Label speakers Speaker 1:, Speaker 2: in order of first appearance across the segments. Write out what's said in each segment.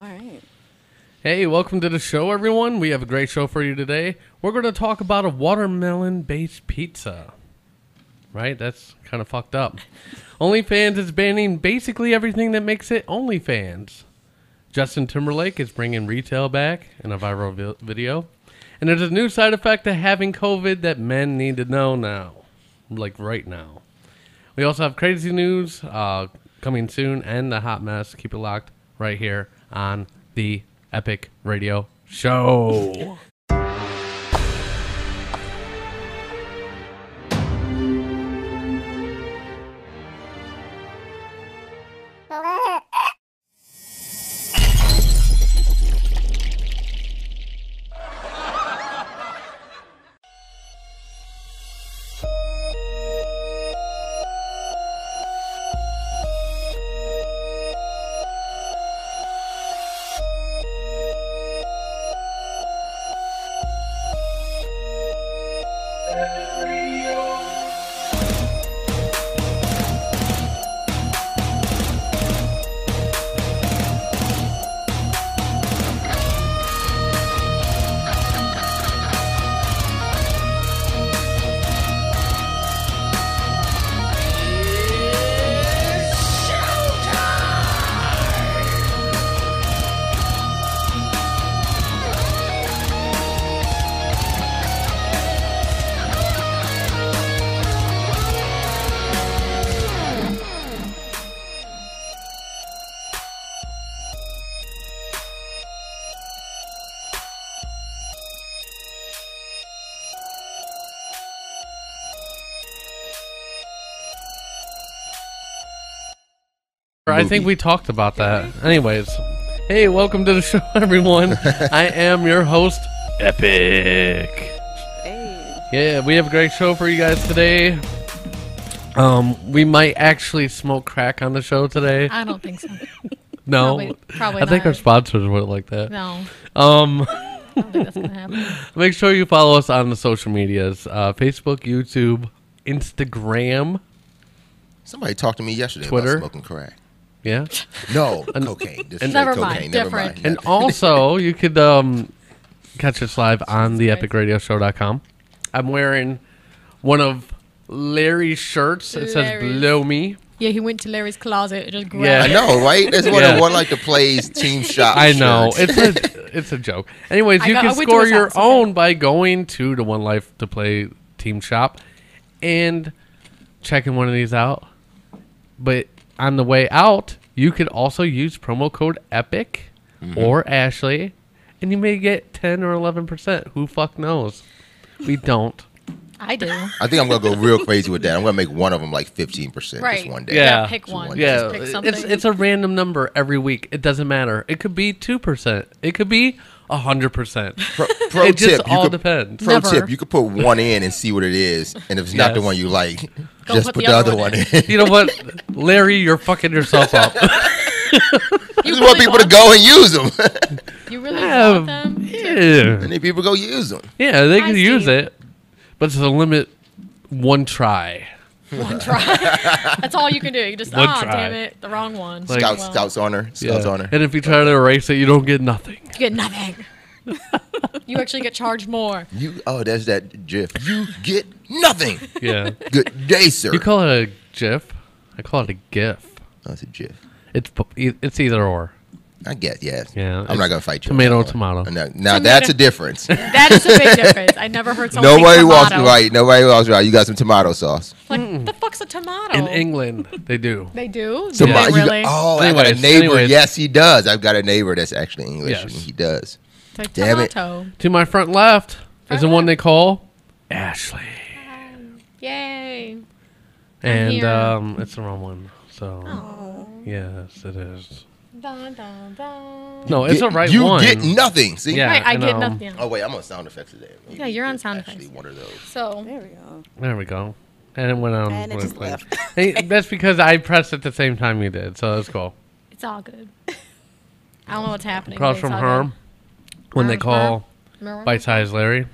Speaker 1: All right.
Speaker 2: Hey, welcome to the show, everyone. We have a great show for you today. We're going to talk about a watermelon based pizza. Right? That's kind of fucked up. OnlyFans is banning basically everything that makes it OnlyFans. Justin Timberlake is bringing retail back in a viral vi- video. And there's a new side effect to having COVID that men need to know now. Like right now. We also have crazy news uh, coming soon and the hot mess. Keep it locked right here on the Epic Radio Show. I think we talked about that. Anyways, hey, welcome to the show, everyone. I am your host, Epic.
Speaker 1: Hey.
Speaker 2: Yeah, we have a great show for you guys today. Um, we might actually smoke crack on the show today.
Speaker 3: I don't think so.
Speaker 2: no,
Speaker 3: probably- probably
Speaker 2: I think
Speaker 3: not.
Speaker 2: our sponsors would like that.
Speaker 3: No,
Speaker 2: Um.
Speaker 3: I don't think that's gonna happen.
Speaker 2: Make sure you follow us on the social medias uh, Facebook, YouTube, Instagram.
Speaker 4: Somebody talked to me yesterday
Speaker 2: Twitter.
Speaker 4: about smoking crack.
Speaker 2: Yeah.
Speaker 4: No, cocaine. This is
Speaker 3: Never
Speaker 4: cocaine.
Speaker 3: mind,
Speaker 4: Never
Speaker 3: different.
Speaker 4: mind.
Speaker 2: And also, you could um, catch us live on the epicradioshow.com. I'm wearing one of Larry's shirts. It says
Speaker 3: Larry's.
Speaker 2: Blow Me.
Speaker 3: Yeah, he went to Larry's closet and just grabbed.
Speaker 2: Yeah.
Speaker 3: Yeah,
Speaker 4: I know, right? That's one
Speaker 2: Yeah.
Speaker 4: of one like the plays team shop.
Speaker 2: I know.
Speaker 4: shirts.
Speaker 2: It's a, it's a joke. Anyways,
Speaker 3: I
Speaker 2: you
Speaker 3: got- I
Speaker 2: can
Speaker 3: went to
Speaker 2: score
Speaker 3: his
Speaker 2: your
Speaker 3: house, okay.
Speaker 2: own by going to the One Life to Play Team Shop and checking one of these out. But on the way out, you could also use promo code EPIC or Ashley, and you may get 10 or 11%. Who fuck knows? We don't.
Speaker 3: I do.
Speaker 4: I think I'm gonna go real crazy with that. I'm gonna make one of them like 15 percent
Speaker 3: Right.
Speaker 4: just one day.
Speaker 2: Yeah.
Speaker 3: pick
Speaker 4: Just
Speaker 3: one.
Speaker 4: one.
Speaker 2: Yeah,
Speaker 3: Just pick something.
Speaker 2: it's it's a random number every week. It doesn't matter. It could be 2%. It could be 100%.
Speaker 4: Pro, pro
Speaker 2: it
Speaker 4: tip:
Speaker 2: just all
Speaker 4: you could,
Speaker 2: depends.
Speaker 4: Pro
Speaker 3: Never.
Speaker 4: tip: you could put one in and see what it is, and if it's not the
Speaker 2: Yes.
Speaker 4: one you like, just put, the, other, one in.
Speaker 2: You know what, Larry? You're fucking yourself up.
Speaker 3: you
Speaker 4: just want people to
Speaker 3: want-
Speaker 4: go and use them.
Speaker 3: You really want them?
Speaker 2: yeah,
Speaker 4: and then people go use them.
Speaker 2: yeah, they
Speaker 3: I
Speaker 2: can
Speaker 3: see.
Speaker 2: use it, but to the limit, one try.
Speaker 3: One try. that's all you can do. You just
Speaker 2: One
Speaker 3: ah,
Speaker 2: try.
Speaker 3: damn it, the wrong one.
Speaker 2: Like-
Speaker 4: Scout,
Speaker 3: Well,
Speaker 4: Scouts honor.
Speaker 2: Yeah.
Speaker 4: Scouts honor.
Speaker 2: And if you try to erase it, you don't get nothing.
Speaker 3: You get nothing. you actually get charged more.
Speaker 4: You. Oh, that's that GIF. You get nothing.
Speaker 2: Yeah,
Speaker 4: Good day, sir.
Speaker 2: you call it a GIF. I call it a GIF.
Speaker 4: oh, it's a GIF.
Speaker 2: It's po- e- it's either or.
Speaker 4: I guess, yes.
Speaker 2: Yeah,
Speaker 4: I'm
Speaker 2: it's
Speaker 4: not gonna fight you.
Speaker 2: tomato,
Speaker 4: on that one.
Speaker 2: tomato.
Speaker 4: No, now that's a difference.
Speaker 3: That is a big difference. I never heard someone.
Speaker 4: Nobody
Speaker 3: say
Speaker 4: walks
Speaker 3: tomato.
Speaker 4: right. Nobody walks right. You got some tomato sauce.
Speaker 3: Like
Speaker 2: Mm.
Speaker 3: the fuck's a tomato?
Speaker 2: In England, they do.
Speaker 3: They do. Do
Speaker 4: Tomato.
Speaker 3: they
Speaker 4: you got-
Speaker 3: really?
Speaker 4: oh, I got
Speaker 2: Anyways,
Speaker 4: a neighbor.
Speaker 2: anyways.
Speaker 4: Yes, he does. I've got a neighbor that's actually English,
Speaker 2: Yes. Um,
Speaker 4: and he does.
Speaker 3: It's like
Speaker 4: damn it.
Speaker 3: tomato.
Speaker 2: To my front left is
Speaker 3: Front
Speaker 2: the one
Speaker 3: left.
Speaker 2: they call Ashley,
Speaker 3: Yay.
Speaker 2: and
Speaker 3: here.
Speaker 2: um, it's the wrong one. So yes, it is.
Speaker 3: Dun, dun, dun.
Speaker 2: No, it's
Speaker 4: Get-
Speaker 2: the right
Speaker 4: you
Speaker 2: one.
Speaker 4: get nothing. See?
Speaker 2: Yeah,
Speaker 3: Right, I
Speaker 2: and,
Speaker 3: get
Speaker 2: um,
Speaker 3: nothing. else.
Speaker 4: Oh wait, I'm on sound effects today. Maybe
Speaker 3: Yeah, you're on
Speaker 4: it's
Speaker 3: sound
Speaker 4: Actually,
Speaker 3: effects.
Speaker 4: one of those.
Speaker 3: So
Speaker 1: There we go.
Speaker 2: There we go. And it went on.
Speaker 1: And it
Speaker 2: really
Speaker 1: just
Speaker 2: quick.
Speaker 1: left.
Speaker 2: Hey, that's because I pressed at the same time you did, so that's cool.
Speaker 3: it's all good. I don't know what's happening. but
Speaker 2: Across
Speaker 3: it's
Speaker 2: from
Speaker 3: all
Speaker 2: harm, when they
Speaker 3: Harm,
Speaker 2: call
Speaker 3: good. Remember-
Speaker 2: bite size Larry.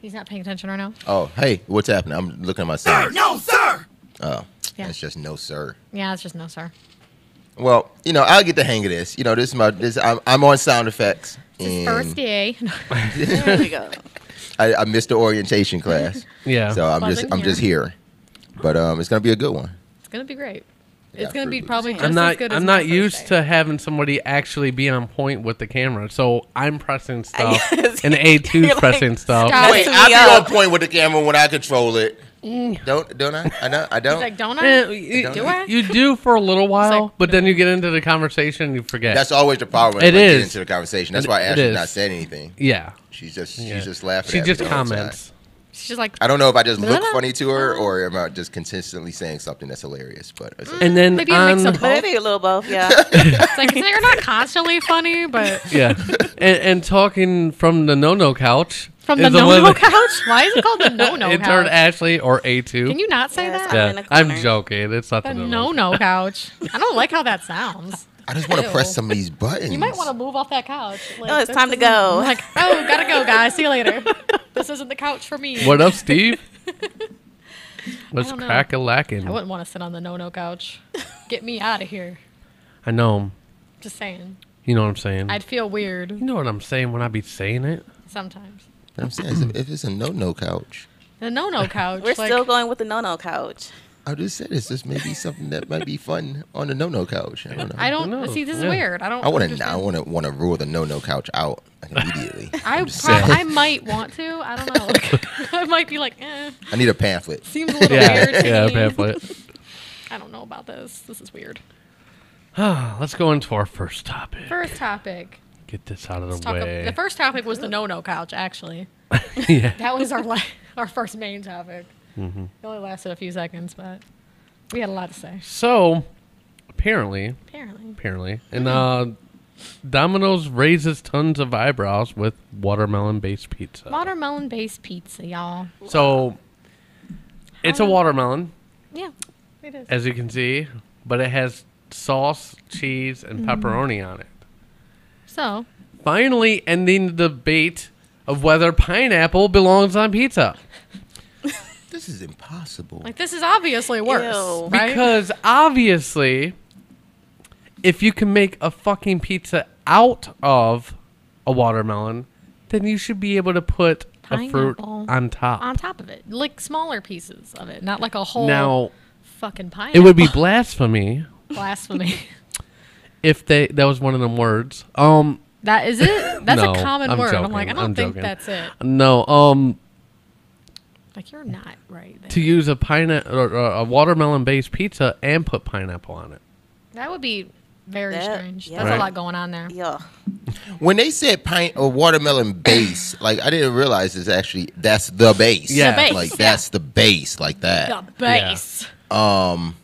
Speaker 3: He's not paying attention right now.
Speaker 4: Oh, hey, what's happening? I'm looking at my sound.
Speaker 5: No, sir!
Speaker 4: Oh,
Speaker 3: Yeah.
Speaker 4: that's just no sir.
Speaker 3: Yeah, it's just no, sir.
Speaker 4: Well, you know, I'll get the hang of this. You know, this is my this. I'm, I'm on sound effects.
Speaker 3: It's
Speaker 4: and
Speaker 3: his first day.
Speaker 1: There we go.
Speaker 4: I, I missed the orientation class,
Speaker 2: Yeah.
Speaker 4: so I'm just
Speaker 3: Wasn't
Speaker 4: I'm just here. But um, it's gonna be a good one.
Speaker 3: It's gonna be great.
Speaker 4: Yeah,
Speaker 3: it's gonna be
Speaker 4: absolutely.
Speaker 3: probably just
Speaker 2: I'm
Speaker 3: as
Speaker 2: not.
Speaker 3: good as
Speaker 2: I'm
Speaker 3: my
Speaker 2: not
Speaker 3: first
Speaker 2: used
Speaker 3: day.
Speaker 2: to having somebody actually be on point with the camera, so I'm pressing stuff
Speaker 1: Yes.
Speaker 2: and A 2s
Speaker 1: You're like,
Speaker 2: pressing stuff.
Speaker 3: "Stop."
Speaker 4: Wait,
Speaker 1: Messing
Speaker 4: I
Speaker 1: me
Speaker 4: be
Speaker 1: up.
Speaker 4: on point with the camera when I control it. Don't don't I? I know I don't.
Speaker 3: He's like, Mm. don't I?
Speaker 2: Eh, you,
Speaker 4: Do
Speaker 3: I?
Speaker 2: you do for a little while,
Speaker 3: like-
Speaker 2: but then you get into the conversation and you forget.
Speaker 4: That's always the problem.
Speaker 2: It
Speaker 4: when you
Speaker 2: is.
Speaker 4: get into the conversation. That's
Speaker 2: It-
Speaker 4: why
Speaker 2: it
Speaker 4: Ashley's
Speaker 2: is.
Speaker 4: not saying anything.
Speaker 2: yeah.
Speaker 4: She's just she's
Speaker 2: Yeah.
Speaker 4: just laughing.
Speaker 2: She
Speaker 4: at
Speaker 2: just
Speaker 4: me the whole time.
Speaker 2: comments.
Speaker 3: She's just like,
Speaker 4: I don't know if I just look
Speaker 3: Blah, blah,
Speaker 4: funny to her or am I just consistently saying something that's hilarious. But it's-
Speaker 2: And then
Speaker 3: Maybe a mix
Speaker 2: on,
Speaker 3: of
Speaker 1: But I think a little both, yeah.
Speaker 3: it's like you're not constantly funny, but
Speaker 2: yeah, and, and talking from the no no couch
Speaker 3: from the
Speaker 2: is one
Speaker 3: no no
Speaker 2: of the-
Speaker 3: couch. Why is it called the no no
Speaker 2: it turned
Speaker 3: couch?
Speaker 2: Ashley or A two.
Speaker 3: Can you not say
Speaker 1: Yes,
Speaker 3: that?
Speaker 1: I'm
Speaker 2: Yeah,
Speaker 1: in a
Speaker 2: I'm
Speaker 1: corner.
Speaker 2: joking. It's not the
Speaker 3: The
Speaker 2: no
Speaker 3: no no couch. I don't like how that sounds.
Speaker 4: I just want to press some of these buttons.
Speaker 3: You might want to move off that couch. Like,
Speaker 1: Oh, it's
Speaker 3: this
Speaker 1: time to
Speaker 3: isn't-
Speaker 1: go.
Speaker 3: I'm like, oh, gotta go, guys. See you later. this isn't the couch for me.
Speaker 2: What up, Steve? What's
Speaker 3: don't know.
Speaker 2: crack a
Speaker 3: I
Speaker 2: lacking?
Speaker 3: wouldn't want to sit on the no no couch. Get me out of here.
Speaker 2: I know.
Speaker 3: Just saying.
Speaker 2: You know what I'm saying.
Speaker 3: I'd feel weird
Speaker 2: You know what I'm saying when I be saying it.
Speaker 3: sometimes.
Speaker 4: But I'm saying, if- if it's a no-no couch,
Speaker 3: The no no couch.
Speaker 1: We're
Speaker 3: like,
Speaker 1: still going with the no no couch.
Speaker 4: I just said it's just maybe something that might be fun on a no-no couch. I don't know.
Speaker 3: I don't
Speaker 2: Who knows?
Speaker 3: see. This
Speaker 2: Yeah.
Speaker 3: is weird. I don't.
Speaker 4: I want to. I
Speaker 3: understand.
Speaker 4: want to want to rule the no-no couch out like, immediately.
Speaker 3: I,
Speaker 4: just
Speaker 3: prob-
Speaker 4: saying.
Speaker 3: I might want to. I don't know. I might be like, eh,
Speaker 4: I need a pamphlet.
Speaker 3: seems a little weird.
Speaker 2: Yeah,
Speaker 3: to
Speaker 2: yeah,
Speaker 3: me.
Speaker 2: pamphlet.
Speaker 3: I don't know about this. This is weird.
Speaker 2: Let's go into our first topic.
Speaker 3: First topic.
Speaker 2: Get this out of
Speaker 3: Let's
Speaker 2: the
Speaker 3: talk. ab-
Speaker 2: way.
Speaker 3: the first topic was the no-no couch. Actually,
Speaker 2: yeah. Mm-hmm.
Speaker 3: that was our la- our first main topic. It only lasted a few seconds, but we had a lot to say.
Speaker 2: So, apparently,
Speaker 3: Apparently,
Speaker 2: apparently, and uh, Domino's raises tons of eyebrows with watermelon-based pizza.
Speaker 3: watermelon-based pizza, y'all.
Speaker 2: Uh, so, it's a
Speaker 3: How-
Speaker 2: watermelon,
Speaker 3: Yeah, it is.
Speaker 2: as you can see, but it has sauce, cheese, and
Speaker 3: Mm-hmm.
Speaker 2: pepperoni on it.
Speaker 3: So
Speaker 2: finally ending the debate of whether pineapple belongs on pizza.
Speaker 4: This is impossible.
Speaker 3: Like this is obviously worse,
Speaker 1: Ew.
Speaker 3: right?
Speaker 2: Because obviously, if you can make a fucking pizza out of a watermelon, then you should be able to put a fruit
Speaker 3: Pineapple
Speaker 2: on top.
Speaker 3: on top of it, like smaller pieces of it, not like a whole
Speaker 2: now,
Speaker 3: fucking pineapple.
Speaker 2: it would be blasphemy
Speaker 3: blasphemy.
Speaker 2: if they that was one of them words. Um
Speaker 3: that is it. That's
Speaker 2: No,
Speaker 3: a common
Speaker 2: I'm
Speaker 3: word. I'm
Speaker 2: joking,
Speaker 3: like, I don't
Speaker 2: I'm
Speaker 3: think
Speaker 2: joking.
Speaker 3: that's it.
Speaker 2: no, um
Speaker 3: Like you're not right. There.
Speaker 2: to use a pineapple or uh, a watermelon based pizza and put pineapple on it.
Speaker 3: That would be very
Speaker 1: That-
Speaker 3: strange.
Speaker 1: yeah.
Speaker 3: That's
Speaker 2: Right.
Speaker 3: a lot going on there.
Speaker 1: Yeah.
Speaker 4: When they said pint or watermelon base, like I didn't realize it's actually that's the base.
Speaker 2: Yeah. The base,
Speaker 4: like
Speaker 3: yeah.
Speaker 4: that's the base, like that.
Speaker 3: The base.
Speaker 4: Um,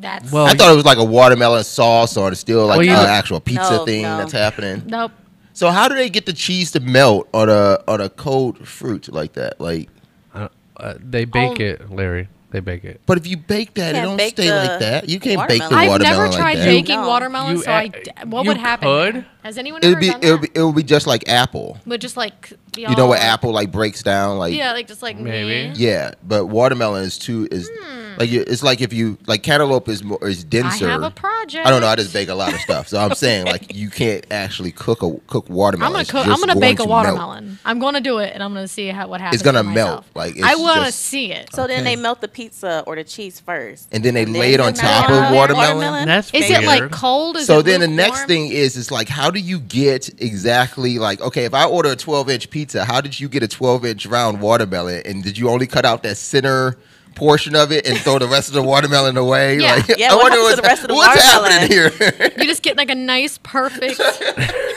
Speaker 3: That's
Speaker 2: Uh, Well-
Speaker 4: I thought it was like a watermelon sauce or still
Speaker 2: Well,
Speaker 4: like an
Speaker 2: you-
Speaker 4: actual pizza
Speaker 1: No,
Speaker 4: thing
Speaker 1: no.
Speaker 4: that's happening.
Speaker 3: nope.
Speaker 4: So how do they get the cheese to melt on a on a cold fruit like that? Like,
Speaker 2: Uh, uh, they bake
Speaker 3: Oh.
Speaker 2: it, Larry. They bake it.
Speaker 4: but if you bake that, it
Speaker 1: Can't
Speaker 4: don't
Speaker 1: bake
Speaker 4: stay like
Speaker 1: the
Speaker 4: that. You can't bake the
Speaker 1: watermelon.
Speaker 3: I've
Speaker 4: watermelon
Speaker 3: never
Speaker 4: like
Speaker 3: tried
Speaker 4: that.
Speaker 3: baking
Speaker 1: No.
Speaker 3: watermelon,
Speaker 2: You
Speaker 3: so I
Speaker 2: a-
Speaker 3: d- what
Speaker 2: you
Speaker 3: would happen?
Speaker 2: could.
Speaker 3: there? Has anyone
Speaker 4: It
Speaker 3: ever
Speaker 4: would be
Speaker 3: done
Speaker 4: it would
Speaker 3: that?
Speaker 4: be it would be just like apple.
Speaker 3: Would just like
Speaker 4: You know what apple like breaks down like
Speaker 3: Yeah, like just like
Speaker 2: Maybe.
Speaker 3: meh.
Speaker 4: Yeah, but watermelon is too is like you- it's like if you like cantaloupe is more is denser.
Speaker 3: I have a project.
Speaker 4: I don't know. I just bake a lot of stuff, so I'm saying like you can't actually cook a cook watermelon.
Speaker 3: I'm gonna
Speaker 4: It's
Speaker 3: cook. I'm
Speaker 4: just
Speaker 3: gonna bake
Speaker 4: going
Speaker 3: a
Speaker 4: to melt.
Speaker 3: watermelon. I'm gonna do it, and I'm gonna see how what happens.
Speaker 4: gonna
Speaker 3: to myself.
Speaker 4: melt, like, it's
Speaker 3: I want to
Speaker 4: just-
Speaker 3: see it.
Speaker 1: So then
Speaker 4: Okay.
Speaker 1: they melt the pizza or the cheese first.
Speaker 4: and then they lay it on
Speaker 1: they
Speaker 4: top
Speaker 1: melt
Speaker 4: of
Speaker 1: the
Speaker 4: watermelon.
Speaker 2: That's
Speaker 3: Is
Speaker 2: weird.
Speaker 3: it like cold? Is
Speaker 4: So
Speaker 3: it
Speaker 4: then the next
Speaker 3: lukewarm?
Speaker 4: thing is is like how do you get exactly like okay if I order a 12 inch pizza how did you get a 12 inch round watermelon and did you only cut out that center portion of it and throw the rest of the watermelon away
Speaker 3: Yeah.
Speaker 4: like
Speaker 1: Yeah, what happened to the rest of the
Speaker 4: what's happening
Speaker 1: watermelon?
Speaker 4: here
Speaker 3: you just get like a nice perfect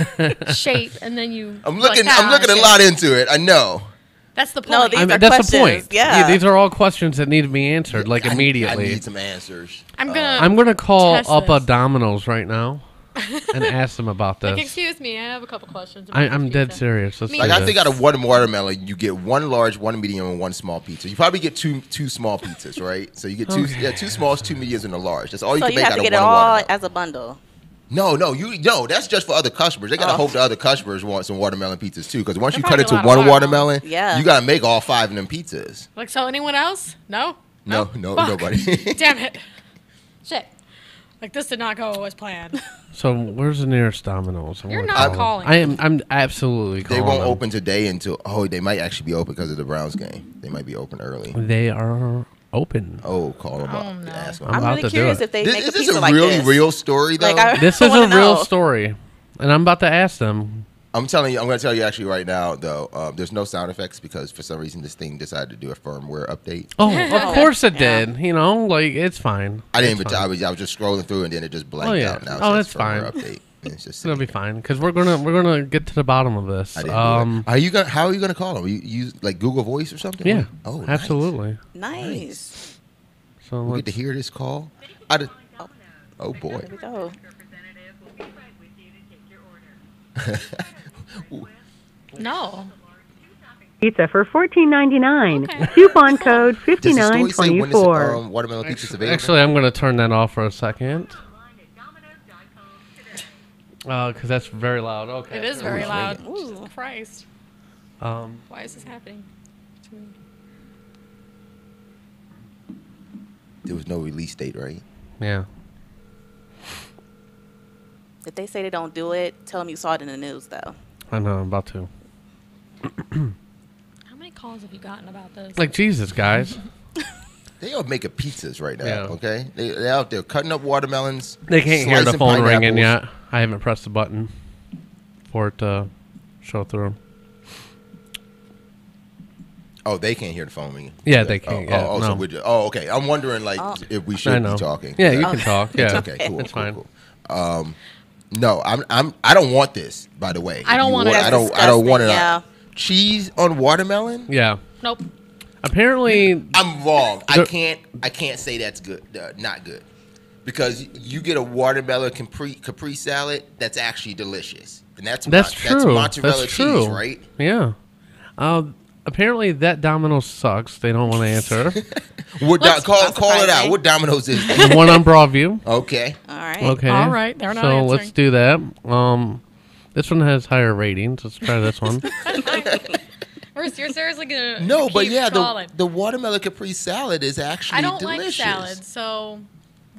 Speaker 3: shape, and then you.
Speaker 4: I'm
Speaker 3: you're
Speaker 4: looking
Speaker 3: like,
Speaker 4: I'm
Speaker 3: "Ah,
Speaker 4: looking a
Speaker 3: shit."
Speaker 4: lot into it I know
Speaker 3: That's the point.
Speaker 1: No,
Speaker 2: I
Speaker 1: these
Speaker 2: mean,
Speaker 1: are
Speaker 2: that's the
Speaker 1: questions.
Speaker 2: point.
Speaker 1: Yeah.
Speaker 2: these are all questions that need to be answered like
Speaker 4: I-
Speaker 2: immediately.
Speaker 4: I
Speaker 2: I
Speaker 4: need some answers. Uh,
Speaker 3: I'm gonna.
Speaker 2: am gonna call
Speaker 3: Test
Speaker 2: up
Speaker 3: this.
Speaker 2: a Domino's right now and ask them about
Speaker 3: like,
Speaker 2: this.
Speaker 3: excuse me, I have a couple questions.
Speaker 2: I,
Speaker 3: about
Speaker 2: I'm
Speaker 3: this
Speaker 2: dead
Speaker 3: pizza."
Speaker 2: serious. Let's
Speaker 3: Me-
Speaker 2: do
Speaker 4: Like I
Speaker 2: this.
Speaker 4: think out of one watermelon, you get one large, one medium, and one small pizza. You probably get two two small pizzas, right? So you get two yeah, two smalls, two mediums, and a large. That's all you
Speaker 1: so
Speaker 4: can
Speaker 1: you
Speaker 4: make
Speaker 1: have
Speaker 4: out
Speaker 1: to
Speaker 4: of
Speaker 1: get
Speaker 4: one
Speaker 1: it all
Speaker 4: watermelon.
Speaker 1: as a bundle.
Speaker 4: no, no, you no. That's just for other customers. They gotta
Speaker 1: Oh.
Speaker 4: hope the other customers want some watermelon pizzas too. Because once
Speaker 3: They're
Speaker 4: you cut
Speaker 3: probably
Speaker 4: it to
Speaker 3: a lot of
Speaker 4: one
Speaker 3: watermelon.
Speaker 4: watermelon,
Speaker 1: Yeah.
Speaker 4: you gotta make all five of them pizzas.
Speaker 3: Like, so anyone else? No.
Speaker 4: No, no,
Speaker 3: Fuck.
Speaker 4: nobody.
Speaker 3: Damn it. Shit. Like this did not go as planned.
Speaker 2: So where's the nearest Domino's? I
Speaker 3: You're
Speaker 2: wanna
Speaker 3: not
Speaker 2: call them.
Speaker 3: calling.
Speaker 2: I am. I'm absolutely
Speaker 4: They
Speaker 2: calling.
Speaker 4: won't
Speaker 2: them.
Speaker 4: open today until oh they might actually be open because of the Browns game. They might be open early.
Speaker 2: They are open.
Speaker 4: Oh, call them up.
Speaker 3: Oh, no.
Speaker 4: Ask them.
Speaker 2: I'm
Speaker 1: I'm
Speaker 2: about
Speaker 1: really
Speaker 2: to do
Speaker 1: curious
Speaker 2: it.
Speaker 1: if they
Speaker 4: This-
Speaker 1: make
Speaker 4: is
Speaker 1: a
Speaker 4: this
Speaker 1: pizza
Speaker 4: a
Speaker 1: like
Speaker 4: really
Speaker 1: this.
Speaker 4: real story though?
Speaker 1: Like, I
Speaker 2: This is a
Speaker 1: wanna
Speaker 2: real
Speaker 1: know.
Speaker 2: story, and I'm about to ask them.
Speaker 4: I'm telling you, I'm going to tell you actually right now though. Um, there's no sound effects because for some reason this thing decided to do a firmware update.
Speaker 2: Oh, of course it
Speaker 1: Yeah.
Speaker 2: did. You know, like it's fine.
Speaker 4: I didn't
Speaker 2: It's
Speaker 4: even. I was, I was just scrolling through and then it just blanked
Speaker 2: Oh, yeah.
Speaker 4: out. Now it
Speaker 2: Oh,
Speaker 4: says
Speaker 2: that's
Speaker 4: firmware
Speaker 2: fine.
Speaker 4: Update. And it's just
Speaker 2: It'll be fine because we're gonna we're gonna get to the bottom of this.
Speaker 4: I didn't do it.
Speaker 2: Um,
Speaker 4: are you gonna? How are you gonna call them? You use like Google Voice or something?
Speaker 2: yeah.
Speaker 4: Oh,
Speaker 2: Oh,
Speaker 4: nice.
Speaker 2: absolutely.
Speaker 1: Nice.
Speaker 2: So
Speaker 4: We get to
Speaker 2: let's,
Speaker 4: hear this call. I did- oh boy.
Speaker 1: There we go.
Speaker 5: representative will be right with you to take your order.
Speaker 3: No.
Speaker 6: Pizza for fourteen ninety nine.
Speaker 3: Okay.
Speaker 6: Coupon code
Speaker 4: Does
Speaker 6: fifty
Speaker 4: the
Speaker 6: nine
Speaker 4: story say
Speaker 6: twenty
Speaker 4: when this
Speaker 6: four.
Speaker 4: um, watermelon pizza is available?
Speaker 2: actually, I'm gonna turn that off for a second
Speaker 5: Online at domino's.com today.
Speaker 2: because Uh, that's very loud. Okay.
Speaker 3: It is very
Speaker 4: it's
Speaker 3: loud.
Speaker 1: ringing.
Speaker 3: Ooh, Christ.
Speaker 2: Um,
Speaker 3: Why is this happening? It's weird.
Speaker 4: There was no release date, right?
Speaker 2: yeah.
Speaker 1: If they say they don't do it, tell them you saw it in the news though.
Speaker 2: I know. I'm about to.
Speaker 3: How many calls have you gotten about this?
Speaker 2: Like Jesus, guys.
Speaker 4: They are making pizzas right now.
Speaker 2: Yeah.
Speaker 4: Okay, they, they're out there cutting up watermelons.
Speaker 2: They can't hear the
Speaker 4: slicing
Speaker 2: phone ringing yet.
Speaker 4: pineapples.
Speaker 2: I haven't pressed the button for it to show through.
Speaker 4: Oh, they can't hear the phone ringing.
Speaker 2: Yeah, they can't.
Speaker 4: Oh,
Speaker 2: yeah,
Speaker 4: oh, oh,
Speaker 2: no.
Speaker 4: so we're ju- oh, okay. I'm wondering like
Speaker 1: Oh.
Speaker 4: if we
Speaker 2: I
Speaker 4: should
Speaker 2: know.
Speaker 4: be talking.
Speaker 2: Yeah, you
Speaker 3: Oh.
Speaker 4: Uh,
Speaker 2: can talk. Yeah,
Speaker 4: okay, cool.
Speaker 2: It's
Speaker 4: cool,
Speaker 2: fine.
Speaker 4: Cool. Um, no, I'm, I'm. I don't want this. By the way,
Speaker 3: I don't
Speaker 4: You
Speaker 3: want it.
Speaker 4: I
Speaker 1: That's
Speaker 4: don't. I don't want it.
Speaker 1: disgusting, yeah.
Speaker 4: Cheese on watermelon.
Speaker 2: Yeah.
Speaker 3: nope.
Speaker 2: Apparently,
Speaker 4: I'm wrong. I
Speaker 2: There-
Speaker 4: can't. I can't say that's good. Uh, not good, because you get a watermelon capri capri salad that's actually delicious, and that's
Speaker 2: that's
Speaker 4: mo- That's
Speaker 2: true. That's,
Speaker 4: mozzarella
Speaker 2: true.
Speaker 4: cheese, right?
Speaker 2: Yeah. Um, apparently, that domino sucks. They don't want to answer.
Speaker 4: What do-
Speaker 3: Let's-
Speaker 4: call
Speaker 1: that's
Speaker 4: call it out.
Speaker 1: surprising.
Speaker 4: What Domino's is that?
Speaker 2: the one on Broadview.
Speaker 4: okay?
Speaker 1: All right.
Speaker 2: Okay.
Speaker 3: All right, they're not
Speaker 2: So let's
Speaker 3: answering.
Speaker 2: do that. Um, this one has higher ratings. Let's try this one.
Speaker 3: Bruce, you're seriously gonna
Speaker 4: No, but
Speaker 3: keep
Speaker 4: yeah, the,
Speaker 3: calling.
Speaker 4: the watermelon capri salad is actually
Speaker 3: I don't
Speaker 4: delicious.
Speaker 3: like salads, so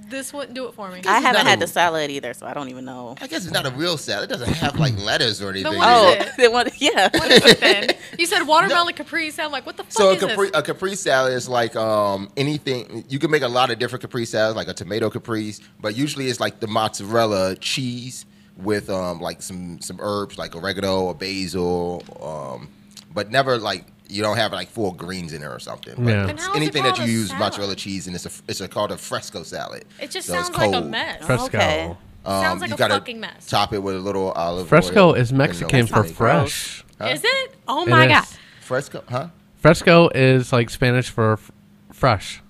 Speaker 3: this wouldn't do it for me.
Speaker 1: I
Speaker 4: is
Speaker 1: haven't
Speaker 4: not
Speaker 1: had
Speaker 4: a-
Speaker 1: the salad either, so I don't even know.
Speaker 4: I guess it's not a real salad. It doesn't have like lettuce or anything.
Speaker 3: what
Speaker 4: in it.
Speaker 1: Oh,
Speaker 3: is it?
Speaker 1: they want, yeah.
Speaker 3: What is it then? You said watermelon capri. So I'm like, what the fuck
Speaker 4: So a
Speaker 3: is
Speaker 4: capri,
Speaker 3: this?
Speaker 4: a capri salad is like um, anything. You can make a lot of different capri salads, like a tomato caprice, but usually it's like the mozzarella cheese with um, like some some herbs, like oregano or basil, um, but never like you don't have like full greens in there or something. But
Speaker 2: Yeah.
Speaker 4: it's
Speaker 3: Then how is it
Speaker 4: anything that
Speaker 3: called
Speaker 4: you
Speaker 3: a
Speaker 4: use
Speaker 3: salad?
Speaker 4: mozzarella cheese, and it's a it's a, called a fresco salad.
Speaker 3: It just
Speaker 4: So it's
Speaker 3: sounds like a
Speaker 4: cold.
Speaker 3: mess.
Speaker 1: Fres-
Speaker 2: Fresco.
Speaker 1: Okay.
Speaker 4: Um,
Speaker 3: sounds like
Speaker 4: you
Speaker 3: a
Speaker 4: gotta
Speaker 3: fucking mess.
Speaker 4: Top it with a little olive.
Speaker 2: Fresco
Speaker 4: oil
Speaker 2: is
Speaker 4: and no
Speaker 2: Mexican for
Speaker 4: seasoning.
Speaker 2: fresh.
Speaker 4: Huh?
Speaker 3: Is it? Oh
Speaker 2: It
Speaker 3: my
Speaker 2: is.
Speaker 3: god!
Speaker 4: Fresco, huh?
Speaker 2: Fresco is like Spanish for f- fresh.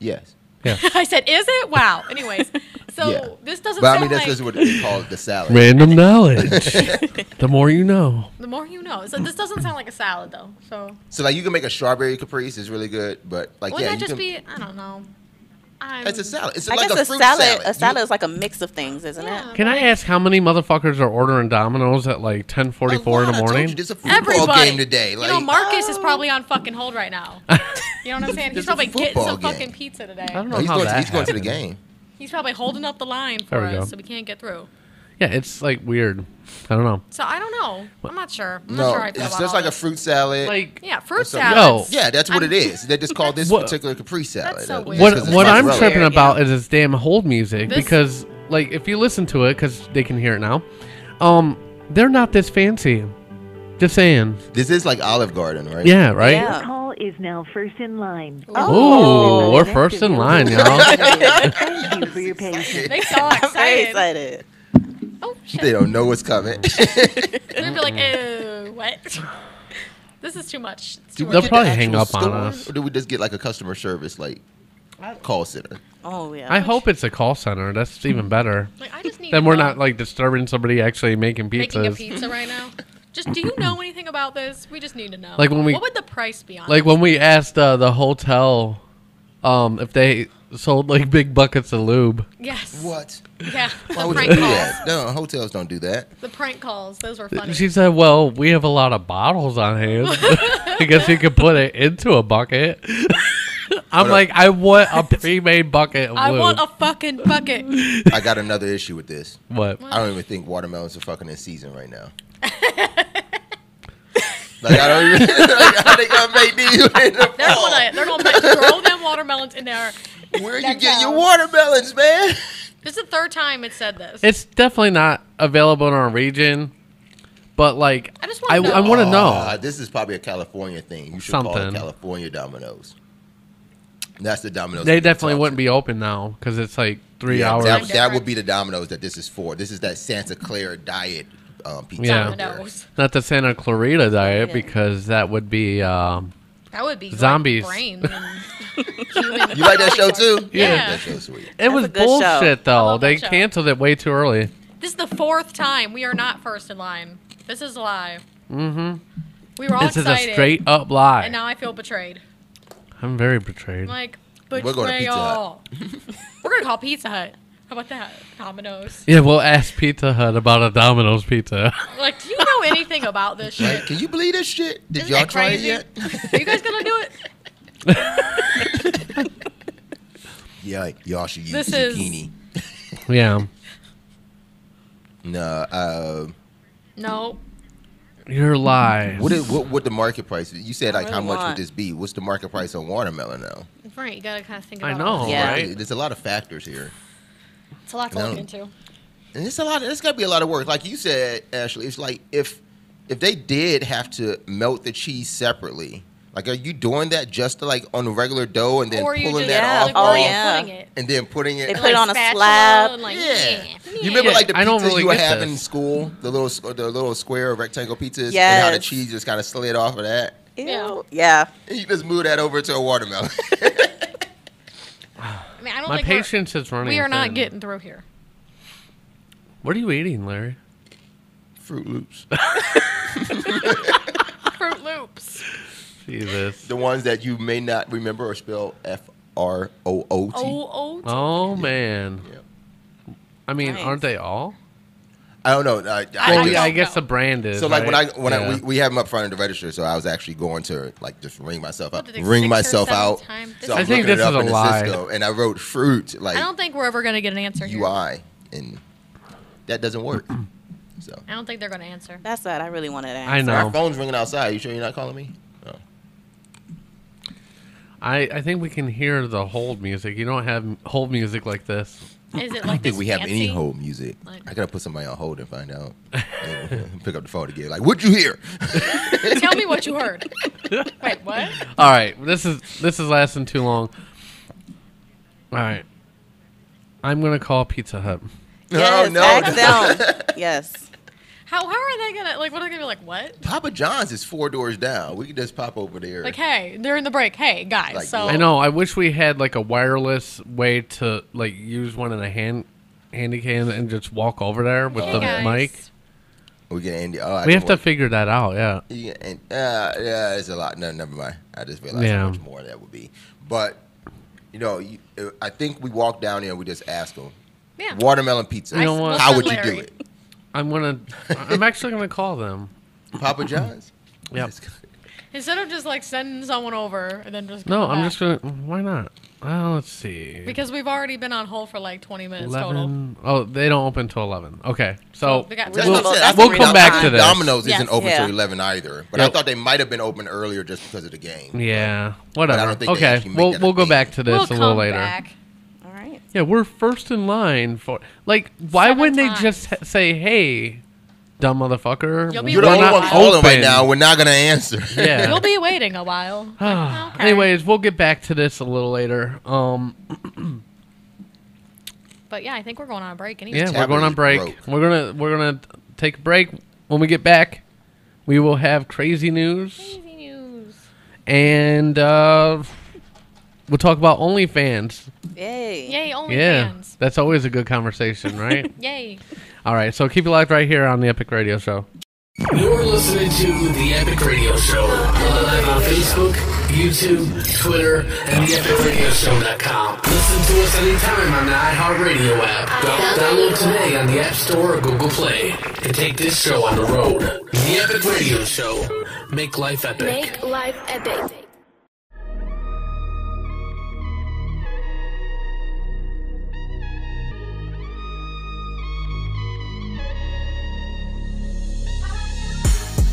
Speaker 4: Yes.
Speaker 2: Yeah.
Speaker 3: I said, is it? Wow. Anyways, so
Speaker 4: Yeah.
Speaker 3: this doesn't
Speaker 4: But I
Speaker 3: sound
Speaker 4: mean, that's
Speaker 3: like
Speaker 4: just what they call the salad.
Speaker 2: Random knowledge. the more you know.
Speaker 3: the more you know. So this doesn't sound like a salad though. So
Speaker 4: So like you can make a strawberry caprice is really good, but like
Speaker 3: wouldn't
Speaker 4: yeah,
Speaker 3: that
Speaker 4: you can,
Speaker 3: just be? I don't know. I'm,
Speaker 4: it's a salad. It's
Speaker 1: I
Speaker 4: like
Speaker 1: guess
Speaker 4: a
Speaker 1: a,
Speaker 4: fruit
Speaker 1: salad,
Speaker 4: salad.
Speaker 1: a salad
Speaker 4: You-
Speaker 1: is like a mix of things, isn't
Speaker 3: Yeah.
Speaker 1: it?
Speaker 2: Can I ask how many motherfuckers are ordering Domino's at like
Speaker 4: a
Speaker 2: 10:44 in
Speaker 4: lot.
Speaker 2: the
Speaker 4: I told
Speaker 2: morning?
Speaker 4: you, there's a football
Speaker 3: Everybody.
Speaker 4: game today. Like
Speaker 3: you know, Marcus is probably on fucking hold right now. You know what I'm saying? He's
Speaker 4: Just a
Speaker 3: probably getting
Speaker 4: football
Speaker 3: some
Speaker 4: game.
Speaker 3: fucking pizza
Speaker 2: I
Speaker 3: today.
Speaker 2: don't
Speaker 4: no,
Speaker 2: know
Speaker 4: he's,
Speaker 2: how
Speaker 4: going, to-
Speaker 2: that
Speaker 4: he's going to the
Speaker 2: happened.
Speaker 4: game.
Speaker 3: He's probably holding up the line
Speaker 2: There
Speaker 3: for
Speaker 2: we go.
Speaker 3: us, so we can't get through.
Speaker 2: Yeah, it's like weird. I don't know.
Speaker 3: So I don't know. I'm not sure. I'm
Speaker 4: No,
Speaker 3: not sure I feel
Speaker 4: it's
Speaker 3: about
Speaker 4: just
Speaker 3: all
Speaker 4: like a
Speaker 3: this.
Speaker 4: fruit salad.
Speaker 2: Like
Speaker 3: yeah fruit
Speaker 4: something.
Speaker 3: salad.
Speaker 4: yeah, that's what
Speaker 3: I'm-
Speaker 4: it is. They just call this
Speaker 2: What-
Speaker 4: particular caprice salad.
Speaker 3: That's so
Speaker 4: It's
Speaker 3: weird.
Speaker 4: just
Speaker 2: what
Speaker 4: a
Speaker 2: what I'm
Speaker 4: mozzarella.
Speaker 2: tripping
Speaker 1: yeah.
Speaker 2: about is this damn hold music
Speaker 3: This-
Speaker 2: because like if you listen to it cuz they can hear it now. Um they're not this fancy. Just saying.
Speaker 4: This is like Olive Garden, right?
Speaker 2: Yeah, right?
Speaker 1: Yeah.
Speaker 6: Call is now first in line.
Speaker 3: Oh.
Speaker 2: Ooh, we're first in line, y'all.
Speaker 6: Thank you for your patience.
Speaker 3: They so
Speaker 1: I'm very
Speaker 3: excited.
Speaker 1: excited.
Speaker 3: Oh shit!
Speaker 4: They don't know what's coming.
Speaker 3: They'd be like, "Ew, what? this is too much." It's too
Speaker 4: we
Speaker 2: They'll
Speaker 4: get the
Speaker 3: much.
Speaker 2: probably hang
Speaker 4: actual
Speaker 2: up on
Speaker 4: store,
Speaker 2: us.
Speaker 4: Or do we just get like a customer service like call center?
Speaker 1: Oh, yeah.
Speaker 2: I hope it's a call center. That's even better.
Speaker 3: Like, I just need.
Speaker 2: Then
Speaker 3: to
Speaker 2: we're
Speaker 3: know.
Speaker 2: not like disturbing somebody actually making pizzas.
Speaker 3: making a pizza right now. Just do you know anything about this? We just need to know.
Speaker 2: Like, when we-
Speaker 3: What would the price be on?
Speaker 2: Like
Speaker 3: Like
Speaker 2: when we asked uh, the hotel um, if they sold like big buckets of lube.
Speaker 3: yes.
Speaker 4: What?
Speaker 3: Yeah.
Speaker 4: Why
Speaker 3: The
Speaker 4: would you
Speaker 3: prank
Speaker 4: do
Speaker 3: calls.
Speaker 4: that? No, hotels don't do that.
Speaker 3: The prank calls. Those were funny.
Speaker 2: She said, "Well, we have a lot of bottles on hand. I guess you could put it into a bucket." I'm
Speaker 4: But, uh,
Speaker 2: like, I want a pre-made bucket of
Speaker 3: I
Speaker 2: Lou.
Speaker 3: want a fucking bucket.
Speaker 4: I got another issue with this.
Speaker 2: what?
Speaker 4: I don't even think watermelons are fucking in season right now. like I don't even. like, how they gonna make these in the
Speaker 3: They're gonna, they're gonna put, throw them watermelons in there.
Speaker 4: fall? Where you
Speaker 3: That's
Speaker 4: get your
Speaker 3: how.
Speaker 4: watermelons, man?
Speaker 3: This is the third time it said this.
Speaker 2: It's definitely not available in our region, but like,
Speaker 3: I just wanna know.
Speaker 2: I want to
Speaker 4: Uh,
Speaker 2: know.
Speaker 4: this is probably a California thing. You should call it
Speaker 2: Something.
Speaker 4: California Dominoes. That's the Dominoes.
Speaker 2: They
Speaker 4: that we're
Speaker 2: definitely
Speaker 4: talking
Speaker 2: wouldn't be open now because it's like three
Speaker 4: Yeah,
Speaker 2: hours.
Speaker 4: That,
Speaker 3: Time
Speaker 4: that would be the Dominoes that this is for. This is that Santa Clara diet um, pizza.
Speaker 2: Yeah.
Speaker 3: Dominoes.
Speaker 2: Not the Santa Clarita diet
Speaker 1: Yeah.
Speaker 2: because that would be. Um,
Speaker 3: That would be like
Speaker 2: Zombies.
Speaker 3: brain and human.
Speaker 4: You like that show too?
Speaker 3: Yeah.
Speaker 4: That show's sweet.
Speaker 2: it
Speaker 1: That's
Speaker 2: was
Speaker 1: a good show.
Speaker 2: bullshit
Speaker 3: I
Speaker 2: though.
Speaker 3: love
Speaker 2: They
Speaker 3: that show.
Speaker 2: canceled it way too early.
Speaker 3: This is the fourth time we are not first in line. This is a lie. Mm-hmm. We were all
Speaker 2: This is a
Speaker 3: excited,
Speaker 2: straight up lie.
Speaker 3: and now I feel betrayed.
Speaker 2: I'm very betrayed.
Speaker 3: I'm like
Speaker 4: We're going to Pizza
Speaker 3: betrayal. We're gonna call Pizza Hut. How about that? Domino's.
Speaker 2: Yeah, we'll ask Pizza Hut about a Domino's pizza.
Speaker 3: Like, do you know anything about this
Speaker 4: Like,
Speaker 3: shit?
Speaker 4: can you believe this shit? Did
Speaker 3: Isn't
Speaker 4: y'all
Speaker 3: that
Speaker 4: try it
Speaker 3: crazy?
Speaker 4: yet?
Speaker 3: Are you guys gonna do it?
Speaker 4: Yeah, like, y'all should use
Speaker 3: This is-
Speaker 4: zucchini.
Speaker 2: yeah,
Speaker 4: No, uh,
Speaker 3: No.
Speaker 2: your lies.
Speaker 4: what, is, what what the market price? You said like how
Speaker 1: really
Speaker 4: much would
Speaker 1: want-
Speaker 4: this be? What's the market price on watermelon now?
Speaker 3: Right, you gotta kind of think
Speaker 2: I
Speaker 3: about.
Speaker 2: know,
Speaker 3: It.
Speaker 1: Yeah.
Speaker 2: right?
Speaker 4: There's a lot of factors here,
Speaker 3: It's a lot to
Speaker 4: No.
Speaker 3: look into.
Speaker 4: and it's a lot. It's got to be a lot of work. Like you said, Ashley, it's like if if they did have to melt the cheese separately, like are you doing that just to, like on the regular dough and then
Speaker 3: or you
Speaker 4: pulling
Speaker 3: just
Speaker 4: that
Speaker 1: yeah,
Speaker 4: off
Speaker 3: like, where
Speaker 1: Oh,
Speaker 3: are you
Speaker 1: yeah.
Speaker 3: putting it?
Speaker 4: and then putting it?
Speaker 1: They put it on a
Speaker 3: spatula
Speaker 1: slab.
Speaker 3: and, like,
Speaker 4: Yeah. You
Speaker 3: yeah.
Speaker 4: remember like the pizzas
Speaker 2: I don't really
Speaker 4: you would
Speaker 2: get
Speaker 4: have
Speaker 2: this.
Speaker 4: in school, the little s- the little square rectangle pizzas, and how the
Speaker 1: Yes.
Speaker 4: cheese just kind of slid off of that.
Speaker 1: Ew. Yeah.
Speaker 4: You just move that over to a watermelon.
Speaker 3: I mean, I don't
Speaker 2: My
Speaker 3: think we're-
Speaker 2: patience is running.
Speaker 3: we are not
Speaker 2: thin.
Speaker 3: getting through here.
Speaker 2: What are you eating, Larry?
Speaker 4: Fruit Loops,
Speaker 3: Fruit Loops.
Speaker 2: Jesus.
Speaker 4: the ones that you may not remember or spell F R O O T.
Speaker 3: Oh, oh.
Speaker 2: Oh man.
Speaker 4: Yeah.
Speaker 2: I mean,
Speaker 1: Nice.
Speaker 2: aren't they all?
Speaker 4: I don't know. I, I
Speaker 2: Well,
Speaker 3: don't
Speaker 4: just-
Speaker 2: yeah, I
Speaker 3: know.
Speaker 2: guess the brand is.
Speaker 4: So like when I
Speaker 2: right?
Speaker 4: when I
Speaker 2: Yeah.
Speaker 4: we, we have them up front of the register, so I was actually going to like just ring myself
Speaker 3: What,
Speaker 4: up,
Speaker 3: the sixth
Speaker 4: ring
Speaker 3: or
Speaker 4: myself
Speaker 3: seventh
Speaker 4: out.
Speaker 3: time? This
Speaker 4: So
Speaker 3: is-
Speaker 4: I'm
Speaker 2: I think
Speaker 4: looking
Speaker 2: this
Speaker 4: it up
Speaker 2: is
Speaker 4: in
Speaker 2: a
Speaker 4: the
Speaker 2: lie.
Speaker 4: Cisco, and I wrote fruit like
Speaker 3: I don't think we're ever gonna get an answer here.
Speaker 4: UI, and that doesn't work. So
Speaker 3: I don't think they're gonna answer.
Speaker 1: That's sad. I really wanted to answer.
Speaker 2: I
Speaker 4: Our
Speaker 2: know.
Speaker 4: phone's ringing outside. You sure you're not calling me? Oh.
Speaker 2: I I think we can hear the hold music. You don't have hold music like this.
Speaker 3: Is it like
Speaker 4: I don't think
Speaker 3: this
Speaker 4: we have any
Speaker 3: fancy-
Speaker 4: hold music.
Speaker 3: Like-
Speaker 4: I gotta put somebody on hold and find out. And Pick up the phone again. Like, what'd you hear?
Speaker 3: Tell me what you heard. Wait, what?
Speaker 2: All right, this is this is lasting too long. All right, I'm gonna call Pizza Hut.
Speaker 1: Yes,
Speaker 4: oh no,
Speaker 1: ask
Speaker 4: no.
Speaker 1: them. yes.
Speaker 3: How how are they gonna like? What are they gonna be like? What?
Speaker 4: Papa John's is four doors down. We can just pop over there.
Speaker 3: Like, hey, they're in the break. Hey, guys.
Speaker 4: Like,
Speaker 3: so
Speaker 2: I know. I wish we had like a wireless way to like use one in a hand handy cam and just walk over there with
Speaker 3: Hey,
Speaker 2: the
Speaker 3: guys.
Speaker 2: mic.
Speaker 4: we can end. Oh, I
Speaker 2: We
Speaker 4: can
Speaker 2: have to
Speaker 4: work-
Speaker 2: figure that out. Yeah.
Speaker 4: Yeah, and, uh, yeah, it's a lot. No, never mind. I just realized
Speaker 2: Yeah.
Speaker 4: how much more that would be. But you know, you, uh, I think we walk down there and we just ask them,
Speaker 3: Yeah.
Speaker 4: watermelon pizza.
Speaker 2: You know what?
Speaker 3: Well,
Speaker 4: How
Speaker 3: said
Speaker 4: would you
Speaker 3: Larry.
Speaker 4: do it,
Speaker 2: I'm gonna. I'm actually gonna call them.
Speaker 4: Papa John's?
Speaker 2: Yep.
Speaker 3: Instead of just like sending someone over and then just
Speaker 2: No,
Speaker 3: coming
Speaker 2: I'm
Speaker 3: back.
Speaker 2: just gonna. Why not? Well, let's see.
Speaker 3: because we've already been on hold for like 20 minutes total.
Speaker 2: eleven. Oh, they don't open till eleven. Okay, so
Speaker 3: So we got-
Speaker 4: That's
Speaker 1: We'll-
Speaker 4: what I'm saying. I
Speaker 1: we'll
Speaker 4: think Domino's-
Speaker 1: come back to
Speaker 2: this.
Speaker 4: Domino's isn't
Speaker 3: Yes.
Speaker 4: open till
Speaker 1: Yeah.
Speaker 4: 11 either, but I
Speaker 2: Yep.
Speaker 4: thought they might have been open earlier just because of the game.
Speaker 2: yeah, whatever.
Speaker 4: don't think they
Speaker 2: okay,
Speaker 4: actually make
Speaker 2: we'll
Speaker 4: that a
Speaker 2: we'll go
Speaker 4: thing.
Speaker 2: back to this
Speaker 3: we'll
Speaker 2: a
Speaker 3: come
Speaker 2: little later.
Speaker 3: back.
Speaker 1: All right.
Speaker 2: Yeah, we're first in line for like. Why
Speaker 3: Seven
Speaker 2: wouldn't
Speaker 3: times.
Speaker 2: they just h- say, "Hey, dumb motherfucker"?
Speaker 3: You'll be
Speaker 4: You're the
Speaker 3: We're
Speaker 4: only
Speaker 3: not
Speaker 4: one calling right now. We're not gonna answer.
Speaker 2: Yeah.
Speaker 3: You'll be waiting a while. Okay.
Speaker 2: Anyways, we'll get back to this a little later. Um,
Speaker 3: But yeah, I think we're going on a break anyway.
Speaker 2: yeah, we're
Speaker 4: Tavern
Speaker 2: going on
Speaker 4: is
Speaker 2: break.
Speaker 4: broke.
Speaker 2: We're gonna we're gonna take a break. When we get back, we will have crazy news
Speaker 3: Crazy news.
Speaker 2: and uh, we'll talk about OnlyFans.
Speaker 1: Yay.
Speaker 3: Yay, OnlyFans.
Speaker 2: Yeah, that's always a good conversation, right?
Speaker 3: Yay.
Speaker 2: All right, so keep it locked right here on the Epic Radio Show.
Speaker 7: You're listening to The Epic Radio Show. We're live on Facebook, YouTube, Twitter, and TheEpicRadioShow.com. Listen to us anytime on the iHeartRadio app. Do- Download today on the App Store or Google Play and take this show on the road. The Epic Radio Show. Make life epic.
Speaker 8: Make life epic.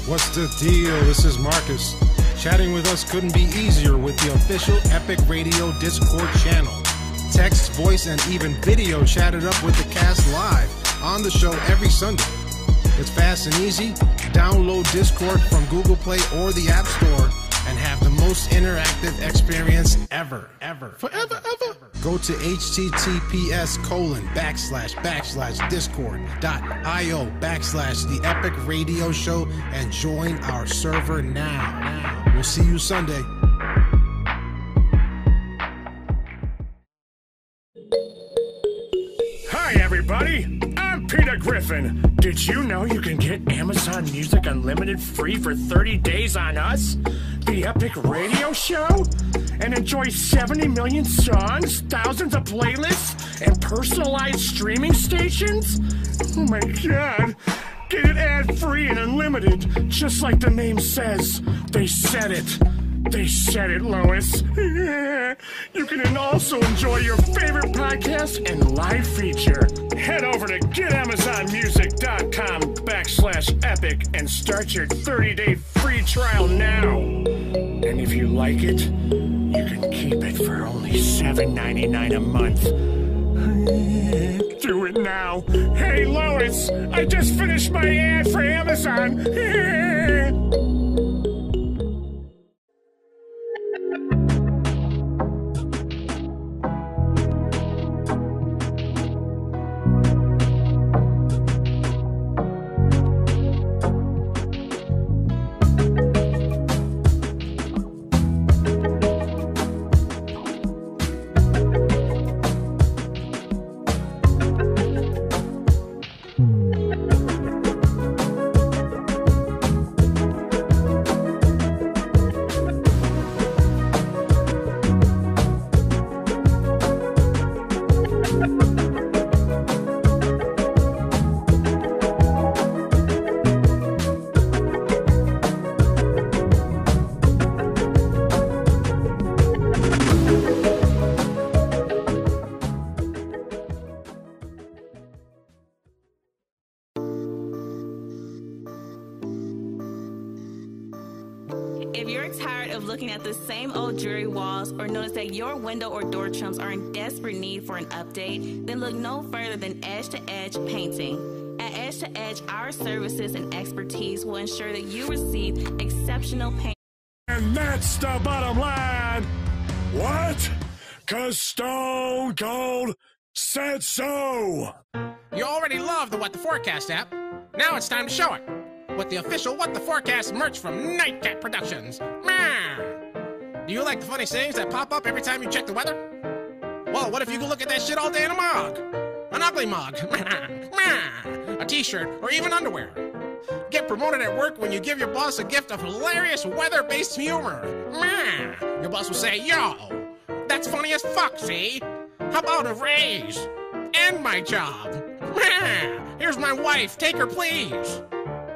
Speaker 8: What's the deal? This is Marcus. Chatting with us couldn't be easier with the official Epic Radio Discord channel. Text, voice, and even video chatted up with the cast live on the show every Sunday. It's fast and easy. Download Discord from Google Play or the App Store and have the most interactive experience ever, ever, forever, ever. Go to https colon backslash backslash discord.io backslash the epic radio show and join our server now. We'll see you Sunday.
Speaker 9: Hi, everybody. I'm Peter Griffin. Did you know you can get Amazon Music Unlimited free for 30 days on us, the Epic Radio Show, and enjoy 70 million songs, thousands of playlists, and personalized streaming stations? Oh my god. Get it ad free and unlimited, just like the name says. They said it. They said it, Lois. you can also enjoy your favorite podcast and live feature. Head over to getamazonmusic.com backslash epic and start your 30-day free trial now. And if you like it, you can keep it for only $7.99 a month. Do it now. Hey, Lois, I just finished my ad for Amazon.
Speaker 1: If you're tired of looking at the same old dreary walls or notice that your window or door trims are in desperate need for an update, then look no further than Edge to Edge Painting. At Edge to Edge, our services and expertise will ensure that you receive exceptional paint.
Speaker 9: And that's the bottom line. What? Cause Stone Cold said so.
Speaker 10: You already love the What the Forecast app. Now it's time to show it with the official What the Forecast merch from Nightcat Productions. Meow. Do you like the funny sayings that pop up every time you check the weather? Well, what if you could look at that shit all day in a mug? An ugly mug. Meow. a t-shirt or even underwear. Get promoted at work when you give your boss a gift of hilarious weather-based humor. Meow. Your boss will say, "Yo, that's funny as fuck, see? How about a raise? And my job. Meow. Here's my wife. Take her, please.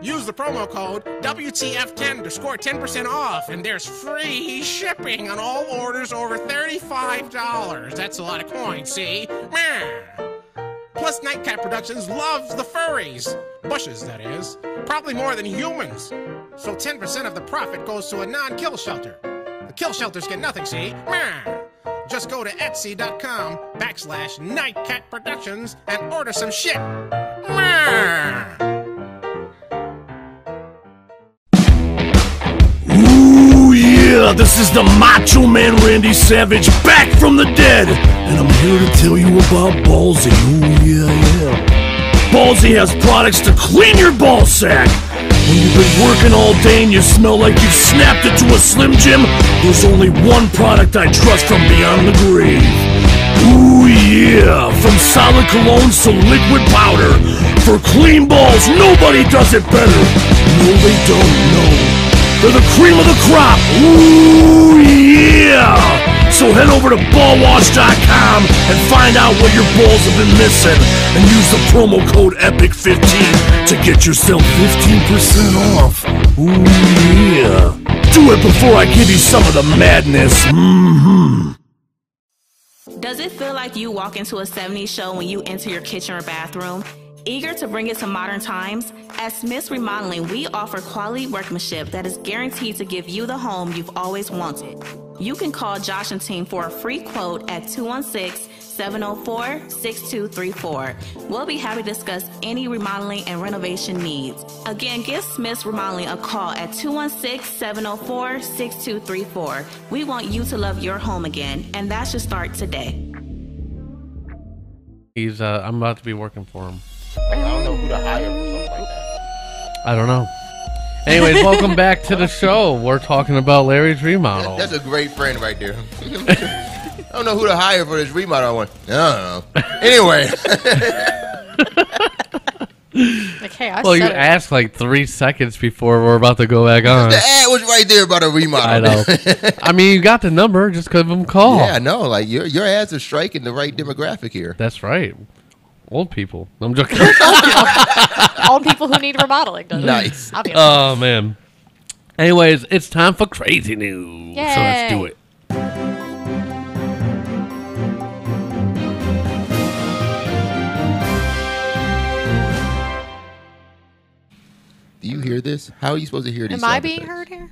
Speaker 10: Use the promo code WTF10 to score 10% off, and there's free shipping on all orders over $35. That's a lot of coins, see? Meow. Plus, Nightcat Productions loves the furries. Bushes, that is. Probably more than humans. So 10% of the profit goes to a non kill shelter. The kill shelters get nothing, see? Meow. Just go to etsy.com backslash Nightcat Productions and order some shit. Meow.
Speaker 11: Ooh, yeah, this is the Macho Man Randy Savage back from the dead, and I'm here to tell you about Ballsy. Ooh, yeah, yeah. Ballsy has products to clean your ball sack. When you've been working all day and you smell like you've snapped it to a Slim Jim, there's only one product I trust from beyond the grave. Ooh yeah, from solid colognes to liquid powder. For clean balls, nobody does it better. No, they don't know. They're the cream of the crop. Ooh yeah. So head over to ballwash.com and find out what your balls have been missing and use the promo code EPIC15 to get yourself 15% off. Ooh yeah. Do it before I give you some of the madness. hmm
Speaker 1: Does it feel like you walk into a 70s show when you enter your kitchen or bathroom?
Speaker 12: Eager to bring it to modern times, at Smith's Remodeling, we offer quality workmanship that is guaranteed to give you the home you've always wanted. You can call Josh and team for a free quote at 216 704 6234. We'll be happy to discuss any remodeling and renovation needs. Again, give Smith's Remodeling a call at 216 704 6234. We want you to love your home again, and that should start today.
Speaker 2: He's. Uh, I'm about to be working for him.
Speaker 4: I don't know who to hire or something like that.
Speaker 2: I don't know. Anyways, welcome back to the show. We're talking about Larry's remodel.
Speaker 4: That's a great friend right there. I don't know who to hire for this remodel one. I don't know. Anyway.
Speaker 3: Like, hey, I
Speaker 2: well, you
Speaker 3: said it.
Speaker 2: asked like three seconds before we're about to go back on.
Speaker 4: The ad was right there about a remodel.
Speaker 2: I know. I mean, you got the number. Just give them a call.
Speaker 4: Yeah, I know. Like your your ads are striking the right demographic here.
Speaker 2: That's right. Old people. I'm joking.
Speaker 3: All people who need remodeling. does it? Obviously.
Speaker 4: Uh,
Speaker 2: Oh man. Anyways, it's time for crazy news. So let's do
Speaker 3: Yay.
Speaker 2: it.
Speaker 4: Do you hear this? How are you supposed to Mm. hear these?
Speaker 3: Am I
Speaker 4: sound
Speaker 3: being
Speaker 4: effects?
Speaker 3: heard here?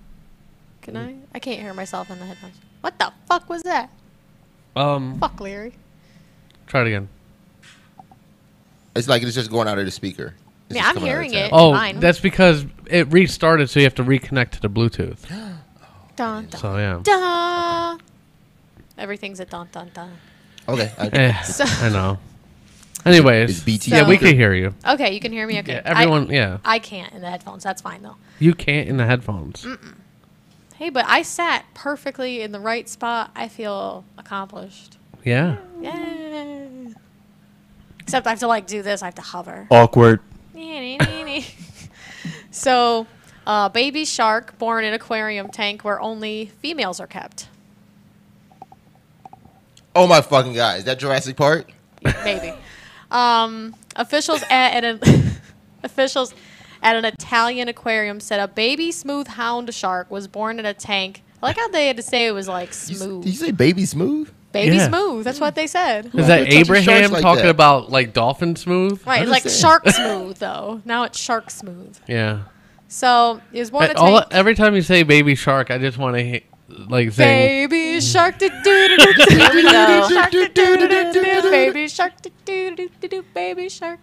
Speaker 3: Can I? I can't hear myself in the headphones. What the fuck was that?
Speaker 2: Um,
Speaker 3: Fuck, Larry.
Speaker 2: try it again.
Speaker 4: It's like it's just going out of the speaker. It's
Speaker 3: Yeah,
Speaker 4: just
Speaker 3: I'm
Speaker 4: coming out of
Speaker 3: hearing
Speaker 4: the
Speaker 3: it.
Speaker 4: tab.
Speaker 2: Oh,
Speaker 3: Mine.
Speaker 2: that's because it restarted, so you have to reconnect to the Bluetooth.
Speaker 3: Dun, dun,
Speaker 2: So yeah.
Speaker 3: dun. Everything's a dun dun dun.
Speaker 4: Okay.
Speaker 2: Eh,
Speaker 3: So-
Speaker 2: I know. Anyways,
Speaker 4: Is BT
Speaker 2: yeah, we
Speaker 3: So-
Speaker 2: can hear you.
Speaker 3: Okay, you can hear me. Okay,
Speaker 2: Yeah, everyone-
Speaker 3: I,
Speaker 2: yeah.
Speaker 3: I can't in the headphones. That's fine though.
Speaker 2: You can't in the headphones.
Speaker 3: Hey, but I sat perfectly in the right spot. I feel accomplished.
Speaker 2: Yeah.
Speaker 3: Yay. Except I have to like do this. I have to hover.
Speaker 13: Awkward.
Speaker 3: so, uh, baby shark born in aquarium tank where only females are kept.
Speaker 4: Oh my fucking god! Is that Jurassic Park?
Speaker 3: Maybe. Um, officials at, at an officials at an Italian aquarium said a baby smooth hound shark was born in a tank. I like how they had to say it was like smooth.
Speaker 4: Did you say baby smooth?
Speaker 3: baby
Speaker 2: Yeah.
Speaker 3: smooth. That's what they said.
Speaker 2: Is
Speaker 4: Who
Speaker 2: that
Speaker 4: touches sharks
Speaker 2: Abraham
Speaker 4: like
Speaker 2: talking
Speaker 4: that?
Speaker 2: about like dolphin smooth?
Speaker 3: Right, it's like
Speaker 4: Understand.
Speaker 3: shark smooth though. Now it's shark smooth.
Speaker 2: Yeah.
Speaker 3: So it was born in
Speaker 2: Uh,
Speaker 3: a
Speaker 2: all-
Speaker 3: tank.
Speaker 2: every time you say baby shark, I just want to hit, like sing.
Speaker 3: Baby shark do do do do
Speaker 1: Here we go.
Speaker 3: shark do do do do baby shark do do do do do baby shark.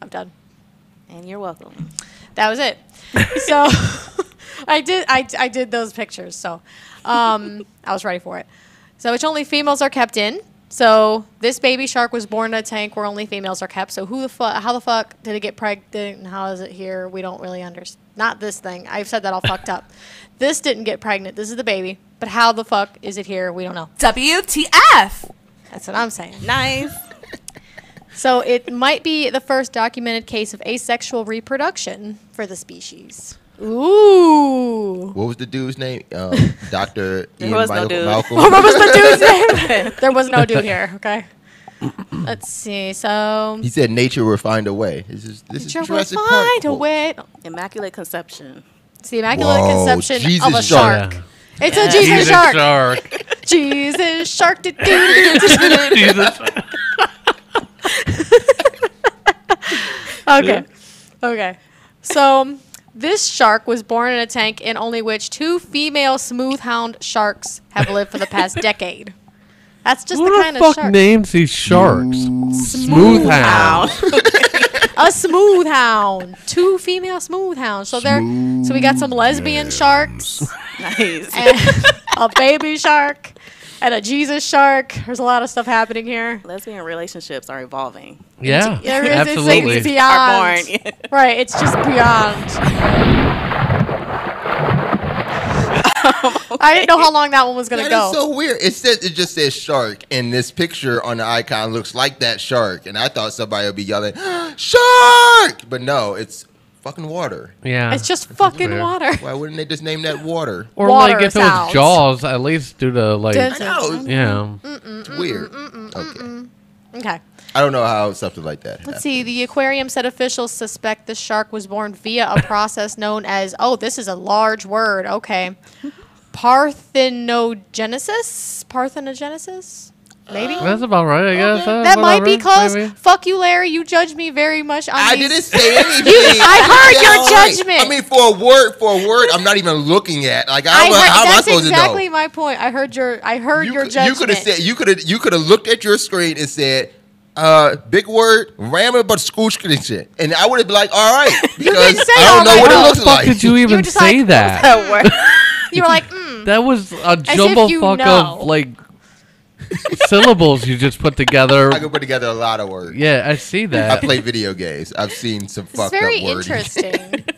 Speaker 3: I'm done.
Speaker 1: And you're welcome.
Speaker 3: That was it. So I did I, I did those pictures. So um, I was ready for it. So which only females are kept in. So this baby shark was born in a tank where only females are kept. So who the fuck? How the fuck did it get pregnant? And how is it here? We don't really understand. Not this thing. I've said that all fucked up. This didn't get pregnant. This is the baby. But how the fuck is it here? We don't know.
Speaker 12: WTF!
Speaker 3: That's what I'm saying.
Speaker 12: Nice.
Speaker 3: So it might be the first documented case of asexual reproduction for the species. Ooh.
Speaker 4: What was the dude's name? Um, Doctor
Speaker 1: There
Speaker 4: Ian
Speaker 1: was no
Speaker 4: Michael-
Speaker 1: dude.
Speaker 4: Malcolm.
Speaker 3: Oh, What was the dude's name? there was no dude here. Okay. Let's see. So
Speaker 4: He said nature will find a way. This is this is
Speaker 3: Joe will
Speaker 4: Jurassic Park.
Speaker 3: find a way.
Speaker 1: Immaculate conception.
Speaker 3: It's the immaculate
Speaker 4: Whoa,
Speaker 1: Oh,
Speaker 3: conception of a
Speaker 4: Oh, Jesus
Speaker 3: shark.
Speaker 4: shark.
Speaker 3: It's a Jesus,
Speaker 2: Jesus
Speaker 3: shark.
Speaker 2: shark.
Speaker 3: Jesus shark. do- do- do- do- do- do- do.
Speaker 2: Jesus.
Speaker 3: okay. Okay. So this shark was born in a tank in only which two female smoothhound sharks have lived for the past decade. That's just the
Speaker 2: Who
Speaker 3: kind
Speaker 2: the
Speaker 3: of
Speaker 2: fuck
Speaker 3: shark.
Speaker 2: names these
Speaker 4: Mm,
Speaker 2: sharks? Smooth hound.
Speaker 3: a smooth hound. Two female smooth hounds. So there so we got some lesbian sharks
Speaker 1: Nice.
Speaker 3: and a baby shark and a Jesus shark. There's a lot of stuff happening here.
Speaker 1: Lesbian relationships are evolving.
Speaker 2: Yeah,
Speaker 3: There is
Speaker 2: absolutely.
Speaker 3: it's
Speaker 1: Are born.
Speaker 3: beyond. Right, it's just beyond. I didn't know how long that one was gonna
Speaker 4: That
Speaker 3: go.
Speaker 4: is so weird. It says it just says shark, and this picture on the icon looks like that shark. And I thought somebody would be yelling shark, but no, it's fucking water.
Speaker 2: yeah.
Speaker 3: It's just fucking
Speaker 2: fair.
Speaker 3: water.
Speaker 4: Why wouldn't they just name that water?
Speaker 2: or
Speaker 3: water
Speaker 2: like if it was
Speaker 3: sounds.
Speaker 2: Jaws, at least do the like.
Speaker 3: Dun,
Speaker 4: I know.
Speaker 2: Yeah.
Speaker 4: It's weird. Okay.
Speaker 3: Okay.
Speaker 4: Oh, I don't know how something like that.
Speaker 3: Let's
Speaker 4: happened.
Speaker 3: see. The aquarium said officials suspect the shark was born via a process known as oh, this is a large word. Okay. Parthenogenesis. Parthenogenesis. Maybe.
Speaker 2: That's about right, I guess. That's
Speaker 3: that might be
Speaker 2: whatever,
Speaker 3: close.
Speaker 2: maybe.
Speaker 3: Fuck you, Larry. You judge me very much. On
Speaker 4: I
Speaker 3: these-
Speaker 4: didn't say anything.
Speaker 3: I heard
Speaker 4: Yeah,
Speaker 3: your
Speaker 4: all right.
Speaker 3: judgment.
Speaker 4: I mean, for a word, for a word, I'm not even looking at. Like, I,
Speaker 3: I
Speaker 4: how
Speaker 3: heard-
Speaker 4: am I
Speaker 3: that's
Speaker 4: supposed
Speaker 3: exactly
Speaker 4: to know?
Speaker 3: my point. I heard your. I heard your
Speaker 4: You
Speaker 3: judgment.
Speaker 4: could have said. You could have. You could have looked at your screen and said. Uh, big word, ramming but scooch and shit, and I would have been like, "All right," because
Speaker 3: say
Speaker 4: I
Speaker 3: all
Speaker 4: don't know
Speaker 3: right.
Speaker 4: what it
Speaker 3: How the
Speaker 4: looks
Speaker 2: fuck
Speaker 4: like.
Speaker 2: did you even
Speaker 3: just
Speaker 2: say
Speaker 3: like,
Speaker 2: that?
Speaker 3: "What was you were like, mm,
Speaker 2: That was a
Speaker 3: if
Speaker 2: jumble
Speaker 3: you
Speaker 2: fuck
Speaker 3: know.
Speaker 2: of like syllables you just put together.
Speaker 4: I could put together a lot of words.
Speaker 2: Yeah, I see
Speaker 4: I
Speaker 2: that.
Speaker 4: play video games. I've seen some
Speaker 3: it's
Speaker 4: fucked
Speaker 3: very
Speaker 4: up words.
Speaker 3: interesting.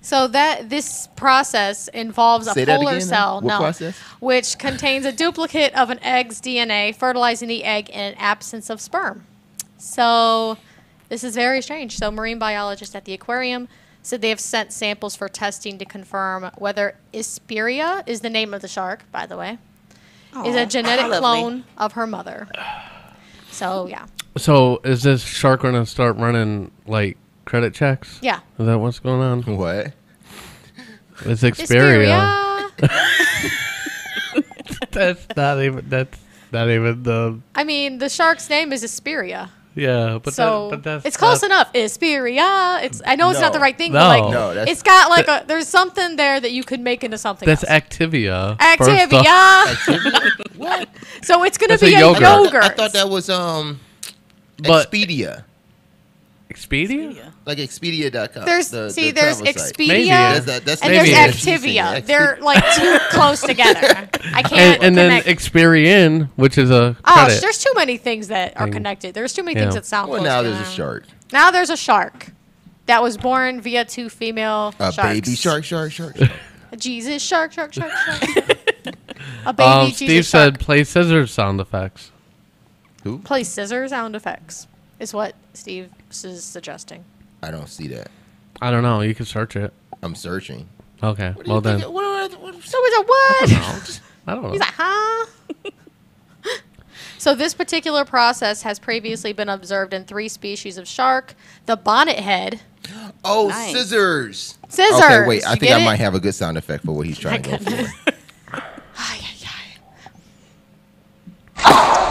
Speaker 3: so that this process involves a
Speaker 4: Say that
Speaker 3: polar
Speaker 4: again,
Speaker 3: cell,
Speaker 4: what
Speaker 3: no,
Speaker 4: process?
Speaker 3: which contains a duplicate of an egg's DNA, fertilizing the egg in an absence of sperm. So this is very strange. So marine biologists at the aquarium said they have sent samples for testing to confirm whether Isperia is the name of the shark, by the way, is
Speaker 1: Aw,
Speaker 3: a genetic
Speaker 1: lovely.
Speaker 3: clone of her mother. So yeah,
Speaker 2: so is this shark gonna start running like credit checks?
Speaker 3: yeah.
Speaker 2: Is that what's going on?
Speaker 4: What?
Speaker 2: It's Xperia.
Speaker 3: Isperia.
Speaker 2: that's not even. That's not even the.
Speaker 3: I mean, the shark's name is Asperia.
Speaker 2: Yeah, but
Speaker 3: so
Speaker 2: that, but that's
Speaker 3: it's close
Speaker 2: not-
Speaker 3: enough. Asperia. It's I know it's not the
Speaker 4: No.
Speaker 3: right thing, but like
Speaker 2: No.
Speaker 4: No, that's-
Speaker 3: it's got like a there's something there that you could make into something.
Speaker 2: That's
Speaker 3: else.
Speaker 2: Activia. first off.
Speaker 3: Activia. so it's gonna
Speaker 2: That's
Speaker 3: be
Speaker 2: a
Speaker 3: a
Speaker 2: yogurt.
Speaker 3: yogurt.
Speaker 2: I
Speaker 4: I thought that was um
Speaker 2: But-
Speaker 4: Expedia,
Speaker 2: Expedia.
Speaker 1: Yeah.
Speaker 4: like Expedia.com.
Speaker 3: There's
Speaker 4: uh, the- the
Speaker 3: see there's
Speaker 4: travel site.
Speaker 3: Expedia
Speaker 2: Maybe.
Speaker 4: That's that- that's
Speaker 3: and
Speaker 2: maybe
Speaker 3: there's
Speaker 2: it's-
Speaker 3: Activia.
Speaker 4: Expedia.
Speaker 3: They're like too close together. I can't
Speaker 2: And, and then
Speaker 3: connect.
Speaker 2: Experian, which is a
Speaker 3: Oh,
Speaker 2: credit.
Speaker 3: there's too many things that are
Speaker 2: Thing.
Speaker 3: connected. There's too many
Speaker 2: Yeah.
Speaker 3: things that sound
Speaker 4: Well,
Speaker 3: close
Speaker 4: now there's a
Speaker 3: together.
Speaker 4: shark.
Speaker 3: Now there's a shark that was born via two female
Speaker 4: A
Speaker 3: sharks.
Speaker 4: baby shark, shark, shark. shark.
Speaker 3: A Jesus shark, shark, shark, shark. a baby
Speaker 2: um,
Speaker 3: Jesus
Speaker 2: Steve
Speaker 3: shark.
Speaker 2: said play scissors sound effects.
Speaker 4: Who?
Speaker 3: Play scissor sound effects is what Steve is suggesting.
Speaker 4: I don't see that.
Speaker 2: I don't know. You can search it.
Speaker 4: I'm searching.
Speaker 2: Okay.
Speaker 4: What do you
Speaker 2: Well then,
Speaker 4: think- what- what- what-
Speaker 3: So is it what?
Speaker 2: I don't know.
Speaker 3: He's like, huh? so this particular process has previously been observed in three species of shark: the bonnet head,
Speaker 4: Oh,
Speaker 1: Nice.
Speaker 4: scissors.
Speaker 3: scissors.
Speaker 4: Okay, wait. I
Speaker 3: You
Speaker 4: think
Speaker 3: get
Speaker 4: I
Speaker 3: it?
Speaker 4: might have a good sound effect for what he's trying to go for.
Speaker 3: Ay, ay, ay.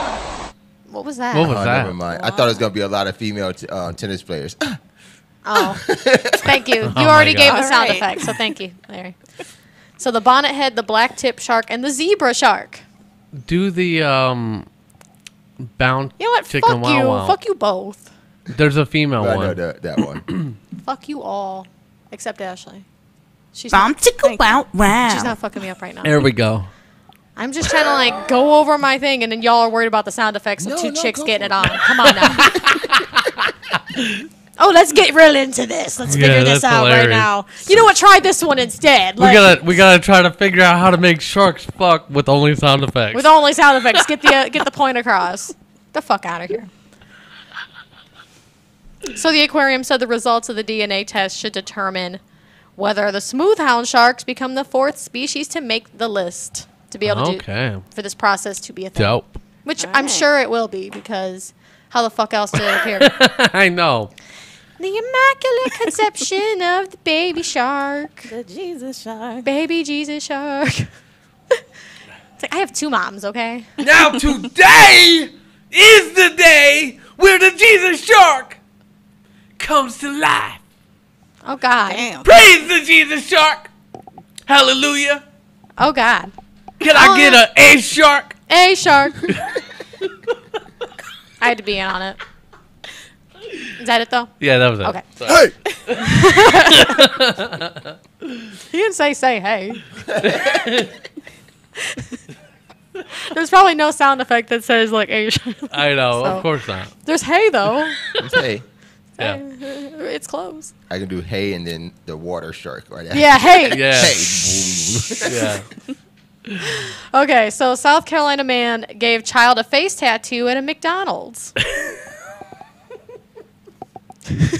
Speaker 3: What was that?
Speaker 2: What was
Speaker 4: Oh,
Speaker 2: that?
Speaker 4: never mind. I thought it was gonna be a lot of female t- uh, tennis players.
Speaker 3: Oh, thank you. You
Speaker 2: Oh my
Speaker 3: already gave
Speaker 1: God.
Speaker 3: the sound
Speaker 1: All right.
Speaker 3: effect, so thank you, Larry. So the bonnet head, the black tip shark, and the zebra shark.
Speaker 2: Do the um, bound
Speaker 3: You know what?
Speaker 2: chicken
Speaker 3: Fuck
Speaker 2: wow
Speaker 3: you.
Speaker 2: wow.
Speaker 3: Fuck you both.
Speaker 2: There's a female
Speaker 4: I know
Speaker 2: one.
Speaker 4: that, that one.
Speaker 3: Fuck you all, except Ashley. She's
Speaker 13: Bomb
Speaker 3: not,
Speaker 13: tickle wow wow.
Speaker 3: she's not fucking me up right now.
Speaker 2: There we go.
Speaker 3: I'm just trying to like go over my thing, and then y'all are worried about the sound effects of
Speaker 4: No,
Speaker 3: two
Speaker 4: no,
Speaker 3: chicks
Speaker 4: go
Speaker 3: getting
Speaker 4: for
Speaker 3: it on. Come on now. oh, let's get real into this. Let's
Speaker 2: Yeah,
Speaker 3: figure this
Speaker 2: that's
Speaker 3: out right
Speaker 2: hilarious.
Speaker 3: now. You know what? Try this one instead.
Speaker 2: We gotta we gotta try to figure out how to make sharks fuck with only sound effects.
Speaker 3: with only sound effects. Get the uh, get the point across. The fuck out of here. So the aquarium said the results of the DNA test should determine whether the smoothhound sharks become the fourth species to make the list to be able to
Speaker 2: Okay.
Speaker 3: do for this process to be a thing.
Speaker 2: Dope.
Speaker 3: Which I'm
Speaker 1: Alright.
Speaker 3: sure it will be because how the fuck else did it appear?
Speaker 2: I know.
Speaker 3: the immaculate conception of the baby shark,
Speaker 1: The Jesus shark.
Speaker 3: baby Jesus shark. it's like I have two moms, okay?
Speaker 2: Now today is the day where the Jesus shark comes to life.
Speaker 3: Oh God.
Speaker 1: Damn.
Speaker 2: Praise the Jesus shark. Hallelujah.
Speaker 3: Oh God.
Speaker 2: Can
Speaker 3: I get
Speaker 2: a A shark?
Speaker 3: Hey, shark. I had to be in on it. Is that it though?
Speaker 2: Yeah, that was it.
Speaker 4: hey,
Speaker 3: Okay. He didn't say say hey. There's probably no sound effect that says like hey. shark.
Speaker 2: I know.
Speaker 3: So-
Speaker 2: Of course not.
Speaker 3: There's hey though.
Speaker 4: hey.
Speaker 2: Yeah.
Speaker 3: It's close.
Speaker 4: I can do hey and then the water shark right after.
Speaker 3: Yeah, hey.
Speaker 2: Yeah.
Speaker 4: Hey.
Speaker 2: Yeah.
Speaker 3: Okay, so South Carolina man gave child a face tattoo at a McDonald's. starts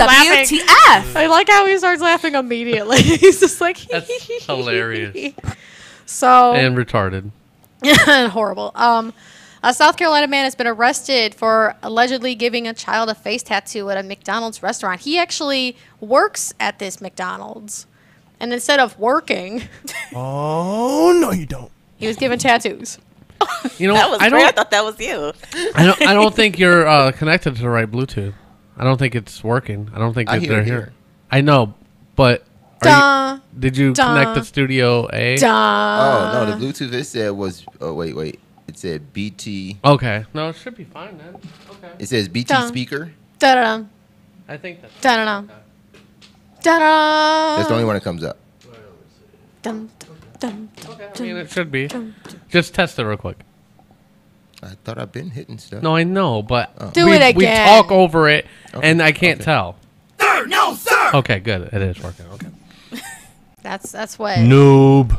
Speaker 3: laughing.
Speaker 13: WTF?
Speaker 3: I like how he starts laughing immediately. He's just like
Speaker 2: That's hilarious
Speaker 3: so
Speaker 2: and retarded.
Speaker 3: horrible. Um, a South Carolina man has been arrested for allegedly giving a child a face tattoo at a McDonald's restaurant. He actually works at this McDonald's, and instead of working,
Speaker 14: Oh no, you don't.
Speaker 3: he was given tattoos.
Speaker 2: You know,
Speaker 1: that was
Speaker 2: I
Speaker 1: great. I
Speaker 2: don't,
Speaker 1: thought that was you.
Speaker 2: I don't, I don't think you're uh, connected to the right Bluetooth. I don't think it's working. I don't think
Speaker 4: I
Speaker 2: that
Speaker 4: hear
Speaker 2: they're
Speaker 4: it
Speaker 2: here.
Speaker 4: here.
Speaker 2: I know, but are
Speaker 3: Duh.
Speaker 2: you, did you connect
Speaker 3: Duh.
Speaker 2: to Studio A?
Speaker 3: Duh.
Speaker 4: Oh no, the Bluetooth it said was. Oh wait, wait. It said BT.
Speaker 2: Okay. No, it should be fine then. Okay.
Speaker 4: It says BT
Speaker 3: Dun.
Speaker 4: speaker.
Speaker 3: Da da da.
Speaker 2: I think that's
Speaker 3: Da da da. Da da.
Speaker 4: That's the only one that comes up.
Speaker 3: Dum, dum, dum, dum,
Speaker 2: I mean,
Speaker 3: dum.
Speaker 2: it should be. Just test it real quick.
Speaker 4: I thought I've been hitting stuff.
Speaker 2: No, I know, but
Speaker 4: Oh.
Speaker 3: Do
Speaker 2: we,
Speaker 3: it
Speaker 2: we
Speaker 3: again.
Speaker 2: talk over it, and I can't tell.
Speaker 10: No, sir!
Speaker 2: Okay, good. It is working. Okay.
Speaker 3: That's that's
Speaker 4: Uh,
Speaker 3: what.
Speaker 2: Noob.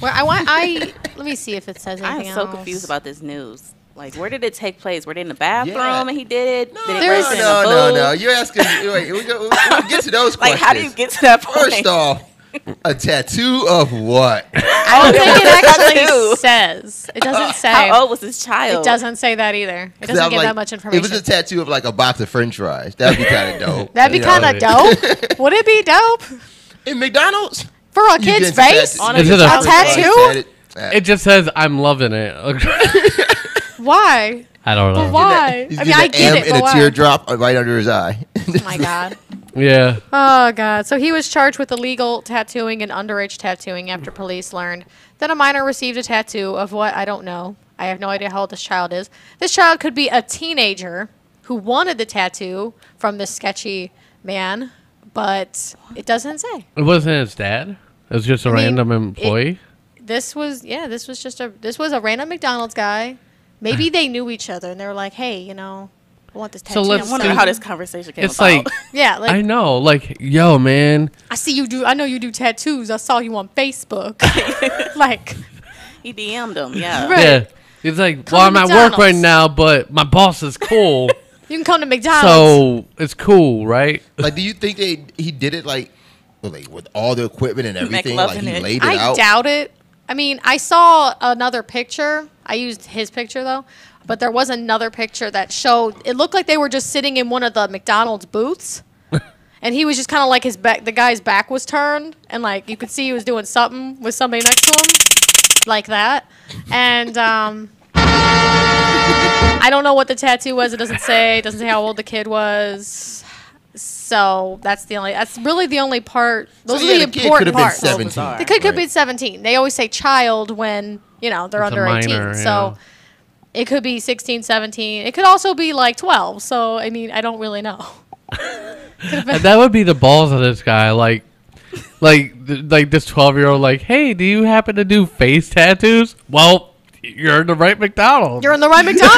Speaker 3: Well, I want. I let me see if it says
Speaker 1: I'm
Speaker 3: anything
Speaker 1: so
Speaker 3: else.
Speaker 1: confused about this news. Like, where did it take place? Were they in the bathroom and he did it? No, did it
Speaker 3: There's-
Speaker 1: was in
Speaker 4: No,
Speaker 1: the
Speaker 4: no,
Speaker 1: booth?
Speaker 4: no. You're asking. Wait, we go, we- we'll get to those
Speaker 1: Like,
Speaker 4: questions.
Speaker 1: how do you get to that point?
Speaker 4: First off, a tattoo of what?
Speaker 3: I don't think it
Speaker 1: Tattoo.
Speaker 3: actually says. It doesn't say.
Speaker 1: How old was this child?
Speaker 3: It doesn't say that either. It
Speaker 4: 'Cause
Speaker 3: doesn't
Speaker 4: I'm
Speaker 3: give
Speaker 4: like,
Speaker 3: that much
Speaker 4: If
Speaker 3: information.
Speaker 4: it was a tattoo of like a box of French fries, that'd be kind of dope.
Speaker 3: That'd be
Speaker 4: You know?
Speaker 3: kind of dope. Would it be dope
Speaker 4: In McDonald's,
Speaker 3: for a
Speaker 4: you
Speaker 3: kid's
Speaker 4: get some
Speaker 3: face?
Speaker 4: tattoo-
Speaker 2: Is
Speaker 4: you
Speaker 2: it
Speaker 4: get
Speaker 2: a-
Speaker 4: some
Speaker 2: a
Speaker 4: French
Speaker 3: tattoo?
Speaker 4: fries, that it- uh,
Speaker 2: It just says I'm loving it.
Speaker 3: Why?
Speaker 2: I don't know.
Speaker 3: Why?
Speaker 4: he's
Speaker 3: I mean,
Speaker 4: getting
Speaker 3: I
Speaker 4: an
Speaker 3: get
Speaker 4: M
Speaker 3: it,
Speaker 4: and
Speaker 3: but
Speaker 4: a
Speaker 3: why?
Speaker 4: teardrop uh, right under his eye.
Speaker 3: Oh my god.
Speaker 2: Yeah.
Speaker 3: Oh god. So he was charged with illegal tattooing and underage tattooing after police learned that a minor received a tattoo of what I don't know. I have no idea how old this child is. This child could be a teenager who wanted the tattoo from this sketchy man, but it doesn't say.
Speaker 2: It wasn't his dad. It was just a
Speaker 3: mean,
Speaker 2: random
Speaker 3: it-
Speaker 2: employee.
Speaker 3: This was yeah, this was just a this was a random McDonald's guy. Maybe they knew each other and they were like, "Hey, you know, I want this tattoo."
Speaker 1: I
Speaker 2: let's
Speaker 1: wonder
Speaker 2: do-
Speaker 1: how this conversation came
Speaker 2: it's
Speaker 1: about.
Speaker 2: like
Speaker 3: yeah, like
Speaker 2: I know. Like, yo, man.
Speaker 3: I see you do. I know you do tattoos. I saw you on Facebook. like,
Speaker 1: he DM'd him. Yeah.
Speaker 3: Right.
Speaker 2: Yeah. It's like,
Speaker 3: Come
Speaker 2: well,
Speaker 3: to
Speaker 2: I'm at work right
Speaker 3: McDonald's.
Speaker 2: now, but my boss is cool,
Speaker 3: you can come to McDonald's.
Speaker 2: so it's cool, right?
Speaker 4: like, do you think they he did it like, well, like with all the equipment and everything? Like
Speaker 1: McLovin
Speaker 4: he
Speaker 1: it.
Speaker 4: laid it
Speaker 3: I
Speaker 4: out.
Speaker 3: doubt it. I mean, I saw another picture. I used his picture though, but there was another picture that showed it looked like they were just sitting in one of the McDonald's booths. And he was just kind of like his back, the guy's back was turned, and like you could see he was doing something with somebody next to him, like that. And um, I don't know what the tattoo was. It doesn't say. It doesn't say how old the kid was. So that's the only. That's really the only part.
Speaker 4: So,
Speaker 3: Those
Speaker 4: yeah,
Speaker 3: are the,
Speaker 4: the kid could
Speaker 3: important
Speaker 4: have been
Speaker 3: parts.
Speaker 4: seventeen.
Speaker 3: The kid could be
Speaker 4: right?
Speaker 3: 17. They always say child when, you know, they're
Speaker 2: It's a
Speaker 3: under 18.
Speaker 2: minor,
Speaker 3: So it could be 16, 17. It could also be like 12. So, I mean, I don't really know.
Speaker 2: And that would be the balls of this guy, like, like, th- like this twelve year old, like, hey, do you happen to do face tattoos? Well, you're in the right McDonald's.
Speaker 3: You're in the right McDonald's,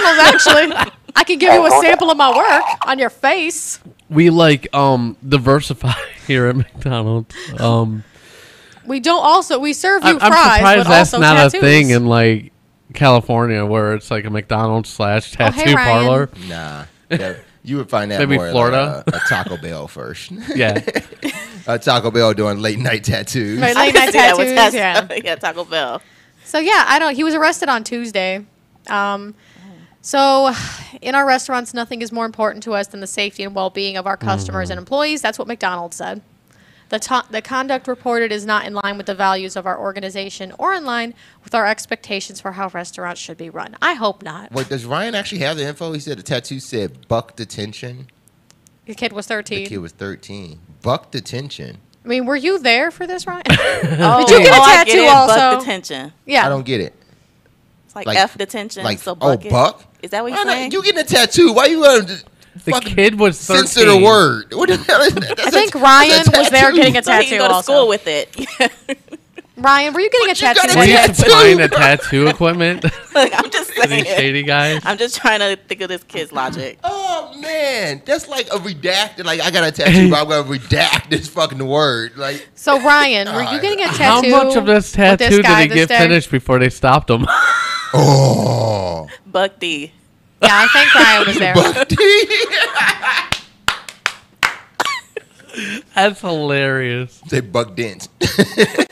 Speaker 3: actually. I can give you a sample of my work on your face.
Speaker 2: we like um diversify here at McDonald's. Um,
Speaker 3: We don't also, we serve
Speaker 2: I-
Speaker 3: you
Speaker 2: I'm
Speaker 3: fries,
Speaker 2: surprised
Speaker 3: but
Speaker 2: that's
Speaker 3: also
Speaker 2: not
Speaker 3: tattoos.
Speaker 2: a thing in like California, where it's like a McDonald's slash
Speaker 3: Oh,
Speaker 2: tattoo
Speaker 3: hey, Ryan.
Speaker 2: parlor.
Speaker 4: Nah. That- you would find that
Speaker 2: Maybe
Speaker 4: more at,
Speaker 2: Florida?
Speaker 4: like, a, a Taco Bell first.
Speaker 2: Yeah,
Speaker 4: a Taco Bell doing late night tattoos.
Speaker 3: Right,
Speaker 1: I
Speaker 3: late night
Speaker 1: can see that with
Speaker 3: tattoos, yeah.
Speaker 1: Taco- yeah, Taco Bell.
Speaker 3: So yeah, I don't. He was arrested on Tuesday. Um, so in our restaurants, nothing is more important to us than the safety and well-being of our customers
Speaker 4: Mm-hmm.
Speaker 3: and employees. That's what McDonald's said. The, to- the conduct reported is not in line with the values of our organization or in line with our expectations for how restaurants should be run. I hope not.
Speaker 4: Wait, does Ryan actually have the info? He said the tattoo said buck detention.
Speaker 3: The kid was
Speaker 4: The
Speaker 3: 13.
Speaker 4: kid was 13. Buck detention.
Speaker 3: I mean, were you there for this, Ryan?
Speaker 1: Oh,
Speaker 3: you get a
Speaker 1: oh, I
Speaker 3: tattoo
Speaker 1: it, buck
Speaker 3: also?
Speaker 1: detention.
Speaker 3: yeah.
Speaker 4: I don't get it.
Speaker 1: It's like,
Speaker 4: Like-
Speaker 1: F detention.
Speaker 4: like,
Speaker 1: so
Speaker 4: oh,
Speaker 1: bucket.
Speaker 4: buck?
Speaker 1: Is that what
Speaker 4: Why
Speaker 1: you're
Speaker 4: not-
Speaker 1: saying?
Speaker 4: You getting a tattoo? Why you want to
Speaker 2: the
Speaker 4: fucking
Speaker 2: kid was 13.
Speaker 4: censor the word? What the hell is that? That's
Speaker 3: I
Speaker 4: a-
Speaker 3: think
Speaker 4: that's a
Speaker 3: Ryan was there
Speaker 4: tattoo.
Speaker 3: getting a
Speaker 1: so he
Speaker 3: tattoo
Speaker 1: can go to
Speaker 3: also.
Speaker 1: school with it.
Speaker 3: Ryan, were you getting a
Speaker 4: But you got
Speaker 3: tattoo?
Speaker 4: a
Speaker 2: Were you
Speaker 3: one day?
Speaker 4: tattoo.
Speaker 2: supplying the tattoo equipment?
Speaker 1: Like, I'm just
Speaker 2: These
Speaker 1: saying.
Speaker 2: shady guys.
Speaker 1: I'm just trying to think of this kid's logic.
Speaker 4: Oh man, that's like a redacted. Like I got a tattoo, but I'm gonna redact this fucking word. Like
Speaker 3: So Ryan, were you
Speaker 4: God.
Speaker 3: getting a
Speaker 2: How
Speaker 3: tattoo?
Speaker 2: much of this
Speaker 3: with
Speaker 2: tattoo did
Speaker 3: guy
Speaker 2: he
Speaker 3: this
Speaker 2: get
Speaker 3: day?
Speaker 2: finished before they stopped him?
Speaker 4: oh,
Speaker 1: Buck D.
Speaker 3: Yeah, I think Ryan was there.
Speaker 4: buck
Speaker 2: That's hilarious.
Speaker 4: Say buck dent.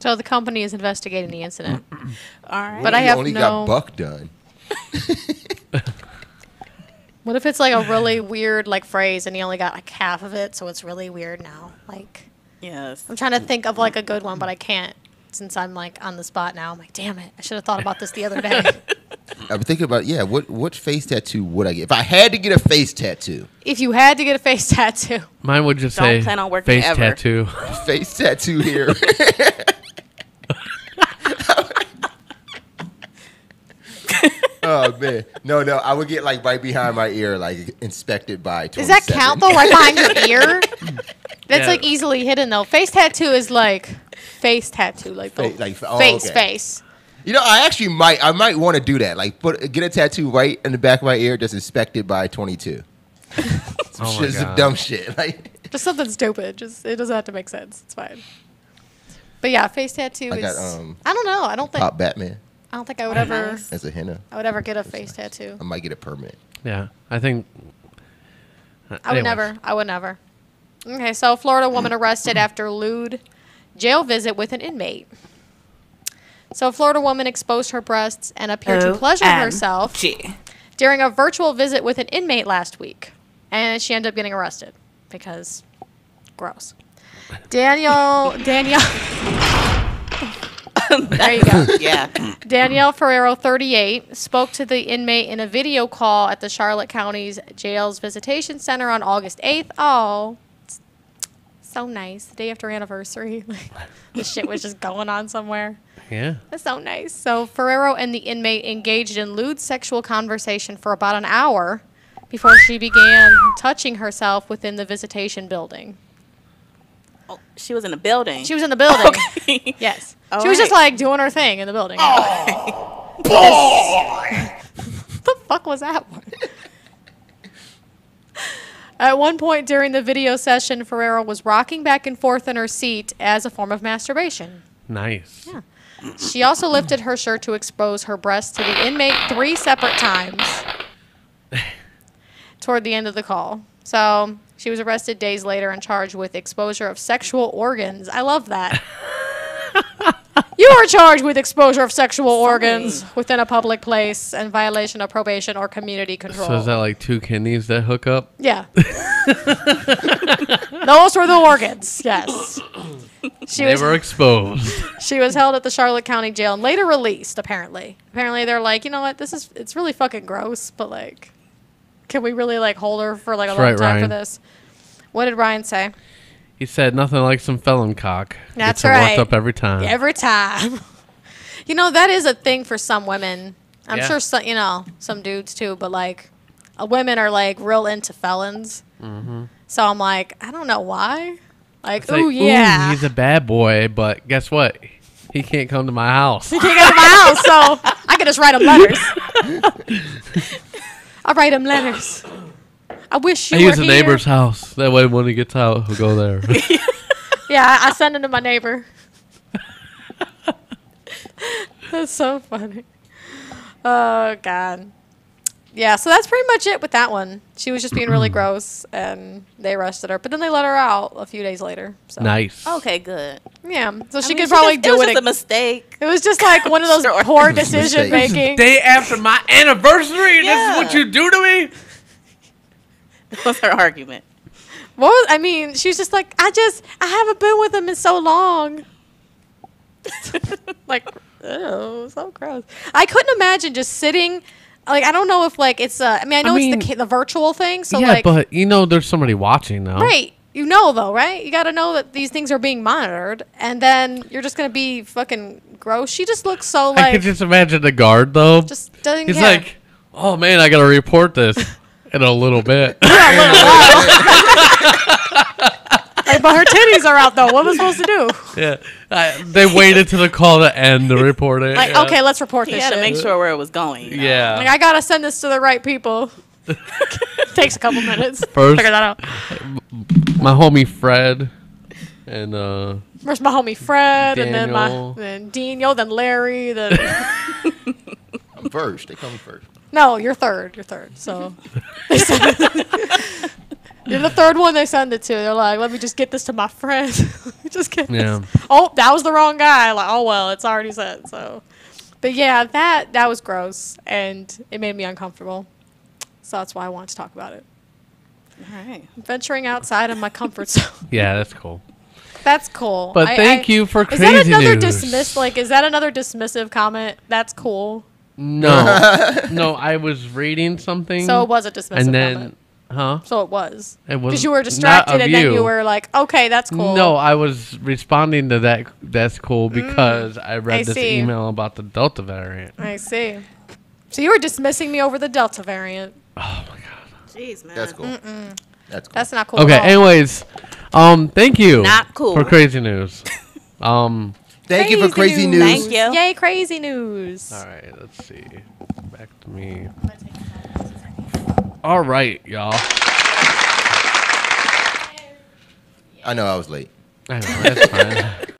Speaker 3: So the company is investigating the incident.
Speaker 1: All right.
Speaker 3: But I have
Speaker 4: only
Speaker 3: no.
Speaker 4: got buck done.
Speaker 3: What if it's like a really weird like phrase and he only got like half of it, so it's really weird now. Like
Speaker 1: yes.
Speaker 3: I'm trying to think of like a good one, but I can't. since I'm like on the spot now. I'm like, damn it, I should have thought about this the other day.
Speaker 4: I'm thinking about yeah. What what face tattoo would I get if I had to get a face tattoo?
Speaker 3: if you had to get a face tattoo,
Speaker 2: Mine would just
Speaker 3: Don't
Speaker 2: say
Speaker 3: plan on working
Speaker 2: face
Speaker 3: ever.
Speaker 2: tattoo.
Speaker 4: face tattoo here. oh man, no, no. I would get like right behind my ear, like inspected by.
Speaker 3: does that
Speaker 4: 27.
Speaker 3: count though? Right behind your ear? That's
Speaker 4: Yeah.
Speaker 3: like easily hidden though. Face tattoo is like face tattoo, like the
Speaker 4: Fa- like, oh,
Speaker 3: face,
Speaker 4: okay.
Speaker 3: face.
Speaker 4: You know, I actually might. I might want to do that. Like, put get a tattoo right in the back of my ear, just inspected by 22. some
Speaker 2: Oh my
Speaker 4: shit, some
Speaker 2: God.
Speaker 4: dumb shit. Like,
Speaker 3: Just something stupid. Just it doesn't have to make sense. It's fine. But yeah, face tattoo
Speaker 4: I got,
Speaker 3: is.
Speaker 4: um,
Speaker 3: I don't know. I don't think.
Speaker 4: pop Batman
Speaker 3: I don't think I would ever.
Speaker 4: as a henna.
Speaker 3: I would ever get a face tattoo.
Speaker 4: I might get a permanent.
Speaker 2: Yeah, I think.
Speaker 3: I would never. I would never. Okay, so Florida woman arrested after lewd jail visit with an inmate. So a Florida woman exposed her breasts and appeared to pleasure
Speaker 12: OMG.
Speaker 3: herself during a virtual visit with an inmate last week, and she ended up getting arrested because gross. Daniel, Daniel. there you go.
Speaker 1: yeah.
Speaker 3: Danielle Ferrero, 38, spoke to the inmate in a video call at the Charlotte County's Jail's Visitation Center on August 8th. Oh, it's so nice. The day after anniversary. Like, this shit was just going on somewhere.
Speaker 2: Yeah.
Speaker 3: That's so nice. So Ferrero and the inmate engaged in lewd sexual conversation for about an hour before she began touching herself within the visitation building.
Speaker 1: She was in a building. Oh,
Speaker 3: She was in the building. Yes.
Speaker 1: All
Speaker 3: she was just
Speaker 1: right.
Speaker 3: like doing her thing in the building. Yes. the fuck was that one? At one point during the video session, Ferrero was rocking back and forth in her seat as a form of masturbation.
Speaker 2: Nice.
Speaker 3: She also lifted her shirt to expose her breasts to the inmate three separate times toward the end of the call. So she was arrested days later and charged with exposure of sexual organs. I love that. you are charged with exposure of sexual organs within a public place and violation of probation or community control.
Speaker 2: So is that like two kidneys that hook up?
Speaker 3: Yeah. Those were the organs, yes. She
Speaker 2: they
Speaker 3: was-
Speaker 2: were exposed.
Speaker 3: she was held at the Charlotte County Jail and later released. Apparently, apparently they're like, you know what? This is it's really fucking gross, but like, can we really like hold her for like a
Speaker 2: That's
Speaker 3: long
Speaker 2: right,
Speaker 3: time for
Speaker 2: Ryan.
Speaker 3: this? What did Ryan say?
Speaker 2: he said nothing like some felon cock. Gets
Speaker 3: That's
Speaker 2: him
Speaker 3: right.
Speaker 2: Worked up every time.
Speaker 3: Every time. you know that is a thing for some women. I'm
Speaker 2: Yeah.
Speaker 3: sure some you know some dudes too, but like, uh, women are like real into felons.
Speaker 2: mm-hmm.
Speaker 3: So I'm like, I don't know why. Like, ooh yeah.
Speaker 2: he's a bad boy, but guess what? He can't come to my house.
Speaker 3: He can't go to my house, so I can just write him letters. I write him letters. I wish
Speaker 2: I
Speaker 3: you were
Speaker 2: use a
Speaker 3: here.
Speaker 2: neighbor's house. That way, when he gets out, he'll go there.
Speaker 3: Yeah, I I send him to my neighbor. that's so funny. Oh God. Yeah, so that's pretty much it with that one. She was just being really gross, and they arrested her. But then they let her out a few days later. So.
Speaker 2: Nice.
Speaker 1: Okay, good.
Speaker 3: Yeah, so
Speaker 1: I
Speaker 3: she
Speaker 1: mean,
Speaker 3: could probably
Speaker 1: just-
Speaker 3: do
Speaker 1: it. Was
Speaker 3: it.
Speaker 1: just a
Speaker 3: ag-
Speaker 1: mistake.
Speaker 3: it was just like one of those poor decision making.
Speaker 2: Day after my anniversary, and this is what you do to me.
Speaker 1: That was her argument.
Speaker 3: What was, I mean, she was just like, I just, I haven't been with him in so long. like, oh, so gross. I couldn't imagine just sitting. Like, I don't know if like it's. Uh, I mean, I know
Speaker 2: mean-
Speaker 3: it's the ca- the virtual thing. So
Speaker 2: yeah,
Speaker 3: like,
Speaker 2: but you know, there's somebody watching now.
Speaker 3: right? You know though, right? You got to know that these things are being monitored, and then you're just gonna be fucking gross. She just looks so
Speaker 2: I could
Speaker 3: like.
Speaker 2: just imagine the guard though.
Speaker 3: Just doesn't
Speaker 2: He's
Speaker 3: care.
Speaker 2: like, oh man, I gotta report this in a little bit.
Speaker 3: Like, but her titties are out though. What am I supposed to do?
Speaker 2: yeah, I, they waited till the call to end to report it.
Speaker 3: Like,
Speaker 2: yeah.
Speaker 3: okay, let's report
Speaker 1: He
Speaker 3: this.
Speaker 1: had to
Speaker 3: shit.
Speaker 1: make sure where it was going.
Speaker 2: Yeah.
Speaker 3: Like, I gotta send this to the right people. Takes a couple minutes.
Speaker 2: First-
Speaker 3: Figure that out.
Speaker 2: my homie Fred and uh
Speaker 3: First, my homie Fred, and then
Speaker 2: Daniel.
Speaker 3: my then Dino, then Larry, then
Speaker 4: I'm first. They come first.
Speaker 3: no, you're third. You're third. So they send it- you're the third one they send it to. They're like, let me just get this to my friend. Let me just get
Speaker 2: yeah,
Speaker 3: this. Oh, that was the wrong guy. Like, oh well, it's already sent. So, but yeah, that that was gross, and it made me uncomfortable. So that's why I wanted to talk about it.
Speaker 1: All right.
Speaker 3: Venturing outside of my comfort zone.
Speaker 2: yeah, that's cool.
Speaker 3: That's cool.
Speaker 2: But thank you for
Speaker 3: Is that
Speaker 2: crazy
Speaker 3: another
Speaker 2: news.
Speaker 3: dismiss? Like, is that another dismissive comment? That's cool.
Speaker 2: No, no, I was reading something.
Speaker 3: So it was a dismissive
Speaker 2: And then,
Speaker 3: comment.
Speaker 2: huh?
Speaker 3: So it was.
Speaker 2: It was
Speaker 3: Because you were
Speaker 2: not
Speaker 3: distracted,
Speaker 2: of
Speaker 3: and then you
Speaker 2: you.
Speaker 3: were like, "Okay, that's cool."
Speaker 2: No, I was responding to that. That's
Speaker 3: Mm.
Speaker 2: cool because I read
Speaker 3: I
Speaker 2: this
Speaker 3: see.
Speaker 2: email about the Delta variant.
Speaker 3: I see. So you were dismissing me over the Delta variant.
Speaker 2: Oh
Speaker 1: Jeez, man.
Speaker 4: That's cool.
Speaker 3: Mm-mm.
Speaker 4: That's cool.
Speaker 3: That's not cool.
Speaker 2: Okay.
Speaker 3: at all.
Speaker 2: Anyways, um, thank you.
Speaker 3: Not cool.
Speaker 2: for crazy news. um,
Speaker 3: Yay, crazy news.
Speaker 2: All right, let's see. Back to me. All right, y'all.
Speaker 4: I know I was late.
Speaker 2: I know that's fine.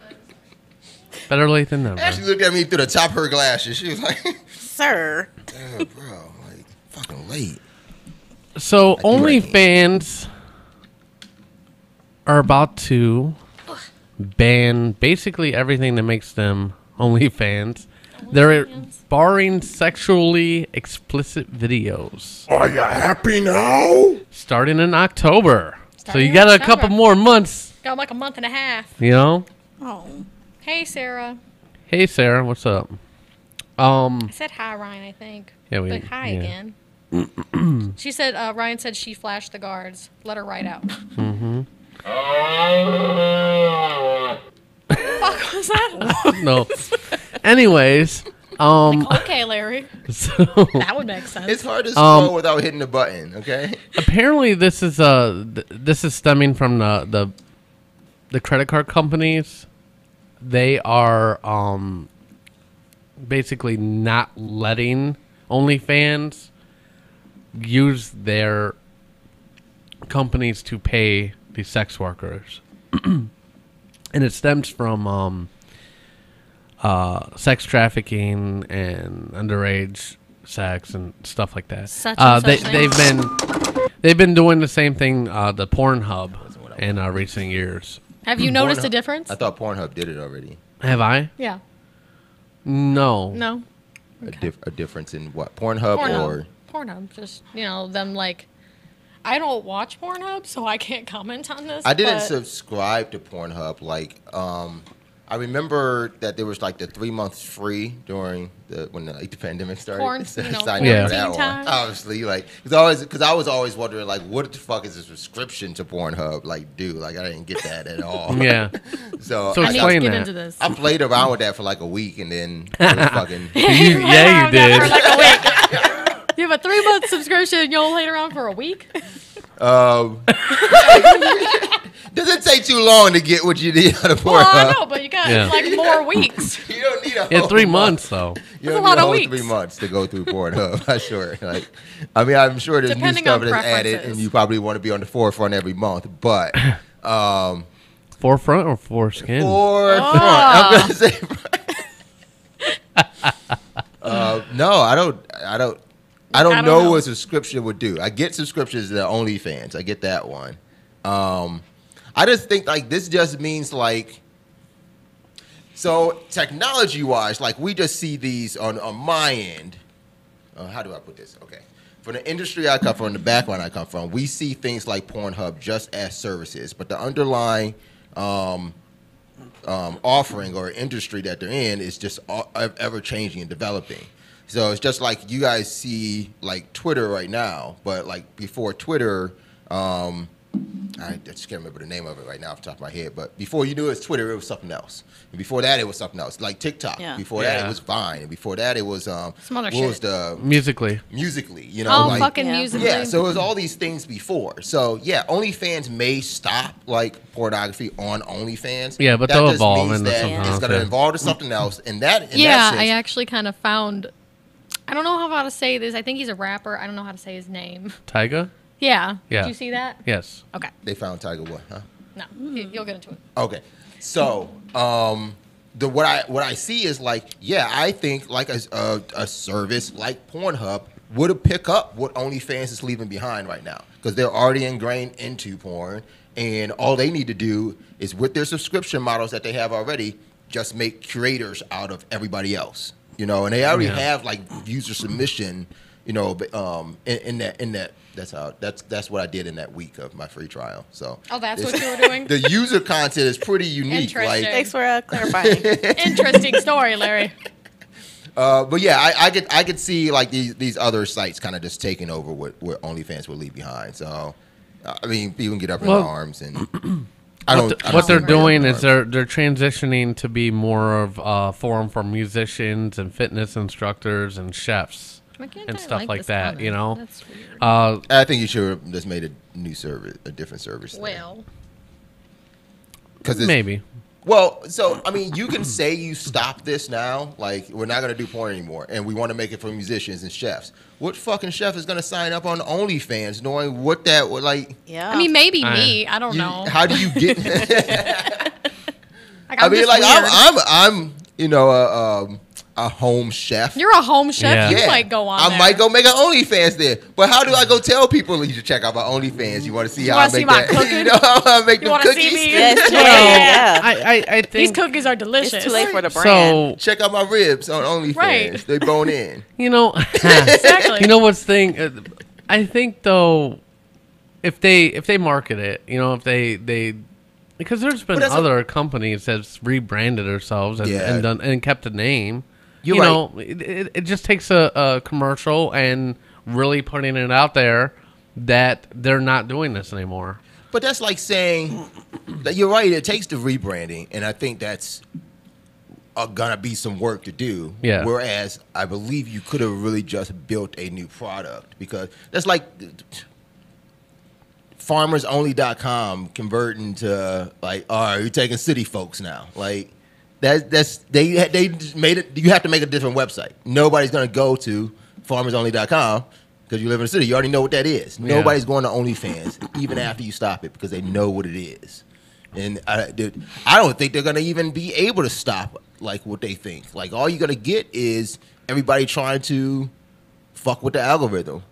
Speaker 2: Better late than never.
Speaker 4: Ashley looked at me through the top of her glasses. She was like,
Speaker 1: Sir.
Speaker 4: "Damn, bro, like fucking late."
Speaker 2: So OnlyFans are about to ban basically everything that makes them OnlyFans. They're barring sexually explicit videos.
Speaker 9: Are you happy now?
Speaker 2: Starting in October. so you got a couple more months,
Speaker 3: Got like a month and a half.
Speaker 2: you know?
Speaker 3: Oh. Hey, Sarah.
Speaker 2: Hey Sarah, what's up?
Speaker 3: I
Speaker 2: Um
Speaker 3: said hi, Ryan. I think.
Speaker 2: Yeah, we-
Speaker 3: But hi
Speaker 2: yeah.
Speaker 3: again.
Speaker 2: mhm.
Speaker 3: She said uh, Ryan said she flashed the guards. Let her ride out.
Speaker 2: Mm-hmm.
Speaker 3: Fuck was that?
Speaker 2: no. Anyways, um
Speaker 3: okay, Larry.
Speaker 2: So-
Speaker 3: that would make sense.
Speaker 4: It's hard to
Speaker 2: Um,
Speaker 4: scroll without hitting the button. Okay.
Speaker 2: apparently this is uh th- this is stemming from the the the credit card companies they are um basically not letting OnlyFans use their companies to pay the sex workers and it stems from um uh sex trafficking and underage sex and stuff like that
Speaker 13: Such and
Speaker 2: uh,
Speaker 13: such
Speaker 2: they, they've
Speaker 13: things.
Speaker 2: been they've been doing the same thing uh the Pornhub in uh, recent years
Speaker 3: Have you noticed a
Speaker 4: Pornhub-
Speaker 3: difference?
Speaker 4: I thought Pornhub did it already.
Speaker 2: have I
Speaker 3: Yeah.
Speaker 2: no
Speaker 3: No.
Speaker 4: A, dif- a difference in what Pornhub,
Speaker 3: Pornhub.
Speaker 4: or
Speaker 3: Pornhub. Just you know them like. I don't watch Pornhub, so I can't comment on this.
Speaker 4: I didn't
Speaker 3: but-
Speaker 4: subscribe to Pornhub. Like, um, I remember that there was like the three months free during the when the, like, the pandemic started.
Speaker 3: Porn-
Speaker 4: So
Speaker 3: you know,
Speaker 4: I signed up for
Speaker 2: quarantine
Speaker 4: that
Speaker 2: time.
Speaker 4: one. Obviously, like, because always because I was always wondering like, what the fuck is a subscription to Pornhub like do? Like, I didn't get that at all.
Speaker 2: Yeah.
Speaker 4: so
Speaker 2: So
Speaker 4: I,
Speaker 2: explain I need to
Speaker 4: got-
Speaker 2: get into this.
Speaker 4: I played around with that for like a week and then it was fucking.
Speaker 2: You- yeah you did
Speaker 3: You have a three month subscription and you'll later on for a week?
Speaker 4: Um, doesn't Um, take too long to get what you need out of Pornhub.
Speaker 3: Well, I know, but you got
Speaker 4: Yeah.
Speaker 3: like more weeks.
Speaker 4: you don't need a
Speaker 2: yeah
Speaker 4: whole
Speaker 2: three
Speaker 4: month.
Speaker 2: months though
Speaker 4: You
Speaker 3: That's
Speaker 4: don't
Speaker 3: a lot
Speaker 4: need
Speaker 3: of
Speaker 4: whole
Speaker 3: weeks.
Speaker 4: three months to go through Pornhub. I'm sure. Like, I mean, I'm sure there's
Speaker 3: Depending
Speaker 4: new stuff
Speaker 3: on
Speaker 4: that's added, and
Speaker 3: preferences.
Speaker 4: you probably want to be on the forefront every month. But um,
Speaker 2: forefront or foreskin
Speaker 4: forefront, I'm gonna say. uh, no, I don't. I don't. I don't,
Speaker 2: I don't
Speaker 4: know,
Speaker 2: know.
Speaker 4: what subscription would do. I get subscriptions to OnlyFans. I get that one. Um, I just think like this just means like. So technology wise, like we just see these on, on my end. Uh, how do I put this? Okay. From the industry I come from, the background I come from, we see things like Pornhub just as services, but the underlying um, um, offering or industry that they're in is just all- ev- ever changing and developing. So it's just like you guys see like Twitter right now, but like before Twitter, um, I just can't remember the name of it right now off the top of my head. But before you knew it was Twitter, it was something else. And before that, it was something else, like TikTok.
Speaker 2: Yeah.
Speaker 4: Before that,
Speaker 2: Yeah.
Speaker 4: it was Vine. And before that, it was um,
Speaker 3: Some other
Speaker 4: what
Speaker 3: shit.
Speaker 4: was the
Speaker 2: musically
Speaker 4: musically? You know,
Speaker 3: Oh,
Speaker 4: like,
Speaker 3: fucking Yeah. Musical.ly.
Speaker 4: Yeah, so it was all these things before. So yeah, OnlyFans may stop like pornography on OnlyFans.
Speaker 2: Yeah, but
Speaker 4: that
Speaker 2: they'll
Speaker 4: just
Speaker 2: evolve
Speaker 4: means
Speaker 2: into
Speaker 4: that
Speaker 2: something
Speaker 4: It's
Speaker 2: else,
Speaker 4: going to
Speaker 2: yeah.
Speaker 4: evolve to something else, and that in
Speaker 13: yeah,
Speaker 4: that sense,
Speaker 13: I actually kind of found. I don't know how to say this. I think he's a rapper. I don't know how to say his name.
Speaker 2: Tyga?
Speaker 13: Yeah.
Speaker 4: Yeah.
Speaker 13: Did you see that?
Speaker 2: Yes.
Speaker 13: Okay.
Speaker 4: They found Tiger Woods, huh?
Speaker 13: No. you- You'll get into it.
Speaker 4: Okay. So, um, the what I what I see is like, yeah, I think like a a, a service like Pornhub would pick up what OnlyFans is leaving behind right now because they're already ingrained into porn, and all they need to do is with their subscription models that they have already, just make curators out of everybody else, you know, and they already
Speaker 2: Yeah.
Speaker 4: have like user submission you know, but, um, in, in that in that that's how that's that's what I did in that week of my free trial. So
Speaker 13: Oh, that's
Speaker 4: this-
Speaker 13: what you were doing?
Speaker 4: The user content is pretty unique.
Speaker 13: Interesting.
Speaker 4: Like,
Speaker 13: Thanks for uh, clarifying. Interesting story, Larry.
Speaker 4: uh, but yeah, I, I could I could see like these these other sites kind of just taking over what what OnlyFans would leave behind. So, I mean, people can get up in
Speaker 2: Well-
Speaker 4: arms and I
Speaker 2: What,
Speaker 4: don't.
Speaker 2: the- what
Speaker 4: I don't
Speaker 2: they're
Speaker 4: see them
Speaker 2: doing
Speaker 4: in
Speaker 2: is
Speaker 4: arms.
Speaker 2: they're they're transitioning to be more of a forum for musicians and fitness instructors and chefs
Speaker 4: Why can't
Speaker 2: and
Speaker 4: I
Speaker 2: stuff
Speaker 4: like
Speaker 2: like,
Speaker 4: this
Speaker 2: that. You know,
Speaker 4: comment? That's
Speaker 13: weird.
Speaker 2: Uh,
Speaker 4: I think you should have just made a new service, a different service.
Speaker 13: Well,
Speaker 4: Because
Speaker 2: maybe
Speaker 4: Well, so I mean, you can say you stop this now, like we're not gonna do porn anymore, and we want to make it for musicians and chefs. What fucking chef is gonna sign up on OnlyFans knowing what that would like?
Speaker 1: Yeah.
Speaker 13: I mean, maybe
Speaker 4: Uh,
Speaker 13: me. I don't
Speaker 4: you-
Speaker 13: know.
Speaker 4: How do you get?
Speaker 13: Like,
Speaker 4: I
Speaker 13: I'm
Speaker 4: mean,
Speaker 13: just
Speaker 4: like
Speaker 13: weird.
Speaker 4: I'm, I'm, I'm, you know, a, um, a home chef.
Speaker 13: You're a home chef. You might go on.
Speaker 4: I
Speaker 13: there.
Speaker 4: might go make an OnlyFans there, but how do I go tell people you should check out my OnlyFans? You want to see
Speaker 13: You
Speaker 4: how I
Speaker 13: wanna
Speaker 4: make
Speaker 13: see my
Speaker 4: that?
Speaker 13: cooking?
Speaker 4: you know how I make
Speaker 13: You
Speaker 4: them
Speaker 13: wanna see
Speaker 4: cookies?
Speaker 13: me? Yes, Yeah. yeah.
Speaker 2: I, I, I think
Speaker 13: These cookies are delicious.
Speaker 1: too late for the
Speaker 2: brand. So-
Speaker 4: check out my ribs on OnlyFans.
Speaker 13: Right.
Speaker 4: They bone in.
Speaker 2: You know,
Speaker 4: Exactly.
Speaker 2: You know what's thing? uh, I think though, if they if they market it, you know, if they they because there's been
Speaker 4: that's a-
Speaker 2: other companies that's rebranded themselves and,
Speaker 4: Yeah.
Speaker 2: and done and kept a name.
Speaker 4: You're
Speaker 2: you
Speaker 4: right.
Speaker 2: know, it, it, it just takes a, a commercial and really putting it out there that they're not doing this anymore.
Speaker 4: But that's like saying that you're right. It takes the rebranding, and I think that's uh, gonna be some work to do.
Speaker 2: Yeah.
Speaker 4: Whereas I believe you could have really just built a new product because that's like farmersonly.com converting to like, all right, you're taking city folks now, like. That, that's they they just made it. You have to make a different website. Nobody's gonna go to farmersonly.com because you live in the city. You already know what that is.
Speaker 2: Yeah.
Speaker 4: Nobody's going to OnlyFans even after you stop it because they know what it is. And I, dude, I don't think they're gonna even be able to stop like what they think. Like all you're gonna get is everybody trying to fuck with the algorithm.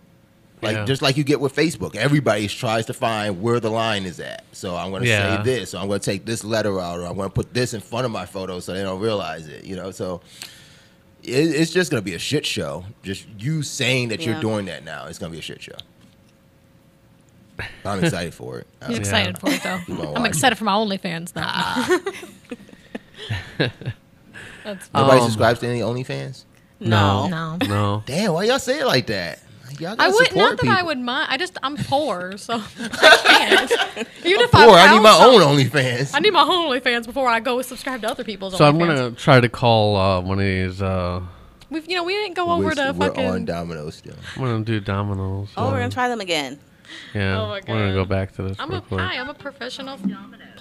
Speaker 4: Like
Speaker 2: Yeah.
Speaker 4: just like you get with Facebook, everybody tries to find where the line is at. So I'm going to
Speaker 2: Yeah.
Speaker 4: say this, or I'm going to take this letter out, or I'm going to put this in front of my photo so they don't realize it. You know, so it, it's just going to be a shit show. Just you saying that
Speaker 13: Yeah.
Speaker 4: you're doing that now, it's going to be a shit show. I'm excited for it.
Speaker 13: I'm excited for it though.
Speaker 4: Well,
Speaker 13: I'm
Speaker 4: I-
Speaker 13: excited for my OnlyFans now. That's fine.
Speaker 4: Nobody
Speaker 2: Um,
Speaker 4: subscribes to any OnlyFans.
Speaker 13: No. No.
Speaker 2: No.
Speaker 4: Damn, why y'all say it like that? Y'all
Speaker 13: I
Speaker 4: gotta
Speaker 13: would
Speaker 4: support
Speaker 13: not that
Speaker 4: people.
Speaker 13: I would mind. I just I'm poor, so I can't. Even if
Speaker 4: Or
Speaker 13: I
Speaker 4: I need
Speaker 13: found
Speaker 4: my own
Speaker 13: something-
Speaker 4: OnlyFans.
Speaker 13: I need my own OnlyFans before I go subscribe to other people's.
Speaker 2: So I'm
Speaker 13: OnlyFans.
Speaker 2: gonna try to call uh, one of these. Uh,
Speaker 13: We've you know we didn't go over
Speaker 4: We're-
Speaker 13: to
Speaker 4: we're
Speaker 13: fucking.
Speaker 4: on Domino's still.
Speaker 2: I'm gonna do dominoes.
Speaker 1: Oh, we're
Speaker 2: uh,
Speaker 1: gonna try them again.
Speaker 2: Yeah,
Speaker 13: Oh my
Speaker 2: we're gonna
Speaker 13: God.
Speaker 2: go back to this
Speaker 13: I'm
Speaker 2: real
Speaker 13: a
Speaker 2: quick.
Speaker 13: hi. I'm a professional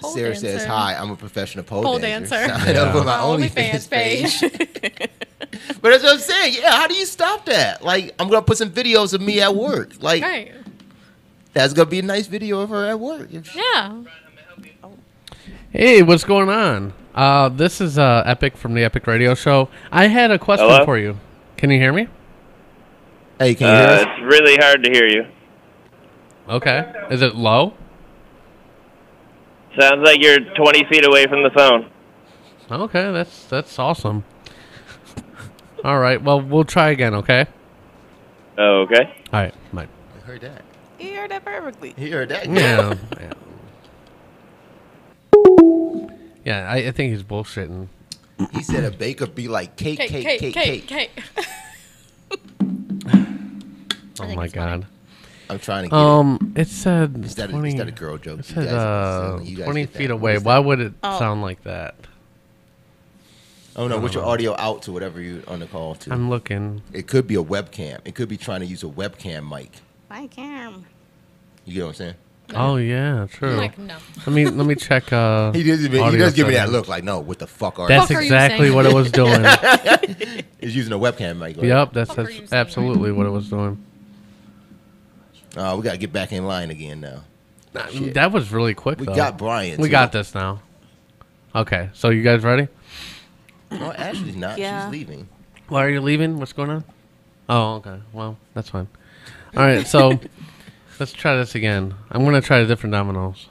Speaker 13: pole
Speaker 4: Sarah
Speaker 13: dancer.
Speaker 4: says, "Hi, I'm a professional pole,
Speaker 13: Pole
Speaker 4: dancer.
Speaker 13: dancer.
Speaker 4: Sign up
Speaker 2: Yeah.
Speaker 4: for my
Speaker 13: My
Speaker 4: OnlyFans
Speaker 13: OnlyFans
Speaker 4: page." but that's what I'm saying. Yeah, how do you stop that? Like, I'm gonna put some videos of me at work. Like,
Speaker 13: Right.
Speaker 4: that's gonna be a nice video of her at work.
Speaker 13: Yeah.
Speaker 2: Hey, what's going on? Uh, this is uh, Epic from the Epic Radio Show. I had a question
Speaker 14: Hello?
Speaker 2: for you. Can you hear me? Hey, can
Speaker 14: Uh, it's really hard to hear you.
Speaker 2: Okay. Is it low?
Speaker 14: Sounds like you're 20 feet away from the phone.
Speaker 2: Okay, that's that's awesome. All right. Well, we'll try again. Okay.
Speaker 14: Oh, okay.
Speaker 2: All right. Mike.
Speaker 4: I heard that.
Speaker 1: You heard that perfectly.
Speaker 4: You heard that?
Speaker 2: Yeah. yeah. Yeah, I, I think he's bullshitting.
Speaker 4: He said a baker be like cake, cake, cake, cake.
Speaker 13: cake.
Speaker 2: Oh my god.
Speaker 4: I'm trying to get
Speaker 2: Um, it said
Speaker 4: Is that a- is
Speaker 2: 20,
Speaker 4: that a girl joke?
Speaker 2: It
Speaker 4: You
Speaker 2: said
Speaker 4: guys-
Speaker 2: uh,
Speaker 4: you guys
Speaker 2: twenty
Speaker 4: get that.
Speaker 2: feet
Speaker 4: What
Speaker 2: away.
Speaker 4: is
Speaker 2: Why
Speaker 4: that?
Speaker 2: would it
Speaker 4: Oh.
Speaker 2: sound like that?
Speaker 4: Oh no,
Speaker 2: I
Speaker 4: with
Speaker 2: don't
Speaker 4: your
Speaker 2: know.
Speaker 4: audio out to whatever you on the call to.
Speaker 2: I'm looking.
Speaker 4: It could be a webcam. It could be trying to use a webcam mic.
Speaker 1: My cam.
Speaker 4: You get what I'm saying?
Speaker 2: Oh yeah, true.
Speaker 1: Like, no.
Speaker 2: Let me let me check. Uh,
Speaker 4: He does, he
Speaker 2: audio
Speaker 4: does give me that
Speaker 2: settings.
Speaker 4: look like, no, what the fuck are
Speaker 2: That's
Speaker 4: you
Speaker 2: exactly what it was doing.
Speaker 4: It's using a webcam mic. right?
Speaker 2: yep, that's, that's absolutely what it was doing.
Speaker 4: Uh, we got to get back in line again now. Shit.
Speaker 2: That was really quick.
Speaker 4: We
Speaker 2: though.
Speaker 4: got Brian,
Speaker 2: We
Speaker 4: too.
Speaker 2: got this now. Okay, so you guys ready?
Speaker 4: Oh, Ashley's not.
Speaker 1: Yeah.
Speaker 4: She's leaving.
Speaker 2: Why are you leaving? What's going on? Oh, okay. Well, that's fine. All right, so let's try this again. I'm gonna try a different dominoes.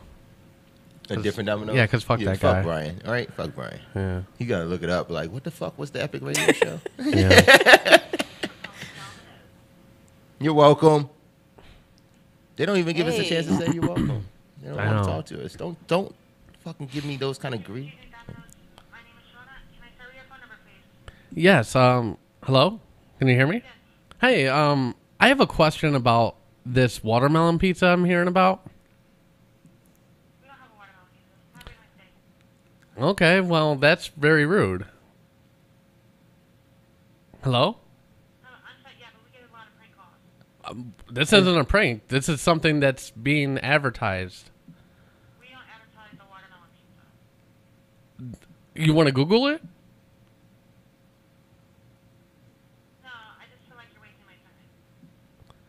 Speaker 4: A different domino?
Speaker 2: Yeah, because fuck that guy.
Speaker 4: Fuck Brian. All right, fuck Brian.
Speaker 2: Yeah.
Speaker 4: You got to look it up. Like, what the fuck was the Epic Radio show?
Speaker 2: Yeah.
Speaker 4: You're welcome. They don't even give us a chance to
Speaker 1: Hey.
Speaker 4: say you're welcome. They don't
Speaker 2: I
Speaker 4: want
Speaker 2: know.
Speaker 4: to talk to us. Don't don't fucking give me those kind of grief.
Speaker 2: Yes. Um. Hello. Can you hear me? Hey. Um. I have a question about this watermelon pizza I'm hearing about. Okay. Well, that's very rude. Hello. Um, This isn't a prank. This is something that's being advertised. You want to Google it?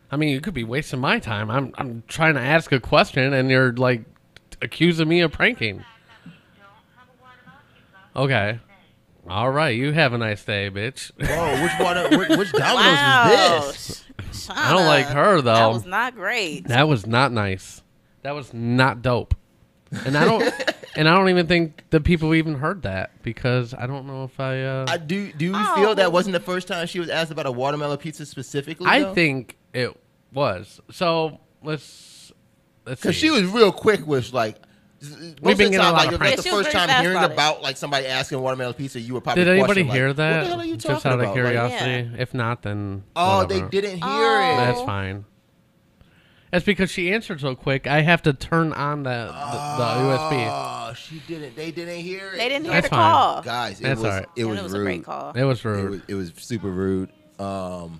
Speaker 2: I mean, you could be wasting my time. I'm I'm trying to ask a question, and you're like accusing me of pranking. Okay. All right. You have a nice day, bitch.
Speaker 4: Whoa, which water- which- which Domino's
Speaker 1: Wow. Sh-
Speaker 2: I don't like
Speaker 1: Shauna,
Speaker 2: her though.
Speaker 1: That was not great.
Speaker 2: That was not nice. That was not dope. And I don't. and I don't even think the people even heard that because I don't know if I. Uh,
Speaker 4: I do. Do you
Speaker 1: Oh.
Speaker 4: feel that wasn't the first time she was asked about a watermelon pizza specifically?
Speaker 2: I think it was. So let's let's
Speaker 4: because
Speaker 2: see.
Speaker 4: she was real quick with like.
Speaker 2: We've been getting a lot
Speaker 4: like,
Speaker 2: of
Speaker 4: if
Speaker 2: prank-
Speaker 4: it's the
Speaker 2: Yeah, she was
Speaker 4: first
Speaker 2: very
Speaker 4: time
Speaker 2: fast
Speaker 4: hearing
Speaker 2: about
Speaker 4: about,
Speaker 2: it.
Speaker 4: like somebody asking a watermelon pizza, you would probably.
Speaker 2: Did anybody
Speaker 4: question, like,
Speaker 2: hear that?
Speaker 4: What the hell are you talking
Speaker 2: Just out
Speaker 4: about?
Speaker 2: of
Speaker 4: Like,
Speaker 2: curiosity. if not, then
Speaker 4: Oh, they
Speaker 2: whatever.
Speaker 4: didn't hear
Speaker 1: Oh.
Speaker 4: it.
Speaker 2: That's fine. That's because she answered so quick. I have to turn on the the, the USB.
Speaker 4: Oh, she didn't. They didn't hear it.
Speaker 1: They didn't hear
Speaker 2: That's
Speaker 1: the
Speaker 2: fine.
Speaker 1: call.
Speaker 4: Guys, it
Speaker 2: That's
Speaker 4: was
Speaker 2: all right.
Speaker 4: it
Speaker 1: And
Speaker 4: was,
Speaker 1: it was a
Speaker 4: rude.
Speaker 1: great call.
Speaker 2: It was rude.
Speaker 4: It was, it was super rude. Um,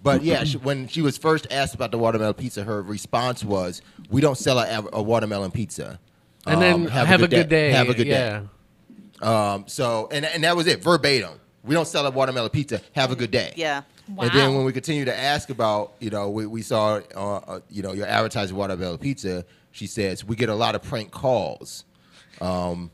Speaker 4: but yeah, she, when she was first asked about the watermelon pizza, her response was, "We don't sell a, a watermelon pizza." Um,
Speaker 2: And then have a good day.
Speaker 4: Have a good
Speaker 2: Yeah.
Speaker 4: day. Um, so and and that was it verbatim. We don't sell a watermelon pizza. Have a good day.
Speaker 1: Yeah.
Speaker 4: And then when we continue to ask about, you know, we, we saw, uh, uh, you know, your advertising watermelon pizza. She says we get a lot of prank calls. Um,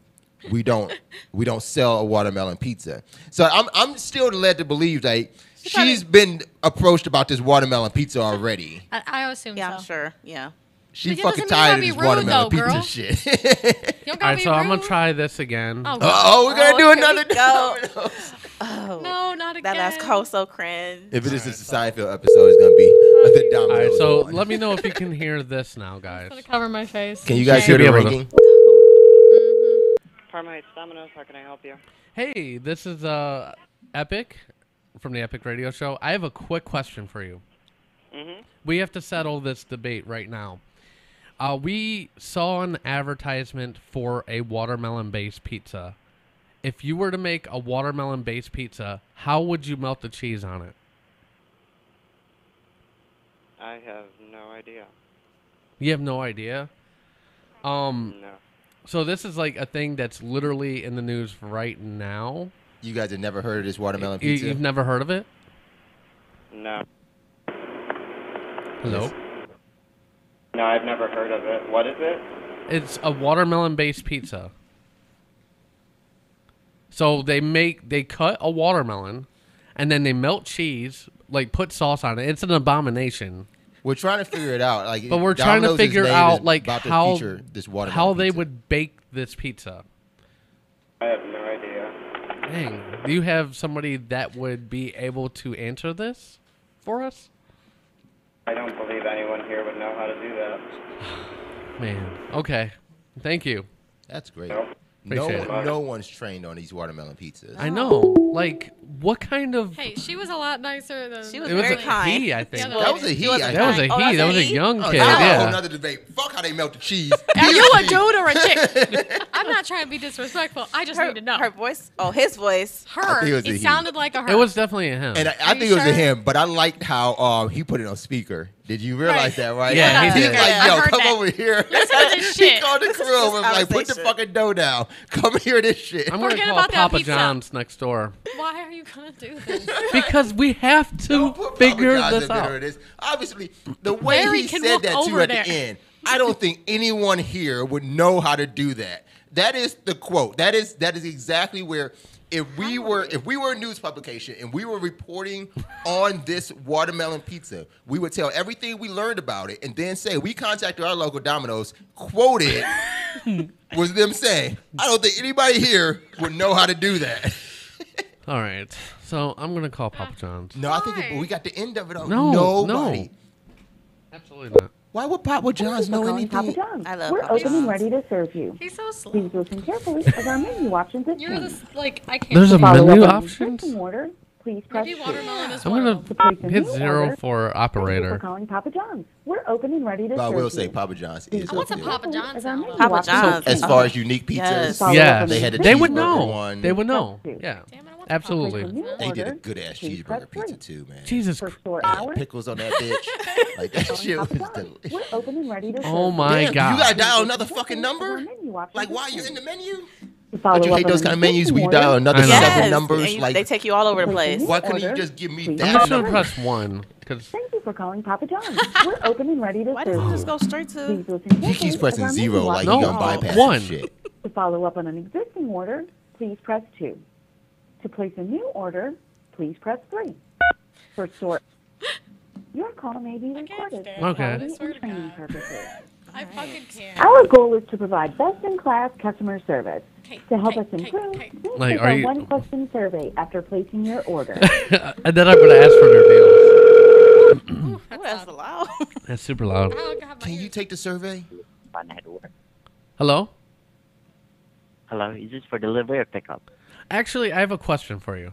Speaker 4: we don't we don't sell a watermelon pizza. So I'm I'm still led to believe that she's been approached about this watermelon pizza already.
Speaker 13: I, I assume
Speaker 1: yeah,
Speaker 13: so.
Speaker 1: I'm sure. Yeah.
Speaker 4: She
Speaker 13: But it
Speaker 4: fucking
Speaker 13: doesn't mean you gotta
Speaker 4: tired of
Speaker 13: be
Speaker 4: this
Speaker 13: rude,
Speaker 4: watermelon
Speaker 13: though,
Speaker 4: pizza
Speaker 13: girl.
Speaker 4: shit.
Speaker 13: You don't
Speaker 2: All right,
Speaker 13: gotta be
Speaker 2: so I'm gonna
Speaker 13: rude.
Speaker 2: try this again.
Speaker 13: Oh,
Speaker 4: Oh, we're gonna do
Speaker 1: here we
Speaker 4: another.
Speaker 1: go. Oh.
Speaker 13: No, not
Speaker 1: That last
Speaker 13: again.
Speaker 1: call was so cringe.
Speaker 4: If it is a Seinfeld episode, it's gonna be the
Speaker 2: All right,
Speaker 4: dominoes.
Speaker 2: so
Speaker 4: one.
Speaker 2: let me know if you can hear this now, guys.
Speaker 13: Cover my face.
Speaker 4: Can you guys
Speaker 2: Should
Speaker 4: hear
Speaker 2: be able
Speaker 4: the
Speaker 2: to-
Speaker 4: ringing?
Speaker 15: Parma Heights Domino's, how can I help you?
Speaker 2: Hey, this is uh, Epic from the Epic Radio Show. I have a quick question for you.
Speaker 15: Mm-hmm.
Speaker 2: We have to settle this debate right now. Uh, we saw an advertisement for a watermelon based pizza. If you were to make a watermelon based pizza, how would you melt the cheese on it?
Speaker 15: I have no idea.
Speaker 2: You have no idea. Um, So this is like a thing that's literally in the news right now.
Speaker 4: You guys have never heard of this watermelon
Speaker 2: You,
Speaker 4: pizza?
Speaker 2: you've never heard of it?
Speaker 15: No.
Speaker 2: Hello.
Speaker 15: No, I've never heard of it. What is it?
Speaker 2: It's a watermelon based pizza. So they make they cut a watermelon and then they melt cheese, like put sauce on it. It's an abomination.
Speaker 4: We're trying to figure it out. Like,
Speaker 2: But we're trying to
Speaker 4: Domino's is
Speaker 2: figure
Speaker 4: made is
Speaker 2: out like
Speaker 4: about to
Speaker 2: how
Speaker 4: feature this watermelon
Speaker 2: how they would bake this pizza.
Speaker 15: I have no idea.
Speaker 2: Dang. Do you have somebody that would be able to answer this for us?
Speaker 15: I don't believe anyone here would know how to do that.
Speaker 2: Man. Okay. Thank you.
Speaker 4: That's great. No,
Speaker 2: Appreciate
Speaker 4: one,
Speaker 2: it.
Speaker 4: no one's trained on these watermelon pizzas.
Speaker 2: I know.
Speaker 13: Oh.
Speaker 2: Like what kind of
Speaker 13: Hey, she was a lot nicer than.
Speaker 1: She
Speaker 2: was It was very a kind. he, I think.
Speaker 13: The other
Speaker 4: That
Speaker 13: lady.
Speaker 4: was a he.
Speaker 2: It was
Speaker 4: I
Speaker 2: a That was a
Speaker 4: think.
Speaker 2: he. Oh, that's That a was a he? young
Speaker 4: Oh,
Speaker 2: kid,
Speaker 4: that's
Speaker 2: yeah.
Speaker 4: a whole nother debate. Fuck how they melt the cheese.
Speaker 13: Are you a
Speaker 4: Cheese.
Speaker 13: dude or a chick? I'm not trying to be disrespectful. I just
Speaker 1: Her-
Speaker 13: need to know.
Speaker 1: Her voice. Oh, his voice.
Speaker 13: Her.
Speaker 4: think it was
Speaker 13: It,
Speaker 4: a he.
Speaker 13: sounded like a her.
Speaker 2: It was definitely a him.
Speaker 4: And I, I think it was a him, but I liked how um, he put it on speaker. Did you realize that, right?
Speaker 2: Yeah, he
Speaker 4: he's
Speaker 2: did.
Speaker 4: like,
Speaker 2: Yeah.
Speaker 4: yo,
Speaker 2: I heard
Speaker 4: come
Speaker 2: that.
Speaker 4: over here.
Speaker 13: Listen to this
Speaker 4: he
Speaker 13: shit.
Speaker 4: called the crew over, like, put the fucking dough down. Come hear this shit.
Speaker 2: I'm gonna
Speaker 13: Forget
Speaker 2: call
Speaker 13: about that
Speaker 2: Papa
Speaker 13: pizza.
Speaker 2: John's next door.
Speaker 13: Why are you gonna do this?
Speaker 2: because we have to figure
Speaker 4: apologize
Speaker 2: this
Speaker 4: if there
Speaker 2: out.
Speaker 4: it is. Obviously, the way
Speaker 13: Larry
Speaker 4: he
Speaker 13: can
Speaker 4: said
Speaker 13: walk
Speaker 4: that to you
Speaker 13: over
Speaker 4: at
Speaker 13: there.
Speaker 4: the end, I don't think anyone here would know how to do that. That is the quote. That is that is exactly where if we were if we were a news publication and we were reporting on this watermelon pizza, we would tell everything we learned about it and then say we contacted our local Domino's, quoted was them saying, I don't think anybody here would know how to do that.
Speaker 2: All right. So I'm gonna call Papa
Speaker 13: Ah.
Speaker 2: John's.
Speaker 4: No, I think it, we got the end of it. on
Speaker 2: No, no.
Speaker 4: nobody.
Speaker 2: Absolutely not.
Speaker 4: Why would Papa John's know anything?
Speaker 6: Papa John's.
Speaker 1: I love
Speaker 6: We're
Speaker 1: Papa
Speaker 6: open and
Speaker 1: John's.
Speaker 6: ready to serve you.
Speaker 13: He's so slow.
Speaker 6: Please listen carefully as our menu options have
Speaker 13: You're
Speaker 6: changed.
Speaker 13: this like I can't.
Speaker 2: There's a
Speaker 6: Follow up
Speaker 2: menu
Speaker 6: on your
Speaker 2: options?
Speaker 6: drinking Order, please press
Speaker 13: Maybe watermelon is
Speaker 2: I'm
Speaker 13: one.
Speaker 2: gonna
Speaker 6: Place a
Speaker 2: hit
Speaker 6: new
Speaker 2: zero
Speaker 6: order.
Speaker 2: for
Speaker 6: We're
Speaker 2: operator.
Speaker 6: calling Papa John's. We're open and ready to
Speaker 4: But I
Speaker 6: serve
Speaker 4: will
Speaker 6: you.
Speaker 4: say Papa John's
Speaker 6: Please
Speaker 4: is.
Speaker 6: listen
Speaker 4: up there.
Speaker 6: carefully as our menu
Speaker 1: Papa
Speaker 6: options have
Speaker 1: John's.
Speaker 4: As
Speaker 6: changed.
Speaker 4: far as unique pizzas,
Speaker 1: Yes.
Speaker 2: Yes,
Speaker 4: they had a
Speaker 2: they would
Speaker 4: cheeseburger
Speaker 2: know.
Speaker 4: One.
Speaker 2: They would know. Yeah, absolutely.
Speaker 4: They did a good ass cheeseburger pizza too, man.
Speaker 2: Jesus
Speaker 4: Christ! Pickles on that bitch. like that shit was delicious.
Speaker 6: We're open and ready to serve
Speaker 2: Oh my
Speaker 4: Damn,
Speaker 2: God.
Speaker 4: You gotta dial another fucking number. Like why are you in the menu? Don't you hate those kind of menus where you dial another
Speaker 2: I know.
Speaker 4: seven
Speaker 2: Yes,
Speaker 4: numbers?
Speaker 1: And you-
Speaker 4: like
Speaker 1: they take you all over the place.
Speaker 4: Why couldn't you just give me
Speaker 2: I'm
Speaker 4: that?
Speaker 2: just gonna
Speaker 4: number?
Speaker 2: press one because
Speaker 6: Thank you for calling Papa John's. We're open and ready to serve you. Why doesn't
Speaker 1: just go straight to?
Speaker 6: Please listen
Speaker 4: He keeps pressing zero, like he
Speaker 2: No,
Speaker 4: gonna bypass some
Speaker 2: one.
Speaker 4: shit.
Speaker 6: To follow up on an existing order, please press 2. To place a new order, please press 3. For store, your call may be recorded for
Speaker 2: Okay.
Speaker 6: quality
Speaker 2: I
Speaker 6: and training purposes.
Speaker 13: I fucking can't.
Speaker 6: Our goal is to provide best-in-class customer service. To help us improve, please
Speaker 2: Like,
Speaker 6: take
Speaker 2: are
Speaker 6: our
Speaker 2: you-
Speaker 6: one-question survey after placing your order.
Speaker 2: and then I'm gonna ask for their deal.
Speaker 1: Ooh, that's loud.
Speaker 2: That's super loud.
Speaker 4: Can you take the survey?
Speaker 2: Hello.
Speaker 16: Hello, is this for delivery or pickup?
Speaker 2: Actually, I have a question for you.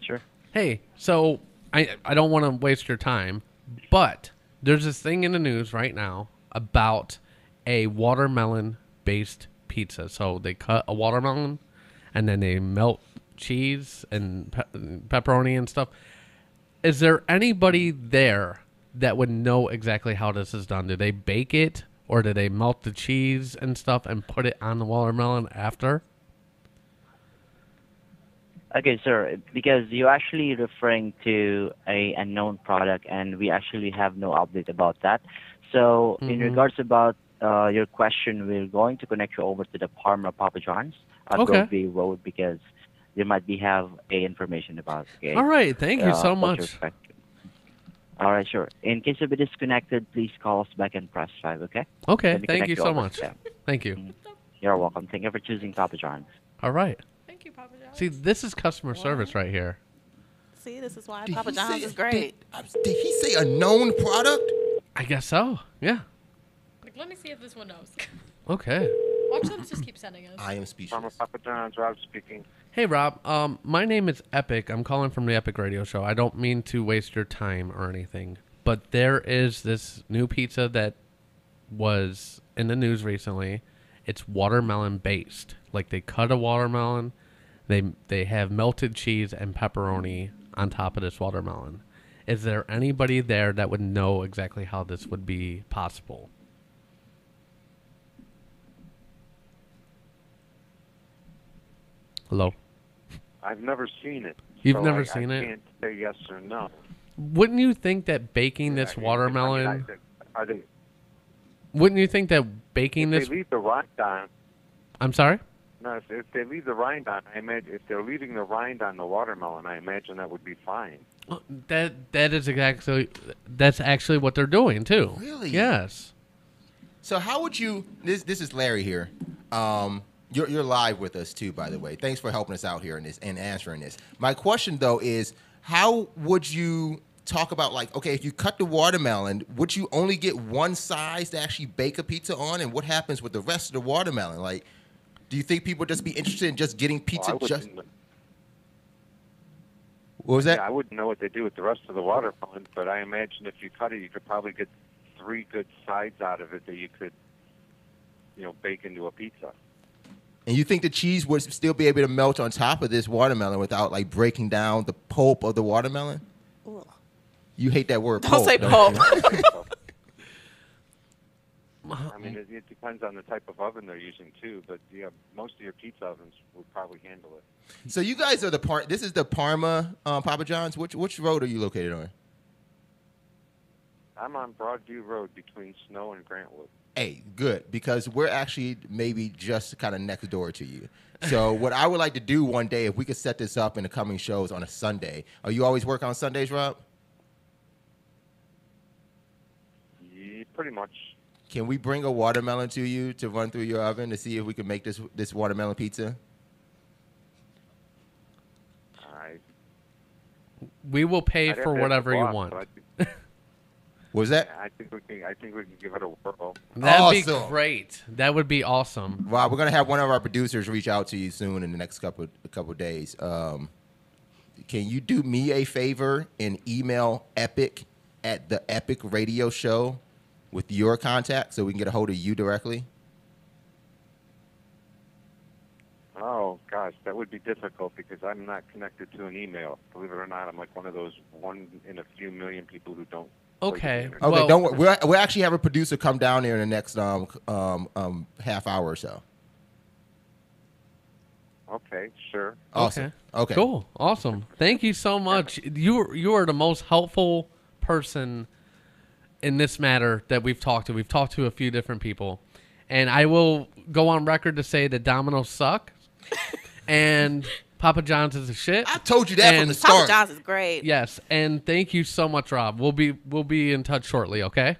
Speaker 16: Sure.
Speaker 2: Hey, so I I don't want to waste your time, but there's this thing in the news right now about a watermelon based pizza. So they cut a watermelon and then they melt cheese and pe- pepperoni and stuff. Is there anybody there that would know exactly how this is done? Do they bake it or do they melt the cheese and stuff and put it on the watermelon after?
Speaker 16: Okay, sir, because you're actually referring to a unknown product, and we actually have no update about that. So, in
Speaker 2: Mm-hmm.
Speaker 11: Mhm.
Speaker 16: regards about uh, your question, we're going to connect you over to the Parma Papa John's at
Speaker 2: Okay.
Speaker 16: Groveview Road because they might be have a information about. Okay.
Speaker 2: All right, thank you
Speaker 16: Uh,
Speaker 2: so
Speaker 16: about your
Speaker 2: much.
Speaker 16: spec- All right, sure. In case you be disconnected, please call us back and press five. Okay.
Speaker 2: Okay,
Speaker 16: Let me
Speaker 2: thank
Speaker 16: connect
Speaker 2: you so
Speaker 16: over
Speaker 2: much.
Speaker 16: to them.
Speaker 2: Thank you.
Speaker 16: You're welcome. Thank you for choosing Papa John's.
Speaker 2: All right. Thank you, Papa John. See, this is customer service right here.
Speaker 1: See, this is why
Speaker 4: Did
Speaker 1: Papa
Speaker 4: he
Speaker 1: John's
Speaker 4: say-
Speaker 1: is great.
Speaker 4: Did he say a known product?
Speaker 2: I guess so. Yeah.
Speaker 13: Like, let me see if this one knows.
Speaker 2: Okay.
Speaker 13: Watch them just keep sending us.
Speaker 4: I am speechless.
Speaker 15: Papa John's, Rob speaking.
Speaker 2: Hey, Rob. Um, my name is Epic. I'm calling from the Epic Radio Show. I don't mean to waste your time or anything, but there is this new pizza that was in the news recently. It's watermelon based. Like they cut a watermelon, they they have melted cheese and pepperoni on top of this watermelon. Is there anybody there that would know exactly how this would be possible? Hello.
Speaker 15: I've never seen it.
Speaker 2: You've
Speaker 15: so
Speaker 2: never
Speaker 15: I-
Speaker 2: seen
Speaker 15: I
Speaker 2: it?
Speaker 15: can't say yes or no.
Speaker 2: Wouldn't you think that baking this watermelon?
Speaker 15: I think- I think
Speaker 2: Wouldn't you think that baking
Speaker 15: if
Speaker 2: this?
Speaker 15: they leave the rind on,
Speaker 2: I'm sorry.
Speaker 15: no, if, if they leave the rind on, I imagine if they're leaving the rind on the watermelon, I imagine that would be fine.
Speaker 2: That that is exactly that's actually what they're doing too.
Speaker 4: Really?
Speaker 2: Yes.
Speaker 4: So how would you? This this is Larry here. Um, you're you're live with us too, by the way. Thanks for helping us out here in this and answering this. My question though is, how would you talk about like, okay, if you cut the watermelon, would you only get one size to actually bake a pizza on, and what happens with the rest of the watermelon? Like, do you think people would just be interested in just getting
Speaker 15: Well, Oh, I
Speaker 4: pizza? just
Speaker 15: wouldn't-
Speaker 4: what was that?
Speaker 15: Yeah, I wouldn't know what they do with the rest of the watermelon, but I imagine if you cut it, you could probably get three good sides out of it that you could, you know, bake into a pizza.
Speaker 4: And you think the cheese would still be able to melt on top of this watermelon without like breaking down the pulp of the watermelon? You hate that word.
Speaker 1: Don't say
Speaker 4: you?
Speaker 2: Uh-huh.
Speaker 15: I mean, it, it depends on the type of oven they're using too, but you know, most of your pizza ovens would probably handle it.
Speaker 4: so you guys are the part. This is the Parma um, Papa John's. Which which road are you located on?
Speaker 15: I'm on Broadview Road between Snow and Grantwood.
Speaker 4: Hey, good because we're actually maybe just kind of next door to you. So what I would like to do one day, if we could set this up in the coming shows on a Sunday. Are you always work on Sundays, Rob?
Speaker 15: Yeah, pretty much.
Speaker 4: Can we bring a watermelon to you to run through your oven to see if we can make this this watermelon pizza?
Speaker 15: I
Speaker 2: We will pay
Speaker 15: I'd
Speaker 2: for
Speaker 15: have to ask the
Speaker 2: whatever you
Speaker 15: boss,
Speaker 2: want.
Speaker 15: but I think-
Speaker 4: Was that?
Speaker 15: I think we can. I think we can give it a whirl.
Speaker 2: That'd
Speaker 4: Awesome.
Speaker 2: be great. That would be awesome.
Speaker 4: Wow, we're gonna have one of our producers reach out to you soon in the next couple a couple days. Um, can you do me a favor and email Epic at the Epic Radio Show with your contact so we can get a hold of you directly?
Speaker 15: Oh gosh, that would be difficult because I'm not connected to an email. Believe it or not, I'm like one of those one in a few million people who don't.
Speaker 2: Okay.
Speaker 4: Okay, don't worry. We'll, we'll actually have a producer come down there in the next um, c- um, um, half hour or so.
Speaker 15: Okay, sure.
Speaker 4: Awesome. Okay.
Speaker 2: Cool. Awesome. Thank you so much. You you are the most helpful person in this matter that we've talked to. We've talked to a few different people, and I will go on record to say that Domino's suck, and Papa John's is a shit. I
Speaker 4: told you
Speaker 1: that from the Papa start. John's is great.
Speaker 2: Yes, and thank you so much, Rob. We'll be we'll be in touch shortly. Okay.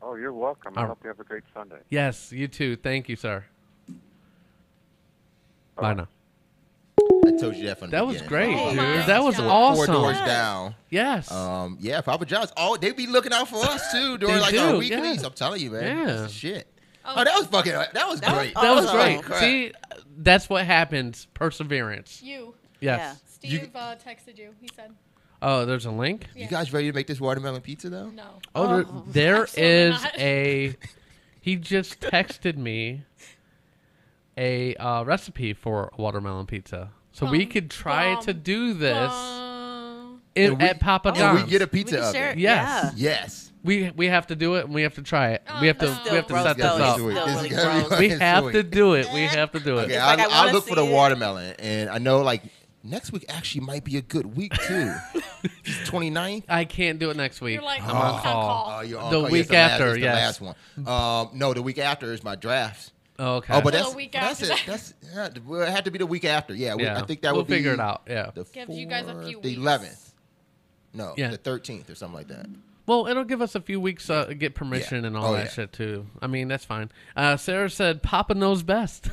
Speaker 15: Oh, you're welcome. I
Speaker 2: All
Speaker 15: hope you have a great Sunday.
Speaker 2: Yes, you too. Thank you, sir. Bye now.
Speaker 4: I told you that from the
Speaker 2: That was
Speaker 4: beginning.
Speaker 2: great,
Speaker 4: Papa
Speaker 2: dude.
Speaker 4: John's.
Speaker 2: That was
Speaker 4: Four-
Speaker 2: awesome.
Speaker 4: Four doors down.
Speaker 2: Yes.
Speaker 4: Um, yeah, Papa John's. Oh, they be looking out for us too during
Speaker 2: They
Speaker 4: like our
Speaker 2: do,
Speaker 4: weeklies.
Speaker 2: yeah.
Speaker 4: I'm telling you, man. That's
Speaker 2: Yeah.
Speaker 4: the shit. Oh, that was fucking. That was great.
Speaker 2: That was
Speaker 4: Oh,
Speaker 2: great.
Speaker 4: crap.
Speaker 2: See, that's what happens. Perseverance.
Speaker 13: You.
Speaker 2: Yes.
Speaker 13: Steve uh, texted you. He said.
Speaker 2: Oh, there's a link.
Speaker 13: Yeah.
Speaker 4: You guys ready to make this watermelon pizza though?
Speaker 13: No.
Speaker 2: Oh,
Speaker 13: Oh,
Speaker 2: there, there
Speaker 13: absolutely
Speaker 2: is
Speaker 13: not.
Speaker 2: a. He just texted me a uh, recipe for a watermelon pizza, so we could try to do this in,
Speaker 4: And we-
Speaker 2: at Papa
Speaker 4: and we
Speaker 2: John's.
Speaker 4: get a pizza We could oven. share
Speaker 2: Yes.
Speaker 4: it, Yes.
Speaker 2: We we have to do it and we have to try it. we have to
Speaker 4: no.
Speaker 2: we have to
Speaker 4: Gross,
Speaker 2: set this
Speaker 4: though. It's
Speaker 2: up.
Speaker 4: Oh, still This is really gotta be gross.
Speaker 2: we
Speaker 4: fucking
Speaker 2: have
Speaker 4: sweet.
Speaker 2: to do it. We have to do it.
Speaker 4: Okay, I'll, I'll look for the watermelon, and I know like next week actually might be a good week too. 29th?
Speaker 2: I can't do it next week. I'm
Speaker 4: Oh,
Speaker 2: on call.
Speaker 4: oh, you're on
Speaker 2: the
Speaker 4: call. Yes,
Speaker 2: week
Speaker 4: the last-
Speaker 2: after,
Speaker 4: it's the
Speaker 2: yes.
Speaker 4: last one. Um, no, the week after is my draft.
Speaker 2: Oh, okay.
Speaker 4: Oh, but
Speaker 13: Well,
Speaker 4: that's
Speaker 13: the week
Speaker 4: well, that's
Speaker 13: after
Speaker 4: it. That's yeah, well, it had to be the week after. Yeah, we,
Speaker 2: Yeah.
Speaker 4: I think that
Speaker 2: We'll
Speaker 4: would be
Speaker 2: figure it out, yeah.
Speaker 4: the
Speaker 13: Gives you guys a few
Speaker 4: the
Speaker 13: weeks.
Speaker 4: eleventh. No,
Speaker 2: Yeah.
Speaker 4: the thirteenth or something like that.
Speaker 2: Well, it'll give us a few weeks uh, get permission and all
Speaker 4: Oh,
Speaker 2: that
Speaker 4: yeah.
Speaker 2: shit too. I mean, that's fine. Uh, Sarah said Papa knows best.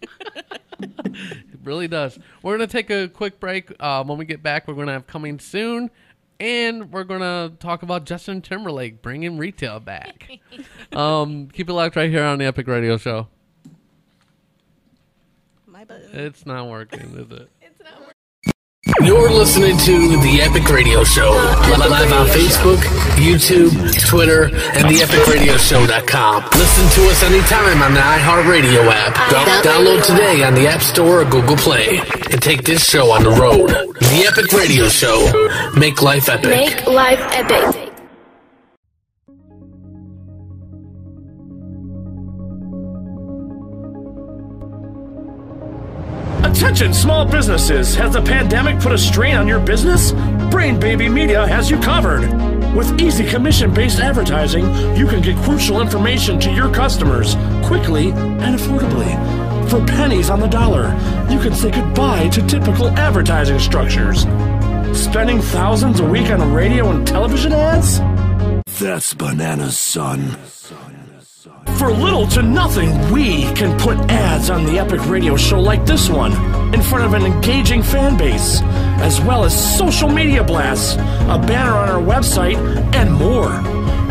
Speaker 2: it really does. We're gonna take a quick break. Uh, when we get back, we're gonna have coming soon, and we're gonna talk about Justin Timberlake bringing retail back. um, keep it locked right here on the Epic Radio Show.
Speaker 1: My button.
Speaker 2: It's not working, is it?
Speaker 7: You're listening to the Epic Radio Show. Live on Facebook, YouTube, Twitter, and theepicradioshow.com. Listen to us anytime on the iHeartRadio app. Down- download today on the App Store or Google Play and take this show on the road. The Epic Radio Show. Make life epic.
Speaker 17: Make life epic.
Speaker 18: Attention, small businesses. Has the pandemic put a strain on your business? Brain Baby Media has you covered. With easy commission based advertising, you can get crucial information to your customers quickly and affordably. For pennies on the dollar, you can say goodbye to typical advertising structures. Spending thousands a week on radio and television ads? That's bananas, son. For little to nothing, we can put ads on the epic radio show like this one in front of an engaging fan base, as well as social media blasts, a banner on our website, and more.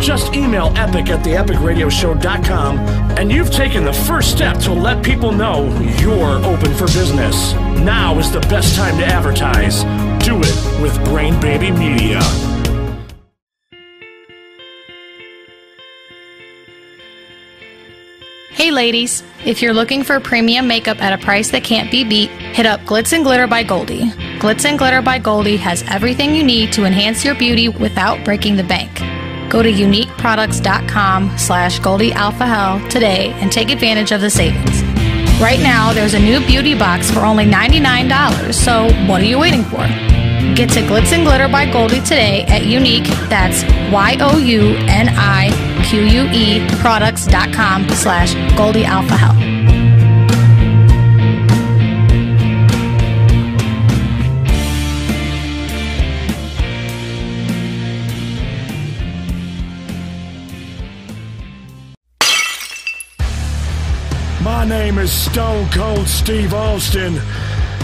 Speaker 18: Just email epic at theepicradioshow.com, and you've taken the first step to let people know you're open for business. Now is the best time to advertise. Do it with Brain Baby Media.
Speaker 13: Hey ladies, if you're looking for premium makeup at a price that can't be beat, hit up Glitz and Glitter by Goldie. Glitz and Glitter by Goldie has everything you need to enhance your beauty without breaking the bank. Go to uniqueproducts.com slash Goldie Alpha Hell today and take advantage of the savings. Right now, there's a new beauty box for only $99, so what are you waiting for? Get to Glitz and Glitter by Goldie today at Unique, that's Y-O-U-N-I-Q-U-E products.com slash Goldie Alpha Help.
Speaker 18: My name is Stone Cold Steve Austin,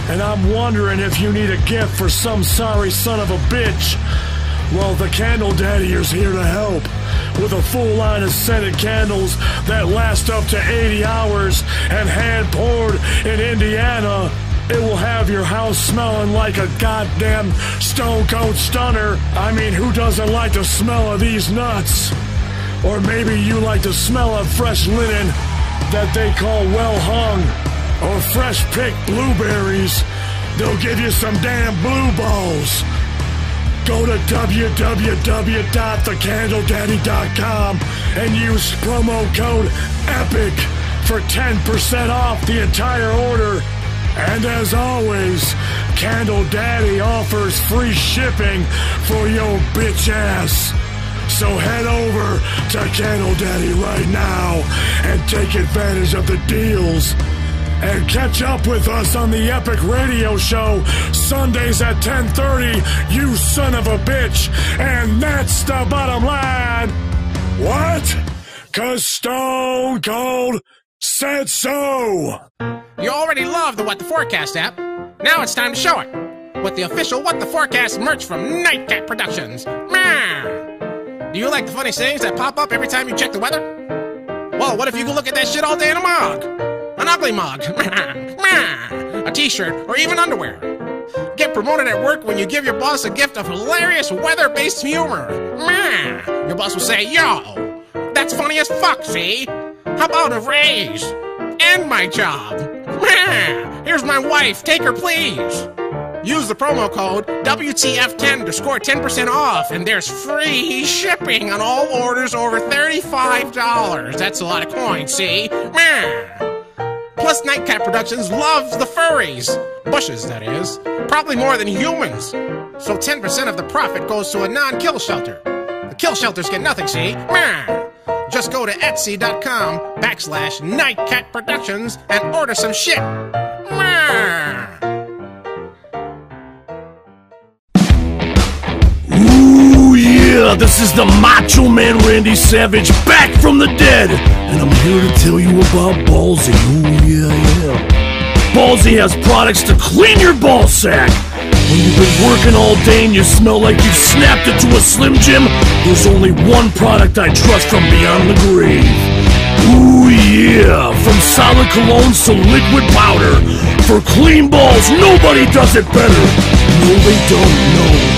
Speaker 9: and I'm wondering if you need a gift for some sorry son of a bitch. Well, the Candle Daddy is here to help with a full line of scented candles that last up to 80 hours and hand poured in Indiana. It will have your house smelling like a goddamn stone cold stunner. I mean, who doesn't like the smell of these nuts? Or maybe you like the smell of fresh linen that they call well hung, or fresh picked blueberries. They'll give you some damn blue balls. Go to www.thecandledaddy.com and use promo code EPIC for 10% off the entire order. And as always, Candle Daddy offers free shipping for your bitch ass. So head over to Candle Daddy right now and take advantage of the deals. And catch up with us on the Epic Radio Show Sundays at 10:30. You son of a bitch! And that's the bottom line. What? Cause Stone Cold said so.
Speaker 10: You already love the What the Forecast app. Now it's time to show it with the official What the Forecast merch from Nightcat Productions. Meow. Do you like the funny sayings that pop up every time you check the weather? Well, what if you could look at that shit all day in a mug? An ugly mug. a t-shirt or even underwear. Get promoted at work when you give your boss a gift of hilarious weather-based humor. Your boss will say, "Yo, that's funny as fuck, see? How about a raise? And my job. Here's my wife. Take her, please." Use the promo code WTF10 to score 10% off, and there's free shipping on all orders over $35. That's a lot of coins, see? Meh. Plus, Nightcat Productions loves the furries. Bushes, that is. Probably more than humans. So 10% of the profit goes to a non kill shelter. The kill shelters get nothing, see? Meh. Just go to etsy.com backslash Nightcat Productions and order some shit. Meh.
Speaker 11: Yeah, this is the Macho Man Randy Savage back from the dead, and I'm here to tell you about Ballsy. Ooh, yeah, yeah. Ballsy has products to clean your ball sack. When you've been working all day and you smell like you've snapped into a Slim Jim, there's only one product I trust from beyond the grave. Ooh yeah, from solid colognes to liquid powder. For clean balls, nobody does it better. No, they don't, no.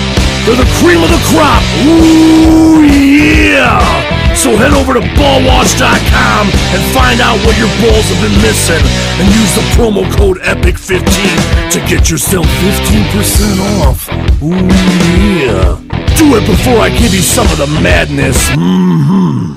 Speaker 11: They're the cream of the crop. Ooh yeah. So head over to ballwash.com and find out what your balls have been missing and use the promo code EPIC15 to get yourself 15% off. Ooh yeah. Do it before I give you some of the madness. hmm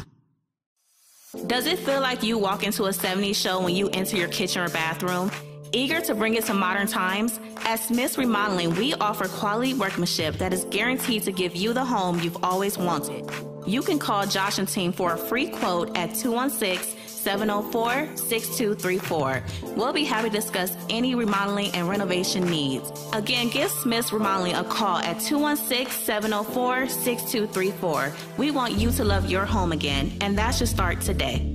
Speaker 12: Does it feel like you walk into a 70s show when you enter your kitchen or bathroom? Eager to bring it to modern times? At Smith's Remodeling, we offer quality workmanship that is guaranteed to give you the home you've always wanted. You can call Josh and team for a free quote at 216 704 6234. We'll be happy to discuss any remodeling and renovation needs. Again, give Smith's Remodeling a call at 216 704 6234. We want you to love your home again, and that should start today.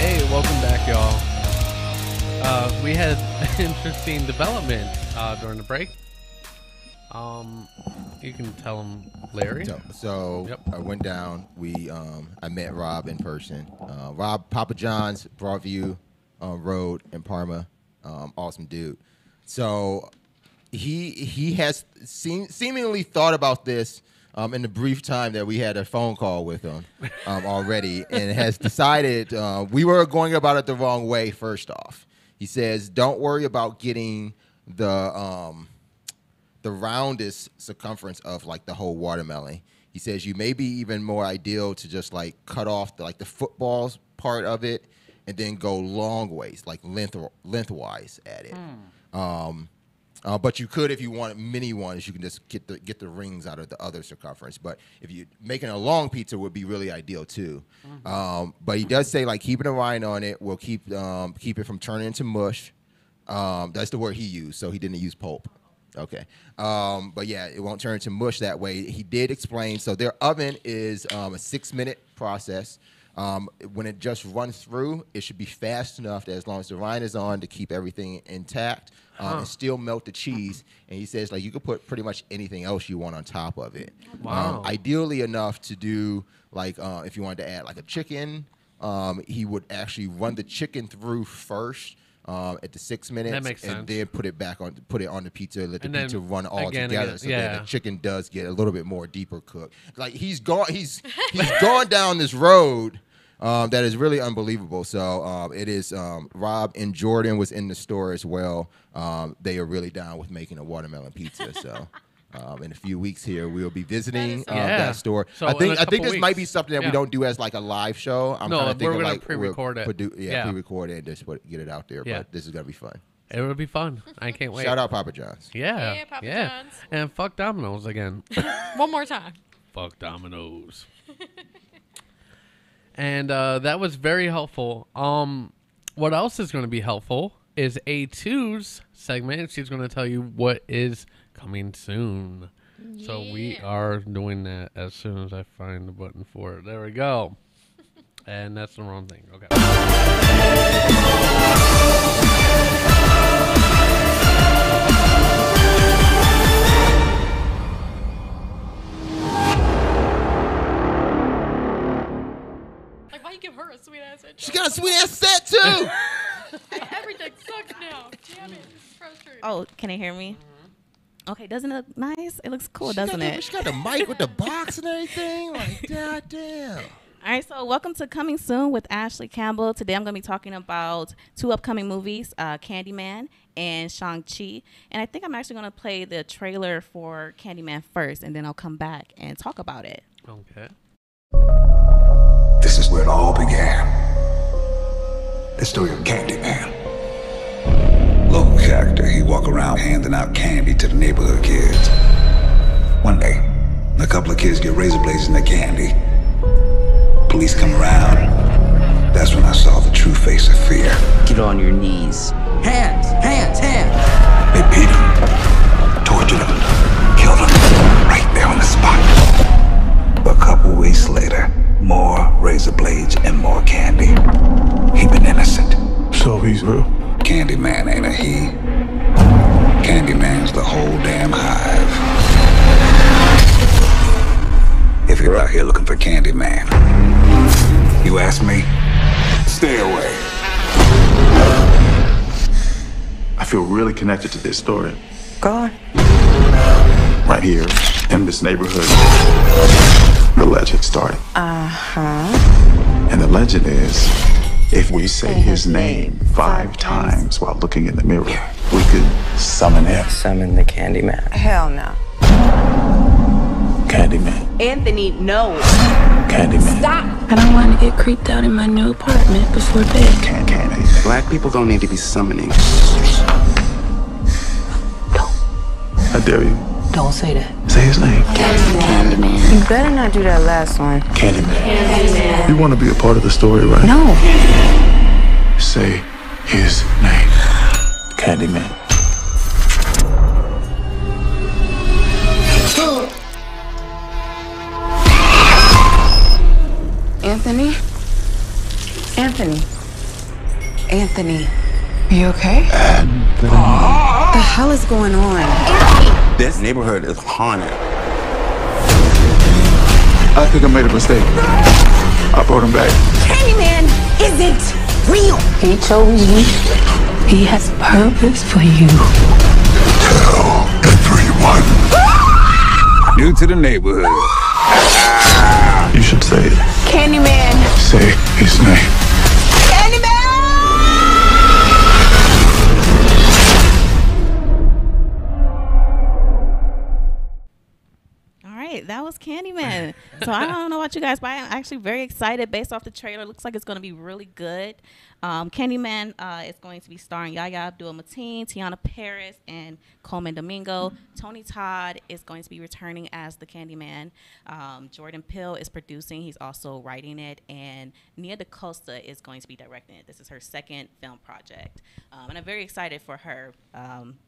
Speaker 2: Hey, welcome back, y'all. Uh, we had interesting development uh, during the break. Um, you can tell them, Larry.
Speaker 4: So, so I went down. We um, I met Rob in person. Uh, Rob Papa John's Broadview uh, Road in Parma. Um, awesome dude. So he he has seem, seemingly thought about this um, in the brief time that we had a phone call with him um, already, and has decided uh, we were going about it the wrong way. First off, he says, "Don't worry about getting the." Um, the roundest circumference of like the whole watermelon. He says you may be even more ideal to just like cut off the, like the football part of it and then go long ways, like length lengthwise at
Speaker 17: Hmm.
Speaker 4: it. Um, uh, but you could, if you want mini ones, you can just get the get the rings out of the other circumference. But if you making a long pizza would be really ideal too. Um, but he does say like keeping a rind on it will keep um, keep it from turning into mush. Um, that's the word he used, so he didn't use pulp. Okay, um, but yeah, it won't turn into mush that way. He did explain. So their oven is um, a six minute process. Um, when it just runs through, it should be fast enough that as long as the rind is on to keep everything intact um,
Speaker 2: Huh.
Speaker 4: and still melt the cheese. And he says like you could put pretty much anything else you want on top of it. Um,
Speaker 2: Wow.
Speaker 4: ideally enough to do like uh, if you wanted to add like a chicken, um, he would actually run the chicken through first. Um, at the six minutes,
Speaker 2: makes
Speaker 4: and
Speaker 2: sense.
Speaker 4: then put it back on, put it on the pizza, let the
Speaker 2: And then
Speaker 4: pizza run all
Speaker 2: again,
Speaker 4: together.
Speaker 2: again,
Speaker 4: so then
Speaker 2: yeah.
Speaker 4: the chicken does get a little bit more deeper cooked. Like he's gone, he's he's gone down this road um, that is really unbelievable. So um, it is. Um, Rob and Jordan was in the store as well. Um, they are really down with making a watermelon pizza. So. Um, in a few weeks here, we'll be visiting um,
Speaker 2: Yeah.
Speaker 4: that store.
Speaker 2: So
Speaker 4: I
Speaker 2: in
Speaker 4: think
Speaker 2: a
Speaker 4: I think
Speaker 2: couple
Speaker 4: this
Speaker 2: weeks.
Speaker 4: might be something that
Speaker 2: Yeah.
Speaker 4: we don't do as like a live show. I'm
Speaker 2: No,
Speaker 4: kinda
Speaker 2: we're
Speaker 4: thinking
Speaker 2: gonna
Speaker 4: like we'll
Speaker 2: pre-record it.
Speaker 4: produ- yeah,
Speaker 2: Yeah.
Speaker 4: pre-record it and just put, get it out there.
Speaker 2: Yeah.
Speaker 4: But this is gonna be fun.
Speaker 2: It would be fun. I can't wait.
Speaker 4: Shout out Papa John's.
Speaker 2: Yeah.
Speaker 3: Yeah, Papa John's.
Speaker 2: And fuck Domino's again.
Speaker 3: One more time.
Speaker 2: fuck Domino's. and uh, that was very helpful. Um, what else is going to be helpful is A2's segment. She's going to tell you what is coming soon. So we are doing that as soon as I find the button for it. There we go. and that's the wrong thing. Okay.
Speaker 3: Like, why you give her a sweet ass intro?
Speaker 4: She got a sweet ass set too.
Speaker 3: Everything sucks now. Damn it. It's frustrating.
Speaker 1: Oh, can you hear me? Mm-hmm. Okay, doesn't it look nice? It looks cool,
Speaker 4: She got
Speaker 1: doesn't
Speaker 4: the-
Speaker 1: it?
Speaker 4: she got the mic with the box and everything. Like, god damn.
Speaker 1: All right, so welcome to Coming Soon with Ashley Campbell. Today I'm going to be talking about two upcoming movies, uh, Candyman and Shang-Chi. And I think I'm actually going to play the trailer for Candyman first, and then I'll come back and talk about it.
Speaker 2: Okay.
Speaker 19: This is where it all began. The story of Candyman. Local character, he walk around handing out candy to the neighborhood kids. One day, a couple of kids get razor blades in their candy. Police come around. That's when I saw the true face of fear. Get on your knees.
Speaker 17: Hands, hands, hands.
Speaker 19: They beat him, tortured him, killed him right there on the spot. A couple weeks later, more razor blades and more candy. He been innocent. So he's real? Candyman ain't a he. Candyman's the whole damn hive. If you're out here looking for Candyman, you ask me, stay away.
Speaker 20: I feel really connected to this story. God. Right here, in this neighborhood, the legend started.
Speaker 17: Uh
Speaker 20: Uh-huh.
Speaker 17: huh.
Speaker 20: And the legend is if we say his name five times while looking in the mirror, we could summon him. Summon the Candyman.
Speaker 17: Hell no.
Speaker 20: Candyman.
Speaker 17: Anthony, no.
Speaker 20: Candyman.
Speaker 17: Stop. I don't want to get creeped out in my new apartment before bed.
Speaker 20: Can- candy. Black people don't need to be summoning. I dare you.
Speaker 17: Don't say that.
Speaker 20: Say his name.
Speaker 17: Candyman. You better not do that last one.
Speaker 20: Candyman. You want to be a part of the story, right?
Speaker 17: No.
Speaker 20: Say his name. Candyman.
Speaker 17: Anthony? Anthony. Anthony. You okay? What the hell is going on?
Speaker 21: This neighborhood is haunted.
Speaker 20: I think I made a mistake. I brought him back.
Speaker 17: Candyman isn't real. He chose you. He has purpose for you.
Speaker 19: New to the neighborhood.
Speaker 20: You should say it.
Speaker 17: Candyman.
Speaker 20: Say his name.
Speaker 1: All right, that was Candyman. so I don't know about you guys, but I'm actually very excited based off the trailer. Looks like it's going to be really good. Um, Candyman uh, is going to be starring Yaya Abdul-Mateen, Tiana Paris, and Coleman Domingo. Tony Todd is going to be returning as the Candyman. Um, Jordan Peele is producing. He's also writing it, and Nia DaCosta is going to be directing it. This is her second film project, um, and I'm very excited for her. Um,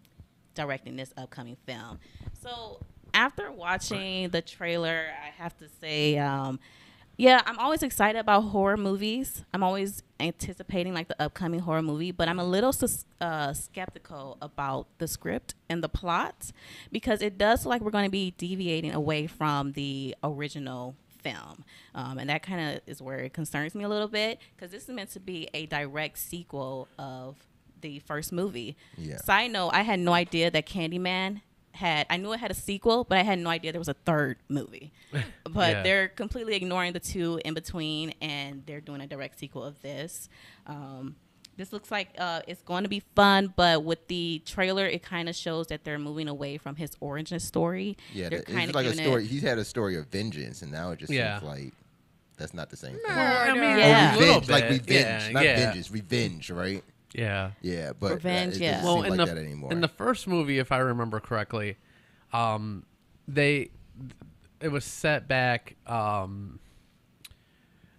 Speaker 1: directing this upcoming film. So after watching the trailer, I have to say, um, yeah, I'm always excited about horror movies. I'm always anticipating like the upcoming horror movie, but I'm a little sus- uh, skeptical about the script and the plot because it does look like we're going to be deviating away from the original film. Um, and that kind of is where it concerns me a little bit because this is meant to be a direct sequel of the first movie.
Speaker 4: Yeah.
Speaker 1: Side note, I had no idea that Candyman had, I knew it had a sequel, but I had no idea there was a third movie. but
Speaker 12: Yeah.
Speaker 1: they're completely ignoring the two in between and they're doing a direct sequel of this. Um, this looks like uh, it's going to be fun, but with the trailer, it kind of shows that they're moving away from his origin story.
Speaker 4: Yeah,
Speaker 1: they're
Speaker 4: that-
Speaker 1: kinda
Speaker 4: it's like a
Speaker 1: giving it-
Speaker 4: story. He's had a story of vengeance, and now it just
Speaker 2: Yeah.
Speaker 4: seems like that's not the same thing.
Speaker 1: Well, I mean,
Speaker 4: Or
Speaker 1: yeah.
Speaker 2: little
Speaker 4: revenge, like
Speaker 2: bit.
Speaker 4: revenge,
Speaker 2: Yeah,
Speaker 4: not
Speaker 2: yeah.
Speaker 4: vengeance, revenge, right?
Speaker 2: Yeah.
Speaker 4: yeah, but uh, it doesn't
Speaker 2: Well,
Speaker 4: seem
Speaker 2: in
Speaker 4: like
Speaker 2: the,
Speaker 4: that anymore.
Speaker 2: In the first movie, if I remember correctly, um, they it was set back, um,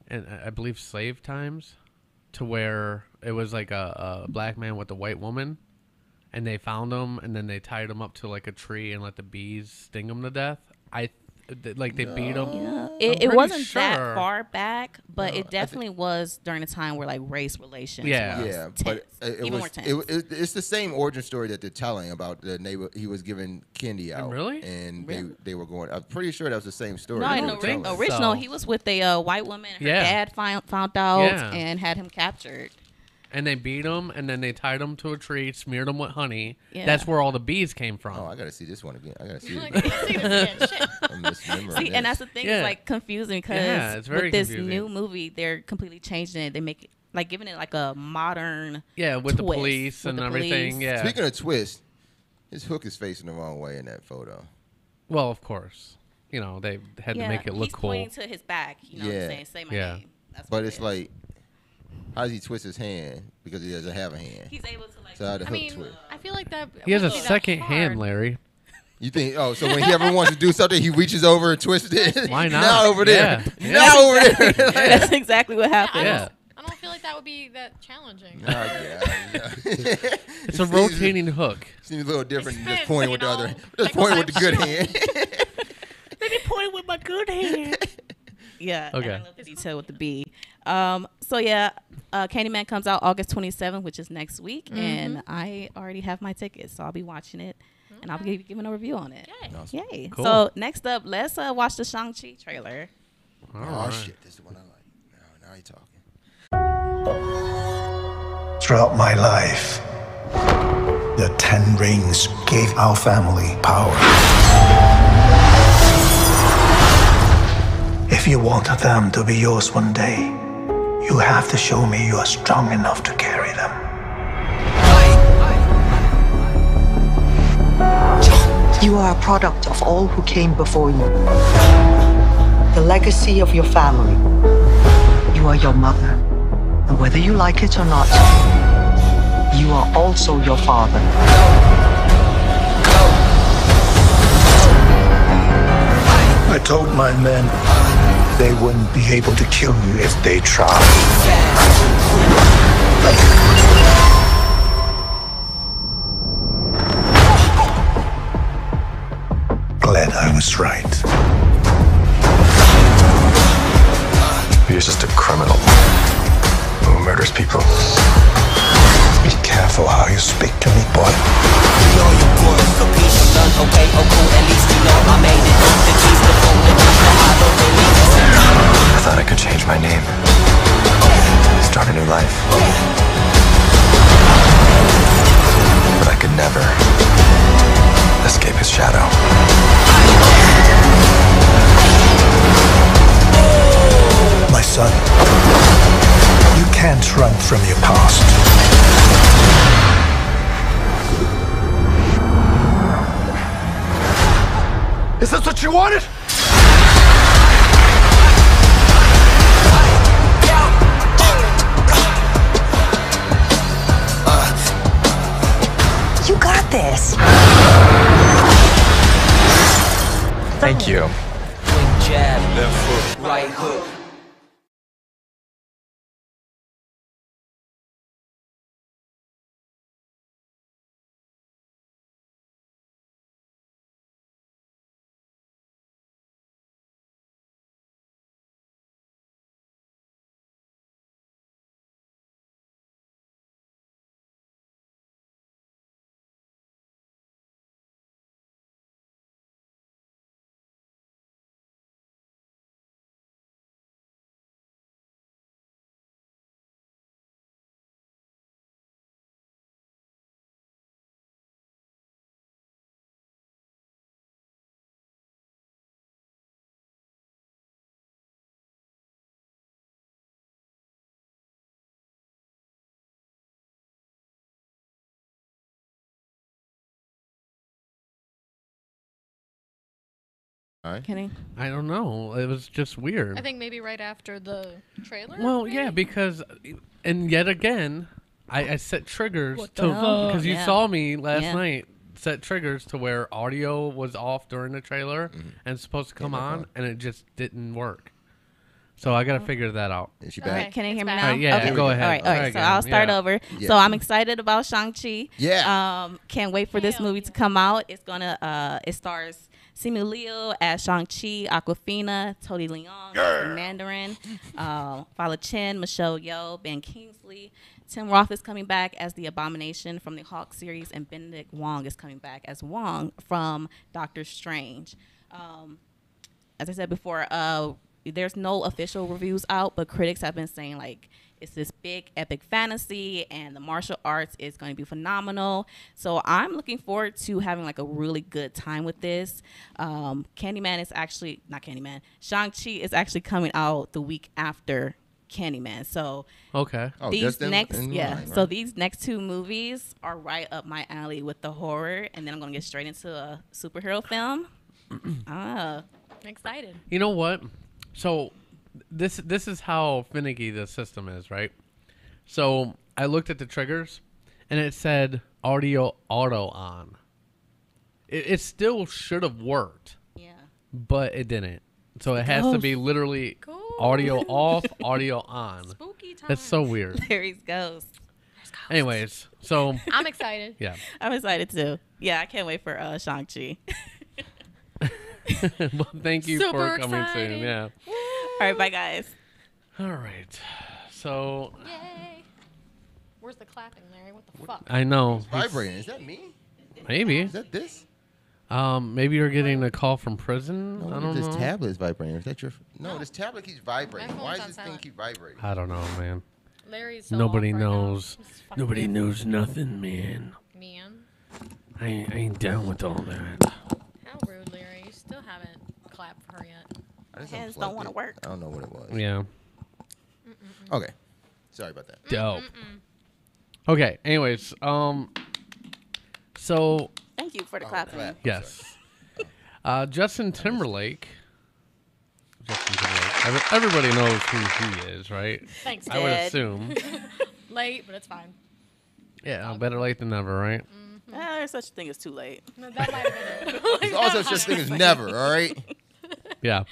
Speaker 2: and I I believe slave times, to where it was like a, a black man with a white woman, and they found him, and then they tied him up to like a tree and let the bees sting him to death. I th- like they beat him. I'm
Speaker 1: It, it
Speaker 2: pretty
Speaker 1: wasn't that
Speaker 2: sure.
Speaker 1: far back, but
Speaker 4: No, I
Speaker 1: it
Speaker 4: think-
Speaker 1: definitely was during the time where like race relations. was
Speaker 4: yeah,
Speaker 1: tense,
Speaker 4: but it, it
Speaker 1: even
Speaker 4: was
Speaker 1: more tense.
Speaker 4: it, wa- it- it's the same origin story that they're telling about the neighbor. He was giving candy out,
Speaker 2: Oh, really,
Speaker 4: and
Speaker 1: Really?
Speaker 4: they they were going. I'm pretty sure that was the same story.
Speaker 1: no,
Speaker 4: they
Speaker 1: in
Speaker 4: were
Speaker 1: the
Speaker 4: telling.
Speaker 1: ori- original, he was with a uh, white woman. Her
Speaker 2: Yeah.
Speaker 1: dad find, found out
Speaker 2: Yeah.
Speaker 1: and had him captured.
Speaker 2: and they beat him, and then they tied him to a tree, smeared him with honey.
Speaker 1: Yeah.
Speaker 2: That's where all the bees came from. Oh,
Speaker 4: I gotta see this one again. I gotta see
Speaker 1: it again. see this again. Shit.
Speaker 4: I'm misremembering
Speaker 1: See, and that's the
Speaker 4: this.
Speaker 1: thing.
Speaker 2: Yeah.
Speaker 1: It's like confusing because
Speaker 2: Yeah, it's very
Speaker 1: with this
Speaker 2: confusing.
Speaker 1: new movie, they're completely changing it. They make it like giving it like a modern
Speaker 2: Yeah, with the
Speaker 1: twist,
Speaker 2: police
Speaker 1: with
Speaker 2: and
Speaker 1: the
Speaker 2: everything.
Speaker 1: police.
Speaker 2: Yeah.
Speaker 4: Speaking of twist, his hook is facing the wrong way in that photo.
Speaker 2: Well, of course. You know, they had to
Speaker 1: Yeah,
Speaker 2: make it look
Speaker 1: he's
Speaker 2: cool.
Speaker 1: pointing to his back. You know what I'm saying? Say my
Speaker 4: yeah.
Speaker 1: name. That's
Speaker 4: but
Speaker 1: what
Speaker 4: it's
Speaker 1: it is.
Speaker 4: like, how does he twist his hand because he doesn't have a hand?
Speaker 1: He's able to like. uh,
Speaker 4: So how the
Speaker 22: I
Speaker 4: hook
Speaker 22: mean,
Speaker 4: twist.
Speaker 22: I feel like that.
Speaker 2: He has a
Speaker 22: wouldn't be that
Speaker 2: second hand,
Speaker 22: hard.
Speaker 2: Larry.
Speaker 4: You think? Oh, so when he ever wants to do something, he reaches over and twists it.
Speaker 2: Why not?
Speaker 4: Now over there.
Speaker 2: Yeah.
Speaker 4: Now
Speaker 2: Yeah.
Speaker 4: over there.
Speaker 1: That's exactly what happened.
Speaker 2: Yeah.
Speaker 22: I don't feel like that would be that challenging.
Speaker 4: Oh, yeah, yeah.
Speaker 2: It's a rotating hook.
Speaker 4: Seems a little different than just
Speaker 22: Expense,
Speaker 4: pointing
Speaker 22: you
Speaker 4: with the other,
Speaker 22: know, like
Speaker 4: just pointing with
Speaker 22: I'm
Speaker 4: the good
Speaker 22: sure.
Speaker 4: hand.
Speaker 22: Let me point with my good hand.
Speaker 1: Yeah. and
Speaker 2: Okay.
Speaker 1: I love the detail with the B. Um, so yeah, uh, Candyman comes out August 27th, which is next week,
Speaker 2: Mm-hmm.
Speaker 1: and I already have my ticket, so I'll be watching it, and I'll be giving a review on it. Yay!
Speaker 4: Awesome.
Speaker 2: Cool.
Speaker 1: So next up, let's uh, watch the Shang Chi trailer.
Speaker 4: Oh
Speaker 1: Alright.
Speaker 4: shit! This is the one I like. Now, now you talking.
Speaker 19: Throughout my life, the Ten Rings gave our family power. If you want them to be yours one day, you have to show me you are strong enough to carry them.
Speaker 23: You are a product of all who came before you. The legacy of your family. You are your mother. And whether you like it or not, you are also your father.
Speaker 19: I told my men they wouldn't be able to kill you if they tried. Glad I was right.
Speaker 20: You're just a criminal who murders people.
Speaker 19: Be careful how you speak to me, boy.
Speaker 20: I thought I could change my name, start a new life. But I could never escape his shadow.
Speaker 19: My son, you can't run from your past.
Speaker 20: Is this what you wanted?
Speaker 17: this.
Speaker 5: Thank you.
Speaker 8: Jab, left hook, right hook.
Speaker 1: Kenny?
Speaker 2: I don't know. It was just weird.
Speaker 22: I think maybe right after the trailer.
Speaker 2: Well, yeah, because and yet again, I, I set triggers
Speaker 22: What
Speaker 2: to
Speaker 22: the
Speaker 1: Oh,
Speaker 22: fuck?
Speaker 2: because you
Speaker 22: Yeah.
Speaker 2: saw me last
Speaker 22: Yeah.
Speaker 2: night set triggers to where audio was off during the trailer
Speaker 4: Mm-hmm.
Speaker 2: and supposed to come
Speaker 22: no
Speaker 2: on and it just didn't work. So I got to figure that out.
Speaker 4: Is she
Speaker 1: Okay, Oh. can I hear me
Speaker 2: All
Speaker 1: now?
Speaker 2: right, yeah,
Speaker 1: Okay.
Speaker 2: go ahead.
Speaker 1: All right, all right. so I'll start over. So I'm excited about Shang Chi.
Speaker 2: Yeah.
Speaker 1: Um, can't wait for this movie to come out. It's gonna. Uh, it stars Simu Liu as Shang Chi, Aquafina, Tony Leon, as the Mandarin, uh, Fala Chen, Michelle Yeoh, Ben Kingsley. Tim Roth is coming back as the Abomination from the Hawk series, and Benedict Wong is coming back as Wong from Doctor Strange. Um, as I said before, uh, there's no official reviews out, but critics have been saying like it's this big epic fantasy, and the martial arts is going to be phenomenal. So I'm looking forward to having like a really good time with this. Um, Candyman is actually not Candyman. Shang Chi is actually coming out the week after Candyman. So
Speaker 2: Okay. Oh,
Speaker 1: these
Speaker 2: just in-
Speaker 1: next
Speaker 2: in
Speaker 1: yeah.
Speaker 2: line,
Speaker 1: So
Speaker 2: right.
Speaker 1: these next two movies are right up my alley with the horror, and then I'm gonna get straight into a superhero film. ah.
Speaker 22: I'm excited.
Speaker 2: You know what? So this this is how finicky the system is, right? So I looked at the triggers, and it said audio auto on. It, it still should have worked.
Speaker 1: Yeah.
Speaker 2: But it didn't. So it has to be
Speaker 1: Ghost.
Speaker 2: literally audio off, audio on.
Speaker 1: Spooky
Speaker 2: That's so weird.
Speaker 1: Larry's ghost.
Speaker 2: Anyways, so
Speaker 22: I'm excited.
Speaker 2: Yeah.
Speaker 1: I'm excited too. Yeah, I can't wait for uh, Shang Chi.
Speaker 2: well, thank you
Speaker 1: Super
Speaker 2: for coming
Speaker 1: excited.
Speaker 2: soon. Yeah.
Speaker 1: All right, bye guys.
Speaker 2: All right. So
Speaker 22: Yay! Where's the clapping, Larry? What the fuck?
Speaker 2: I know
Speaker 4: It's vibrating. Is that me?
Speaker 2: Maybe.
Speaker 4: Is that this?
Speaker 2: Um, maybe you're getting a call from prison.
Speaker 4: No,
Speaker 2: I don't
Speaker 4: this
Speaker 2: know.
Speaker 4: tablet is vibrating. Is that your? No, this tablet keeps vibrating. Why does this thing keep vibrating?
Speaker 2: I don't know, man.
Speaker 22: Larry's so
Speaker 2: Nobody
Speaker 22: off right now.
Speaker 2: knows.
Speaker 22: He's fucking-
Speaker 5: Nobody knows nothing, man.
Speaker 22: Man,
Speaker 5: I ain't, I ain't down with all that.
Speaker 22: how rude, Larry. You still haven't clapped for her yet.
Speaker 4: I just Hands don't unplugged wanna it. work. I don't know what it was.
Speaker 2: Yeah.
Speaker 4: Okay. Sorry about that.
Speaker 2: Dope. Okay. Anyways, um, so
Speaker 1: Thank you for
Speaker 4: Oh,
Speaker 1: the clapping.
Speaker 2: yes, uh, Justin Timberlake. Justin Timberlake. Every- Everybody knows who he is, right?
Speaker 22: Thanks,
Speaker 2: I would
Speaker 22: Dad.
Speaker 2: assume.
Speaker 22: Late, but it's fine. Mm-hmm.
Speaker 2: Yeah, better late than never, right?
Speaker 1: Ah, there's such a thing as too late.
Speaker 22: that might have been it.
Speaker 4: There's also such thing as never. All right.
Speaker 2: Yeah.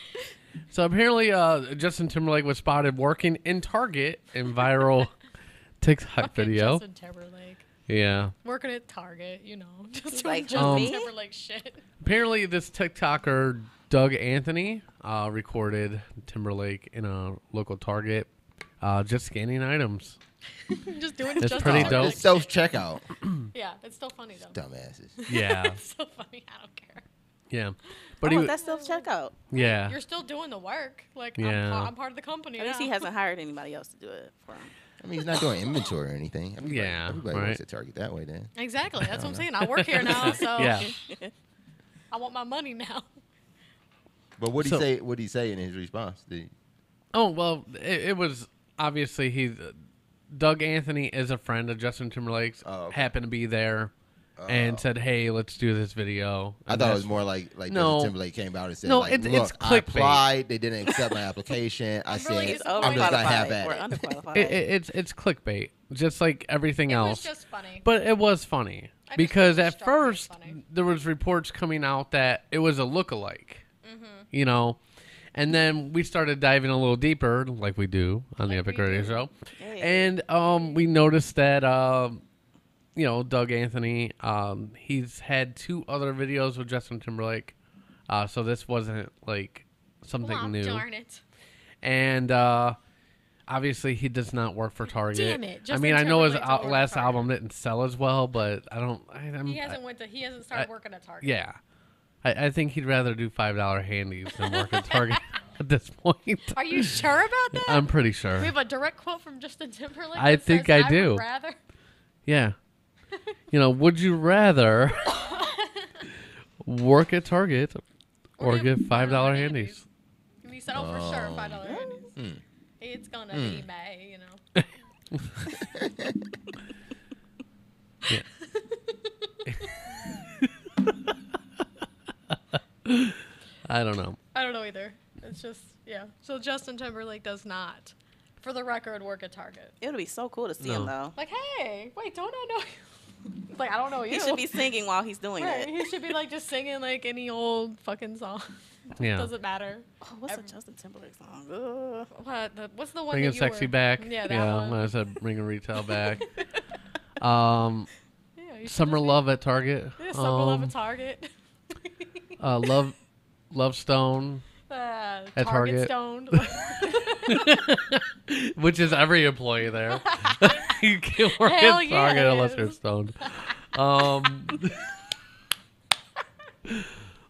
Speaker 2: So apparently, uh, Justin Timberlake was spotted working in Target in viral TikTok video.
Speaker 22: Justin Timberlake.
Speaker 2: Yeah.
Speaker 22: Working at Target, you know, just
Speaker 1: like,
Speaker 22: like Justin
Speaker 2: me?
Speaker 22: Timberlake shit.
Speaker 2: Apparently, this TikToker Doug Anthony uh, recorded Timberlake in a local Target, uh, just scanning items.
Speaker 22: just doing
Speaker 2: It's
Speaker 22: Justin
Speaker 2: pretty
Speaker 22: Timberlake
Speaker 2: dope.
Speaker 22: shit.
Speaker 4: Self checkout.
Speaker 22: Yeah, it's still funny though.
Speaker 4: Dumbasses.
Speaker 2: Yeah.
Speaker 22: it's so funny. I don't care.
Speaker 2: Yeah,
Speaker 1: But
Speaker 22: Oh,
Speaker 2: but he wa-
Speaker 1: that's self checkout.
Speaker 2: Yeah.
Speaker 22: You're still doing the work. Like I'm,
Speaker 2: Yeah.
Speaker 22: pa- I'm part of the company.
Speaker 1: At least
Speaker 22: now.
Speaker 1: he hasn't hired anybody else to do it for him.
Speaker 4: I mean, he's not doing inventory or anything. Everybody,
Speaker 2: Yeah,
Speaker 4: Everybody
Speaker 2: right.
Speaker 4: works at Target that way, then.
Speaker 22: Exactly. That's what I'm
Speaker 4: don't
Speaker 22: saying.
Speaker 4: know.
Speaker 22: I work here now, so
Speaker 4: Yeah.
Speaker 22: I want my money now.
Speaker 4: But what did he
Speaker 2: So-
Speaker 4: say? What did he say in his response? Did he,
Speaker 2: Oh well, it, it was
Speaker 4: Oh,
Speaker 2: obviously he, Doug Anthony is a friend of Justin Timberlake's. Happened to be there, and said, "Hey, let's do this video."
Speaker 4: I
Speaker 2: And
Speaker 4: thought it
Speaker 2: that's-
Speaker 4: was more like like
Speaker 2: no.
Speaker 4: Justin Timberlake came out and said,
Speaker 2: "No,
Speaker 4: like,
Speaker 2: it-
Speaker 4: look,
Speaker 2: it's
Speaker 4: I
Speaker 2: clickbait."
Speaker 4: applied. They didn't accept my application. I said,
Speaker 2: It's
Speaker 4: I'm just gonna have
Speaker 2: overqualified.
Speaker 4: at
Speaker 2: We're
Speaker 4: it.
Speaker 2: underqualified. It- it- it's it's clickbait, just like everything else.
Speaker 3: just funny.
Speaker 2: but it was funny because at first there was reports coming out that it was a lookalike, you know, and then we started diving a little deeper, like we do on the Epic Radio Show, and um, we noticed that um, you know Doug Anthony, um, he's had two other videos with Justin Timberlake, uh, so this wasn't like something
Speaker 3: Well,
Speaker 2: new
Speaker 3: darn it.
Speaker 2: and uh, obviously he does not work for Target.
Speaker 3: Damn it,
Speaker 2: I
Speaker 3: Justin
Speaker 2: mean, I know his
Speaker 3: Timberlake
Speaker 2: al-
Speaker 3: don't work
Speaker 2: last
Speaker 3: for
Speaker 2: album didn't sell as well, but I don't. I, I'm,
Speaker 3: He hasn't
Speaker 2: I-
Speaker 3: went to- he hasn't started
Speaker 2: Mm, I-
Speaker 3: working at Target.
Speaker 2: Yeah, I, I think he'd rather do five dollar handies than work at Target at this point.
Speaker 3: Are you sure about that?
Speaker 2: I'm pretty sure.
Speaker 3: We have a direct quote from Justin Timberlake.
Speaker 2: I
Speaker 3: that
Speaker 2: think
Speaker 3: says,
Speaker 2: I
Speaker 3: would
Speaker 2: do.
Speaker 3: rather.
Speaker 2: Yeah. you know, would you rather work at Target or get five dollar handies?
Speaker 3: We settle for sure five dollar handies.
Speaker 2: Hmm.
Speaker 3: It's gonna be May, you know.
Speaker 2: Yeah. I don't know.
Speaker 3: I don't know either. It's just yeah. So Justin Timberlake does not, for the record, work at Target.
Speaker 1: It would be so cool to see
Speaker 2: No.
Speaker 1: him though.
Speaker 3: Like, hey, wait, don't I know you? like, I don't
Speaker 22: Oh,
Speaker 3: know you.
Speaker 1: He should be singing while he's doing
Speaker 3: Right,
Speaker 1: it.
Speaker 3: He should be like just singing like any old fucking song.
Speaker 2: Yeah.
Speaker 3: Doesn't matter.
Speaker 1: Oh, what's a Justin Timberlake song? Ugh.
Speaker 3: What? The, what's the one?
Speaker 2: Bringing
Speaker 3: that you
Speaker 2: sexy
Speaker 3: were-
Speaker 2: back.
Speaker 3: Yeah, that
Speaker 2: yeah,
Speaker 3: one.
Speaker 2: when I said bringing retail back. um,
Speaker 3: Yeah, you should
Speaker 2: summer love at Target.
Speaker 3: Yeah, Summer Love
Speaker 2: Um,
Speaker 3: at Target.
Speaker 2: uh, love, love stone.
Speaker 3: Uh,
Speaker 2: at Target,
Speaker 3: Target stoned.
Speaker 2: which is every employee there. you can't work
Speaker 3: Hell
Speaker 2: at Target
Speaker 3: yeah, it
Speaker 2: unless you're
Speaker 3: is.
Speaker 2: stoned. Um,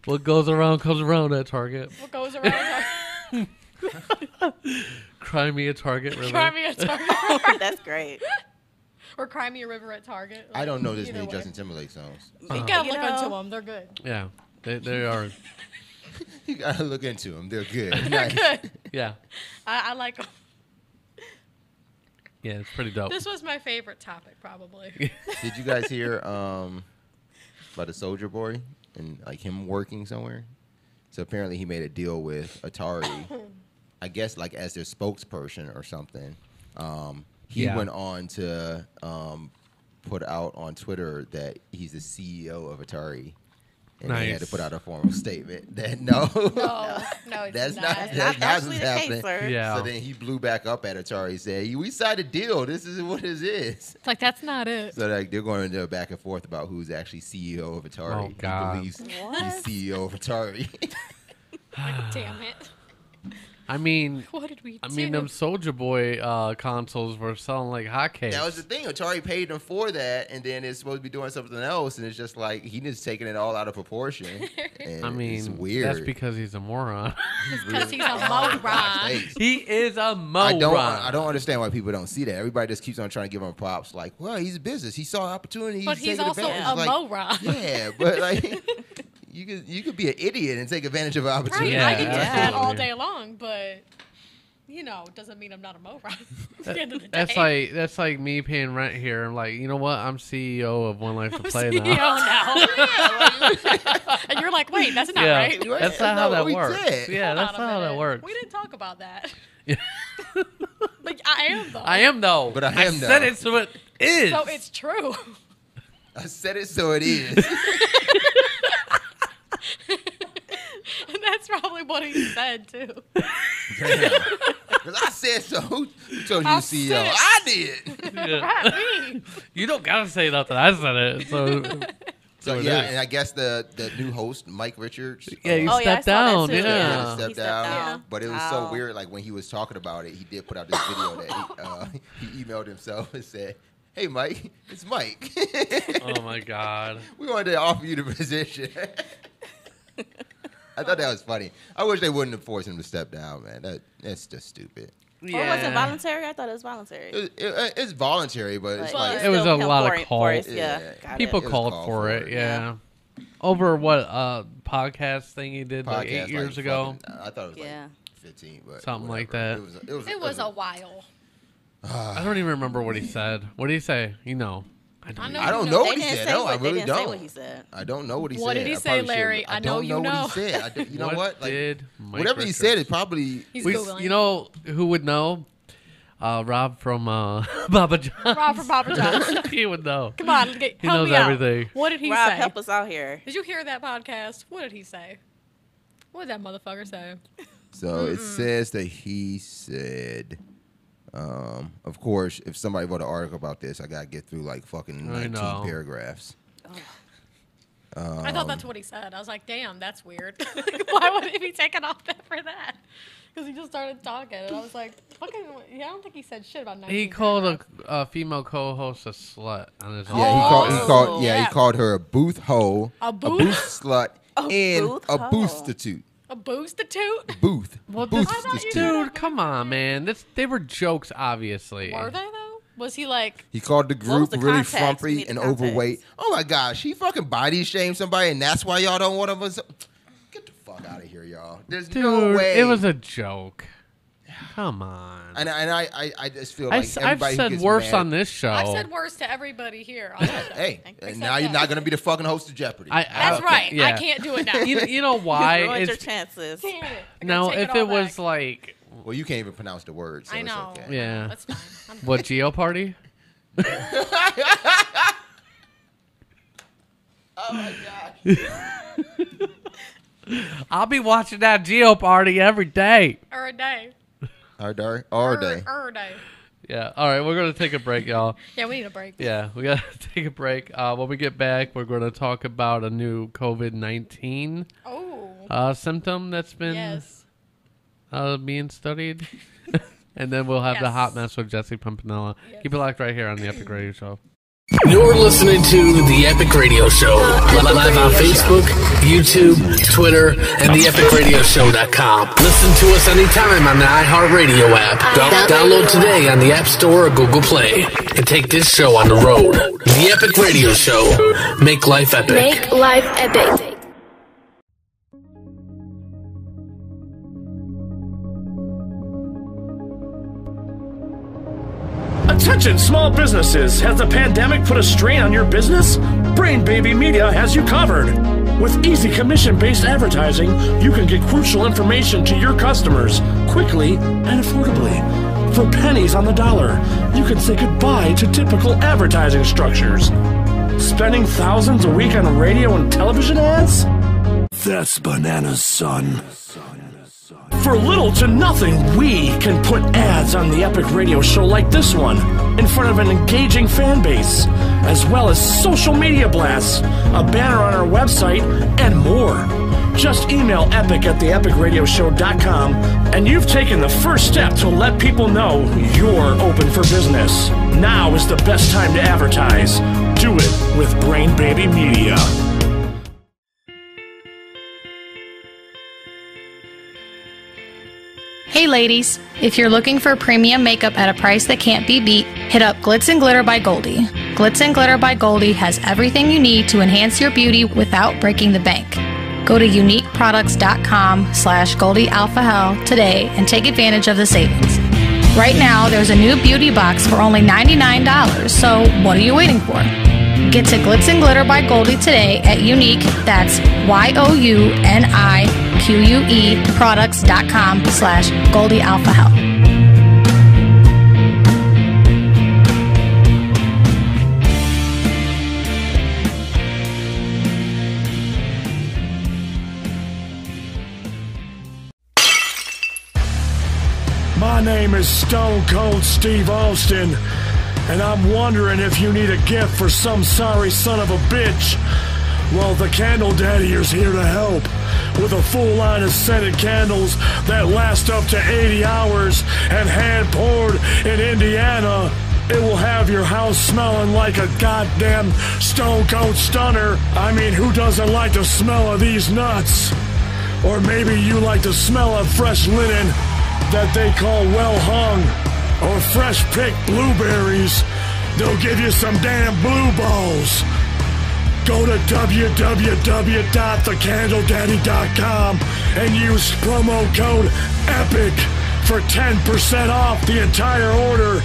Speaker 2: what goes around comes around at Target.
Speaker 3: What goes around?
Speaker 2: Cry me a Target. River.
Speaker 3: Cry me a Target.
Speaker 1: That's great.
Speaker 3: or Cry Me a River at Target.
Speaker 4: I don't know this
Speaker 3: Either
Speaker 4: many
Speaker 3: way.
Speaker 4: Justin Timberlake songs.
Speaker 3: You
Speaker 2: Uh-huh.
Speaker 3: gotta
Speaker 1: You
Speaker 3: look
Speaker 1: know.
Speaker 3: into them. They're good.
Speaker 2: Yeah, they, they are.
Speaker 4: You gotta look into them. They're good.
Speaker 3: They're
Speaker 4: Nice.
Speaker 3: good.
Speaker 2: Yeah,
Speaker 3: I, I like 'em.
Speaker 2: yeah, it's pretty dope.
Speaker 3: This was my favorite topic, probably.
Speaker 4: Did you guys hear um, about a soldier boy and like him working somewhere? So apparently he made a deal with Atari, I guess like as their spokesperson or something. Um, he
Speaker 2: Yeah.
Speaker 4: went on to um, put out on Twitter that he's the CEO of Atari. And he had to
Speaker 2: Nice.
Speaker 4: put out a formal statement that no,
Speaker 3: No, no, it's
Speaker 4: that's
Speaker 3: not.
Speaker 4: not, that's
Speaker 3: That's not
Speaker 4: not
Speaker 3: actually
Speaker 4: what's
Speaker 3: the case,
Speaker 4: happening.
Speaker 3: sir.
Speaker 2: Yeah.
Speaker 4: So then he blew back up at Atari, saying, "We signed a deal. This is what it is."
Speaker 3: It's like that's not it.
Speaker 4: So like they're going into a back and forth about who's actually CEO of Atari.
Speaker 2: Oh, God.
Speaker 4: He believes
Speaker 3: What?
Speaker 4: he's CEO of Atari.
Speaker 3: Like, damn
Speaker 2: Oh,
Speaker 3: it.
Speaker 2: I mean,
Speaker 3: What did we
Speaker 2: I mean,
Speaker 3: do?
Speaker 2: them Soldier Boy uh, consoles were selling like hotcakes.
Speaker 4: that was the thing. Atari paid him for that, and then it's supposed to be doing something else, and it's just like he just taking it all out of proportion. And
Speaker 2: I mean,
Speaker 4: it's weird.
Speaker 2: That's because he's a moron.
Speaker 3: Because he's
Speaker 4: Oh,
Speaker 3: a moron.
Speaker 2: he is a moron.
Speaker 4: I don't. I don't understand why people don't see that. Everybody just keeps on trying to give him props. Like, well, he's a business. He saw opportunity.
Speaker 3: But he's
Speaker 4: taking
Speaker 3: also
Speaker 4: advantage.
Speaker 3: a
Speaker 4: Like,
Speaker 3: moron.
Speaker 4: Yeah, but like, you could you could be an idiot and take advantage of an
Speaker 3: Right,
Speaker 4: opportunity.
Speaker 3: I can do that all day long, but you know, doesn't mean I'm not a moron. At the end of the
Speaker 2: That's
Speaker 3: day.
Speaker 2: like that's like me paying rent here. I'm like, you know what? I'm CEO of One Life to Play
Speaker 3: CEO
Speaker 2: now.
Speaker 3: now. and you're like, wait, that's not
Speaker 2: Yeah,
Speaker 3: right.
Speaker 2: That's not how that works. Yeah,
Speaker 3: Hold
Speaker 2: that's
Speaker 3: on
Speaker 2: not
Speaker 3: a
Speaker 2: how that
Speaker 3: minute.
Speaker 2: works.
Speaker 3: We didn't talk about that. like I am though.
Speaker 2: I am though.
Speaker 4: But I am,
Speaker 2: said
Speaker 4: though.
Speaker 2: it so it is.
Speaker 3: So it's true.
Speaker 4: I said it, so it is.
Speaker 3: and that's probably what he said too.
Speaker 4: Because I said so. Who told you uh,
Speaker 3: I
Speaker 4: CEO?
Speaker 3: said it.
Speaker 4: I did.
Speaker 3: Right, me.
Speaker 2: you don't gotta say nothing. I said it. So,
Speaker 4: So
Speaker 2: it
Speaker 4: yeah,
Speaker 2: is.
Speaker 4: and I guess the the new host Mike Richards.
Speaker 2: Yeah, he Oh, yeah, stepped I saw that down, too. yeah.
Speaker 4: he
Speaker 2: He
Speaker 4: stepped
Speaker 2: stepped
Speaker 4: down.
Speaker 2: down.
Speaker 4: But it was
Speaker 2: Wow.
Speaker 4: so weird. Like when he was talking about it, he did put out this video that he, uh, he emailed himself and said, "Hey Mike, it's Mike.
Speaker 2: oh my god.
Speaker 4: we wanted to offer you the position." I thought that was funny. I wish they wouldn't have forced him to step down, man. That that's just stupid.
Speaker 1: Or was it voluntary? I thought it was voluntary.
Speaker 4: It, it- it's voluntary, but it's
Speaker 1: But
Speaker 4: like
Speaker 2: it was a
Speaker 1: still
Speaker 2: lot
Speaker 1: for
Speaker 2: of
Speaker 1: it-
Speaker 2: call.
Speaker 1: for us, yeah. Yeah. Got
Speaker 2: People
Speaker 4: it. It was
Speaker 2: called,
Speaker 4: called
Speaker 2: for it. Yeah. Over what uh podcast thing he did like
Speaker 4: Podcast,
Speaker 2: eight
Speaker 4: like,
Speaker 2: years ago,
Speaker 4: fucking- I thought it was
Speaker 3: Yeah.
Speaker 4: like 15, but
Speaker 2: something like that.
Speaker 4: whatever. It was, it was,
Speaker 3: It was a while.
Speaker 2: I don't even remember what he said. What did he say? You know, I
Speaker 4: don't,
Speaker 22: know
Speaker 4: I
Speaker 22: you
Speaker 4: don't
Speaker 22: know.
Speaker 4: know
Speaker 22: They
Speaker 4: what he
Speaker 22: didn't
Speaker 4: said.
Speaker 22: say
Speaker 4: No,
Speaker 22: what-
Speaker 4: I
Speaker 22: they
Speaker 4: really
Speaker 22: didn't
Speaker 4: don't.
Speaker 22: say what he said.
Speaker 4: I don't know what he said.
Speaker 22: What did he
Speaker 4: I
Speaker 22: say,
Speaker 4: probably should-
Speaker 22: Larry? I
Speaker 4: I
Speaker 22: know
Speaker 4: don't
Speaker 22: you
Speaker 4: know, what he
Speaker 22: know.
Speaker 4: said. I don't- you know
Speaker 2: What
Speaker 4: what? Like,
Speaker 2: did Mike
Speaker 4: whatever he
Speaker 2: Richards-
Speaker 4: said, it probably.
Speaker 22: He's
Speaker 2: We-
Speaker 22: Googling.
Speaker 2: you know who would know? Uh, Rob from uh, Baba John.
Speaker 22: Rob from Papa John's.
Speaker 2: he would know.
Speaker 22: Come on, get,
Speaker 2: He
Speaker 22: help
Speaker 2: knows
Speaker 22: me out.
Speaker 2: everything.
Speaker 22: What did he
Speaker 12: Rob,
Speaker 22: say?
Speaker 12: help us out here.
Speaker 22: Did you hear that podcast? What did he say? What did that motherfucker say?
Speaker 4: So it
Speaker 22: Mm-hmm.
Speaker 4: says that he said. Um, of course, if somebody wrote an article about this, I gotta get through like fucking
Speaker 2: I
Speaker 4: nineteen
Speaker 2: know.
Speaker 4: paragraphs.
Speaker 22: I thought
Speaker 4: Um,
Speaker 22: that's what he said. I was like, damn, that's weird. Why would he be taking off that for that? Because he just started talking, and I was like, fucking, yeah, I don't think he said shit about 19.
Speaker 2: He called a, a female co-host a slut on his.
Speaker 4: Um, Yeah, he called. He called. Yeah, he called her a booth hoe,
Speaker 22: Oh. A booth-
Speaker 4: slut,
Speaker 22: A
Speaker 4: and
Speaker 22: booth
Speaker 4: a
Speaker 22: hoe.
Speaker 4: boostitute.
Speaker 22: A boostitute?
Speaker 4: Booth.
Speaker 2: Well,
Speaker 4: booth.
Speaker 2: this-
Speaker 22: Oh,
Speaker 2: dude, come on, man. This they were jokes, obviously.
Speaker 22: Were they, though? Was he like,
Speaker 4: He called the
Speaker 22: was
Speaker 4: group
Speaker 22: the
Speaker 4: really
Speaker 22: context? We
Speaker 4: frumpy
Speaker 22: need the
Speaker 4: and overweight. Oh my gosh, he fucking body shamed somebody, and that's why y'all don't want him. Get the fuck out of here, y'all. There's
Speaker 2: Dude,
Speaker 4: no way.
Speaker 2: it was a joke. Come on.
Speaker 4: And, and I, I, I just feel
Speaker 2: I
Speaker 4: like
Speaker 2: s- I've
Speaker 4: everybody who
Speaker 2: said
Speaker 4: gets
Speaker 2: worse
Speaker 4: mad-
Speaker 2: on this show.
Speaker 22: I've said worse to everybody here. On the show.
Speaker 4: Hey, and now you're not gonna be the fucking host of Jeopardy.
Speaker 2: I- I-
Speaker 22: That's right. I can't do it now.
Speaker 2: You, you know why?
Speaker 22: ruined your
Speaker 2: It's-
Speaker 22: chances. Damn it. I gotta
Speaker 2: Now,
Speaker 22: take it
Speaker 2: if
Speaker 22: all
Speaker 2: it was like,
Speaker 4: well, you can't even pronounce the words.
Speaker 22: I know.
Speaker 2: yeah,
Speaker 22: That's fine. I'm-
Speaker 2: what Geo Party?
Speaker 4: Oh my gosh.
Speaker 2: I'll be watching that Geo Party every day.
Speaker 22: Or a day.
Speaker 4: Our day. Our day.
Speaker 22: Or a day.
Speaker 2: Yeah. All right, we're gonna take a break, y'all.
Speaker 22: Yeah, we need a break.
Speaker 2: Yeah, we gotta take a break. Uh, when we get back, we're gonna talk about a new COVID nineteen
Speaker 22: Oh.
Speaker 2: uh, symptom that's been
Speaker 22: Yes.
Speaker 2: uh, being studied, and then we'll have the hot mess with Jesse Pumpanella. Keep it locked right here on the Epic Radio Show.
Speaker 7: You're listening to The Epic Radio Show, li- live on Facebook, YouTube, Twitter, and TheEpicRadioShow.com. Listen to us anytime on the iHeartRadio app. Dow- download today on the App Store or Google Play and take this show on the road. The Epic Radio Show. Make life epic.
Speaker 6: Make life epic.
Speaker 9: Attention, small businesses. Has the pandemic put a strain on your business? Brain Baby Media has you covered. With easy commission based advertising, you can get crucial information to your customers quickly and affordably. For pennies on the dollar, you can say goodbye to typical advertising structures. Spending thousands a week on radio and television ads?
Speaker 11: That's bananas, son.
Speaker 9: For little to nothing, we can put ads on the epic radio show like this one in front of an engaging fan base, as well as social media blasts, a banner on our website, and more. Just email epic at theepicradioshow.com, and you've taken the first step to let people know you're open for business. Now is the best time to advertise. Do it with Brain Baby Media.
Speaker 13: Hey ladies, if you're looking for premium makeup at a price that can't be beat, hit up Glitz and Glitter by Goldie. Glitz and Glitter by Goldie has everything you need to enhance your beauty without breaking the bank. Go to uniqueproducts.com slash Goldie Alpha Hell today and take advantage of the savings. Right now, there's a new beauty box for only $99, so what are you waiting for? Get to Glitz and Glitter by Goldie today at Unique, that's Y-O-U-N-I-Q-U-E products.com slash Goldie Alpha Help.
Speaker 9: My name is Stone Cold Steve Austin, and I'm wondering if you need a gift for some sorry son of a bitch. Well, the Candle Daddy is here to help with a full line of scented candles that last up to 80 hours and hand poured in Indiana. It will have your house smelling like a goddamn Stone Cold Stunner. I mean, who doesn't like the smell of these nuts? Or maybe you like the smell of fresh linen that they call well hung or fresh picked blueberries, they'll give you some damn blue balls. Go to www.thecandledaddy.com and use promo code EPIC for 10% off the entire order.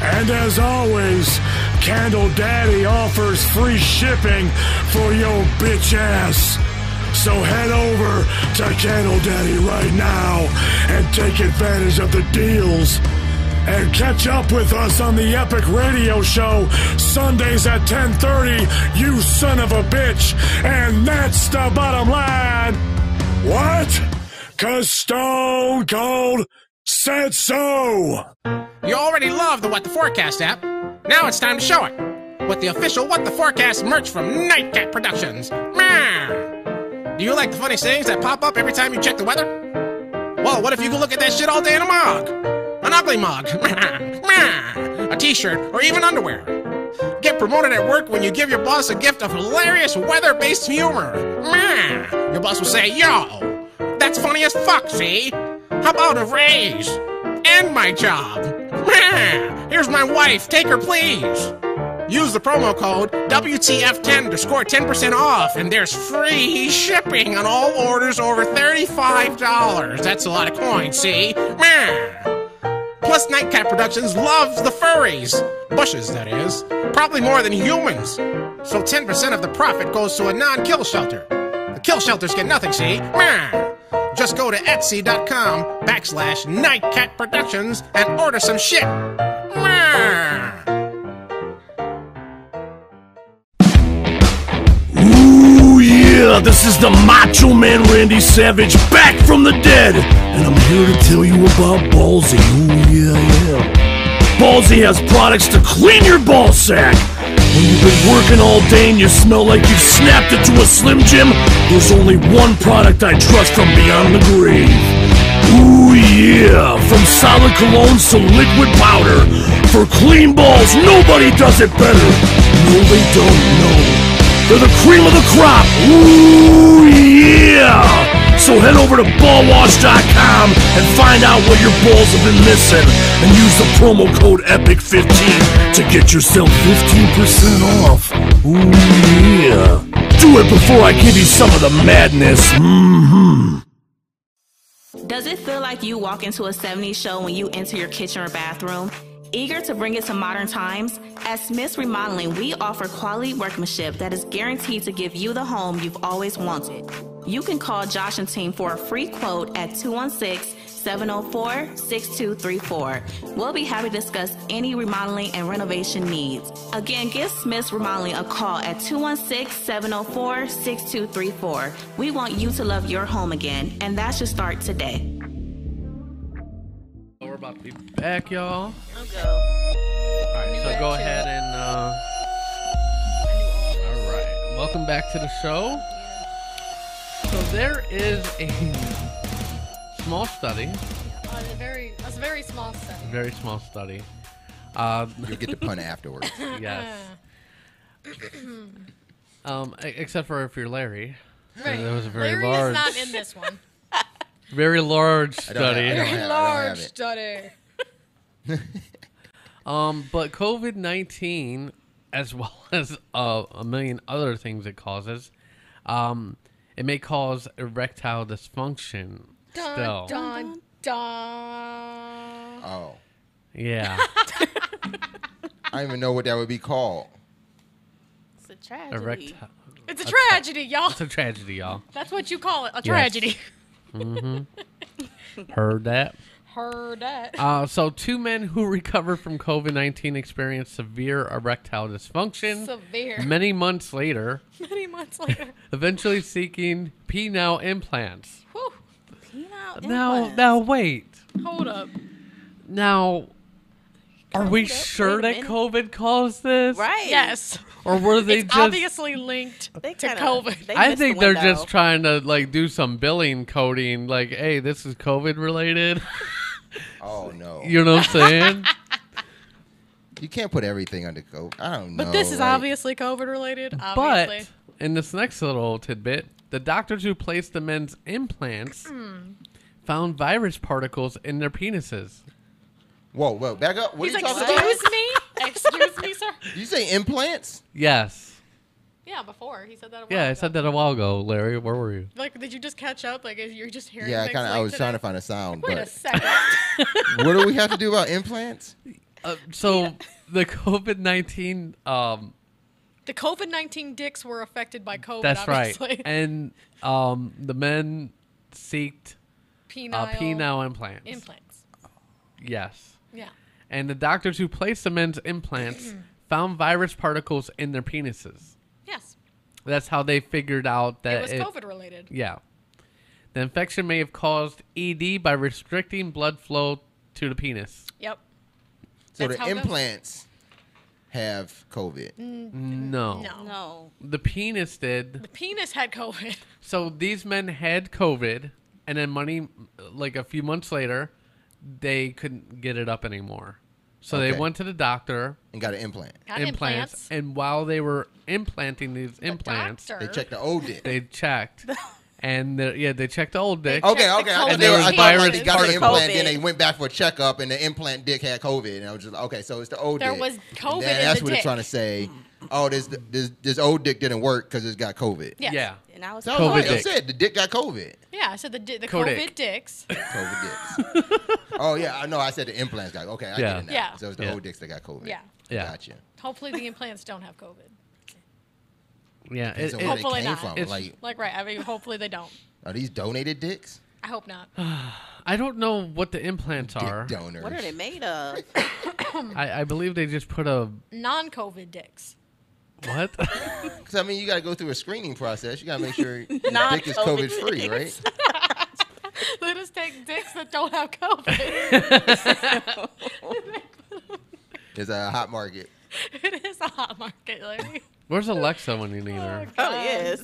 Speaker 9: And as always, Candle Daddy offers free shipping for your bitch ass. So head over to Candle Daddy right now and take advantage of the deals. And catch up with us on the Epic Radio Show Sundays at 10:30. You son of a bitch! And that's the bottom line. What? Cause Stone Cold said so.
Speaker 10: You already love the What the Forecast app. Now it's time to show it with the official What the Forecast merch from Nightcat Productions. Meow. Do you like the funny sayings that pop up every time you check the weather? Well, what if you could look at that shit all day in a mug? An ugly mug. Meow. a t shirt, or even underwear. Get promoted at work when you give your boss a gift of hilarious weather based humor. Meow. Your boss will say, Yo, that's funny as fuck, see? How about a raise? And my job. Meow. Here's my wife. Take her, please. Use the promo code WTF10 to score 10% off, and there's free shipping on all orders over $35. That's a lot of coins, see? Meow. Plus, Nightcat Productions loves the furries. Bushes, that is. Probably more than humans. So 10% of the profit goes to a non kill shelter. The kill shelters get nothing, see? Meow. Just go to etsy.com backslash Nightcat Productions and order some shit. Meow.
Speaker 11: Ooh yeah, this is the Macho Man Randy Savage back from the dead, and I'm here to tell you about Ballsy. Ooh yeah, yeah. Ballsy has products to clean your ball sack. When you've been working all day and you smell like you've snapped into a Slim Jim, there's only one product I trust from beyond the grave. Ooh yeah, from solid colognes to liquid powder, for clean balls, nobody does it better. No, they don't know. They're the cream of the crop. Ooh, yeah. So head over to ballwash.com and find out what your balls have been missing and use the promo code EPIC15 to get yourself 15% off. Ooh, yeah. Do it before I give you some of the madness. Mm-hmm.
Speaker 1: Does it feel like you walk into a 70s show when you enter your kitchen or bathroom? Eager to bring it to modern times? At Smith's Remodeling, we offer quality workmanship that is guaranteed to give you the home you've always wanted. You can call Josh and team for a free quote at 216 704 6234. We'll be happy to discuss any remodeling and renovation needs. Again, give Smith's Remodeling a call at 216 704 6234. We want you to love your home again, and that should start today.
Speaker 2: We're about to be back, y'all.
Speaker 7: New
Speaker 2: So go
Speaker 7: action.
Speaker 2: ahead and. Uh, all right, welcome back to the show. So there is a small study,
Speaker 3: On Oh, a very, that's a very small study.
Speaker 2: very small study. Uh,
Speaker 4: You'll get the pun afterwards.
Speaker 2: yes.
Speaker 3: Uh,
Speaker 2: Um, e- except for if you're Larry.
Speaker 3: Right.
Speaker 2: That was a very
Speaker 3: Larry
Speaker 2: large,
Speaker 3: is not in this one.
Speaker 2: very large
Speaker 4: I don't have-
Speaker 2: study.
Speaker 4: I don't have- I don't
Speaker 3: Large study.
Speaker 2: Um, but COVID nineteen, as well as uh, a million other things it causes, um, it may cause erectile dysfunction. still,
Speaker 3: Dun, dun, dun.
Speaker 4: Oh,
Speaker 2: yeah,
Speaker 4: I don't even know what that would be called.
Speaker 3: It's a tragedy.
Speaker 2: erectile.
Speaker 3: It's a tragedy, y'all.
Speaker 2: It's a tragedy, y'all.
Speaker 3: That's what you call it, a
Speaker 2: Yes.
Speaker 3: tragedy.
Speaker 2: hmm Heard that.
Speaker 3: Heard that.
Speaker 2: Uh, so, two men who recovered from COVID 19 experienced severe erectile dysfunction.
Speaker 3: Severe.
Speaker 2: Many months later,
Speaker 3: Many months later.
Speaker 2: eventually seeking penile implants.
Speaker 3: Whew.
Speaker 2: Now, now, wait.
Speaker 3: Hold up.
Speaker 2: Now, are we sure that COVID caused this?
Speaker 3: Yes.
Speaker 2: Or were they
Speaker 3: it's
Speaker 2: just.
Speaker 3: obviously linked to COVID.
Speaker 2: I think they're just trying to like do some billing coding, like, hey, this is COVID related.
Speaker 4: Oh no.
Speaker 2: you know what I'm saying?
Speaker 4: You can't put everything under coat. I don't know.
Speaker 3: But this is
Speaker 4: like-
Speaker 3: obviously COVID related. Obviously.
Speaker 2: But in this next little tidbit, the doctors who placed the men's implants
Speaker 3: Hmm.
Speaker 2: found virus particles in their penises.
Speaker 4: Whoa, whoa, back up.
Speaker 3: He's like, excuse me? Excuse me, sir?
Speaker 4: Did you say implants?
Speaker 2: Yes.
Speaker 3: Yeah, before. He said that a while
Speaker 2: Yeah, I
Speaker 3: ago.
Speaker 2: said that a while ago, Larry. Where were you?
Speaker 3: Like, did you just catch up? Like, you're just hearing
Speaker 4: Yeah, I
Speaker 3: things
Speaker 4: kind of. I
Speaker 3: like
Speaker 4: was
Speaker 3: today?
Speaker 4: trying to find a sound,
Speaker 3: Wait a
Speaker 4: but
Speaker 3: second.
Speaker 4: what do we have to do about implants?
Speaker 2: Uh, so the COVID nineteen. Um,
Speaker 3: The COVID 19 dicks were affected by COVID,
Speaker 2: that's
Speaker 3: obviously.
Speaker 2: right. And um, the men seeked uh, penile implants.
Speaker 3: Implants.
Speaker 2: Yes.
Speaker 3: Yeah.
Speaker 2: And the doctors who placed the men's implants found virus particles in their penises.
Speaker 3: Yes.
Speaker 2: That's how they figured out that
Speaker 3: It was COVID-related.
Speaker 2: Yeah. The infection may have caused ED by restricting blood flow to the penis.
Speaker 3: Yep.
Speaker 4: So
Speaker 3: That's
Speaker 4: the
Speaker 3: how it goes. Mm.
Speaker 4: implants have COVID.
Speaker 2: No.
Speaker 3: No. No.
Speaker 2: The penis did.
Speaker 3: The penis had COVID.
Speaker 2: So these men had COVID, and then money, like a few months later, they couldn't get it up anymore. So they
Speaker 4: Okay.
Speaker 2: went to the doctor
Speaker 4: and got an implant.
Speaker 3: Got implants.
Speaker 2: And while they were implanting these implants,
Speaker 3: doctor- They checked
Speaker 4: the old dick.
Speaker 2: They checked. And the, yeah, they checked the old dick.
Speaker 4: Okay, okay. I
Speaker 2: And there was virus
Speaker 4: they got an
Speaker 2: particles.
Speaker 4: implant, then they went back for a checkup, and the implant dick had COVID. And I was just like, okay, so it's the old
Speaker 3: There
Speaker 4: dick.
Speaker 3: was COVID in
Speaker 4: that's
Speaker 3: the
Speaker 4: what
Speaker 3: dick.
Speaker 4: it's trying to say. Oh, this this this old dick didn't work because it's got COVID.
Speaker 3: Yes. Yeah. And I was-
Speaker 4: so
Speaker 3: COVID
Speaker 4: COVID
Speaker 3: dick.
Speaker 4: said the dick got COVID.
Speaker 3: Yeah, so the, di- the
Speaker 4: Kodak.
Speaker 3: COVID dicks.
Speaker 4: COVID dicks. oh yeah, I know. I said the implants got okay. I
Speaker 2: Yeah.
Speaker 4: get it now.
Speaker 3: Yeah.
Speaker 4: So it's the
Speaker 2: Yeah.
Speaker 4: old dicks that got COVID.
Speaker 3: Yeah.
Speaker 2: Yeah.
Speaker 4: Gotcha.
Speaker 3: Hopefully the implants don't have COVID.
Speaker 2: Yeah,
Speaker 4: Depends on where they
Speaker 3: hopefully
Speaker 4: came
Speaker 3: not.
Speaker 4: from. Like,
Speaker 3: Like, right. I mean, hopefully they don't.
Speaker 4: are these donated dicks?
Speaker 3: I hope not.
Speaker 2: I don't know what the implants are.
Speaker 4: donors.
Speaker 3: are they made of?
Speaker 2: I, I believe they just put a
Speaker 3: non COVID dicks.
Speaker 2: what?
Speaker 4: Because I mean, you got to go through a screening process. You got to make sure your
Speaker 3: Not
Speaker 4: dick is
Speaker 3: COVID
Speaker 4: COVID free,
Speaker 3: dicks.
Speaker 4: right?
Speaker 3: They just take dicks that don't have COVID.
Speaker 4: It's a hot market.
Speaker 3: it is a hot market, lady.
Speaker 2: Where's Alexa when you need her?
Speaker 3: Oh,
Speaker 17: yes.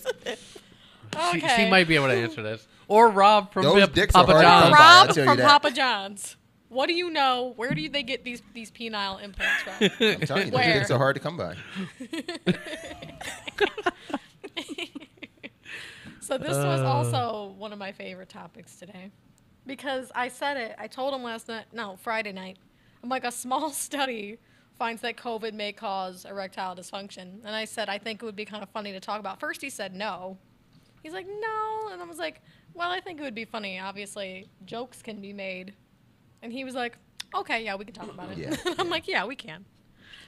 Speaker 2: She, she
Speaker 3: Okay.
Speaker 2: might be able to answer this. Or Rob from
Speaker 4: Those
Speaker 2: Pip-
Speaker 4: dicks are
Speaker 2: Papa
Speaker 4: hard to
Speaker 2: John's.
Speaker 4: come by, I'll
Speaker 3: Rob
Speaker 4: tell you
Speaker 3: from
Speaker 4: that.
Speaker 3: Papa John's. What do you know? Where do they get these these penile implants from?
Speaker 4: I'm telling you, those
Speaker 3: Where?
Speaker 4: dicks are hard to come by.
Speaker 3: so this was
Speaker 4: Uh.
Speaker 3: also one of my favorite topics today because I said it. I told him last night. No, Friday night. I'm like a small study finds that COVID may cause erectile dysfunction, and I said I think it would be kind of funny to talk about. First, he said no. He's like no, and I was like, well, I think it would be funny. Obviously, jokes can be made, and he was like, okay, yeah, we can talk about it.
Speaker 4: Yeah,
Speaker 3: and I'm like, yeah, we can.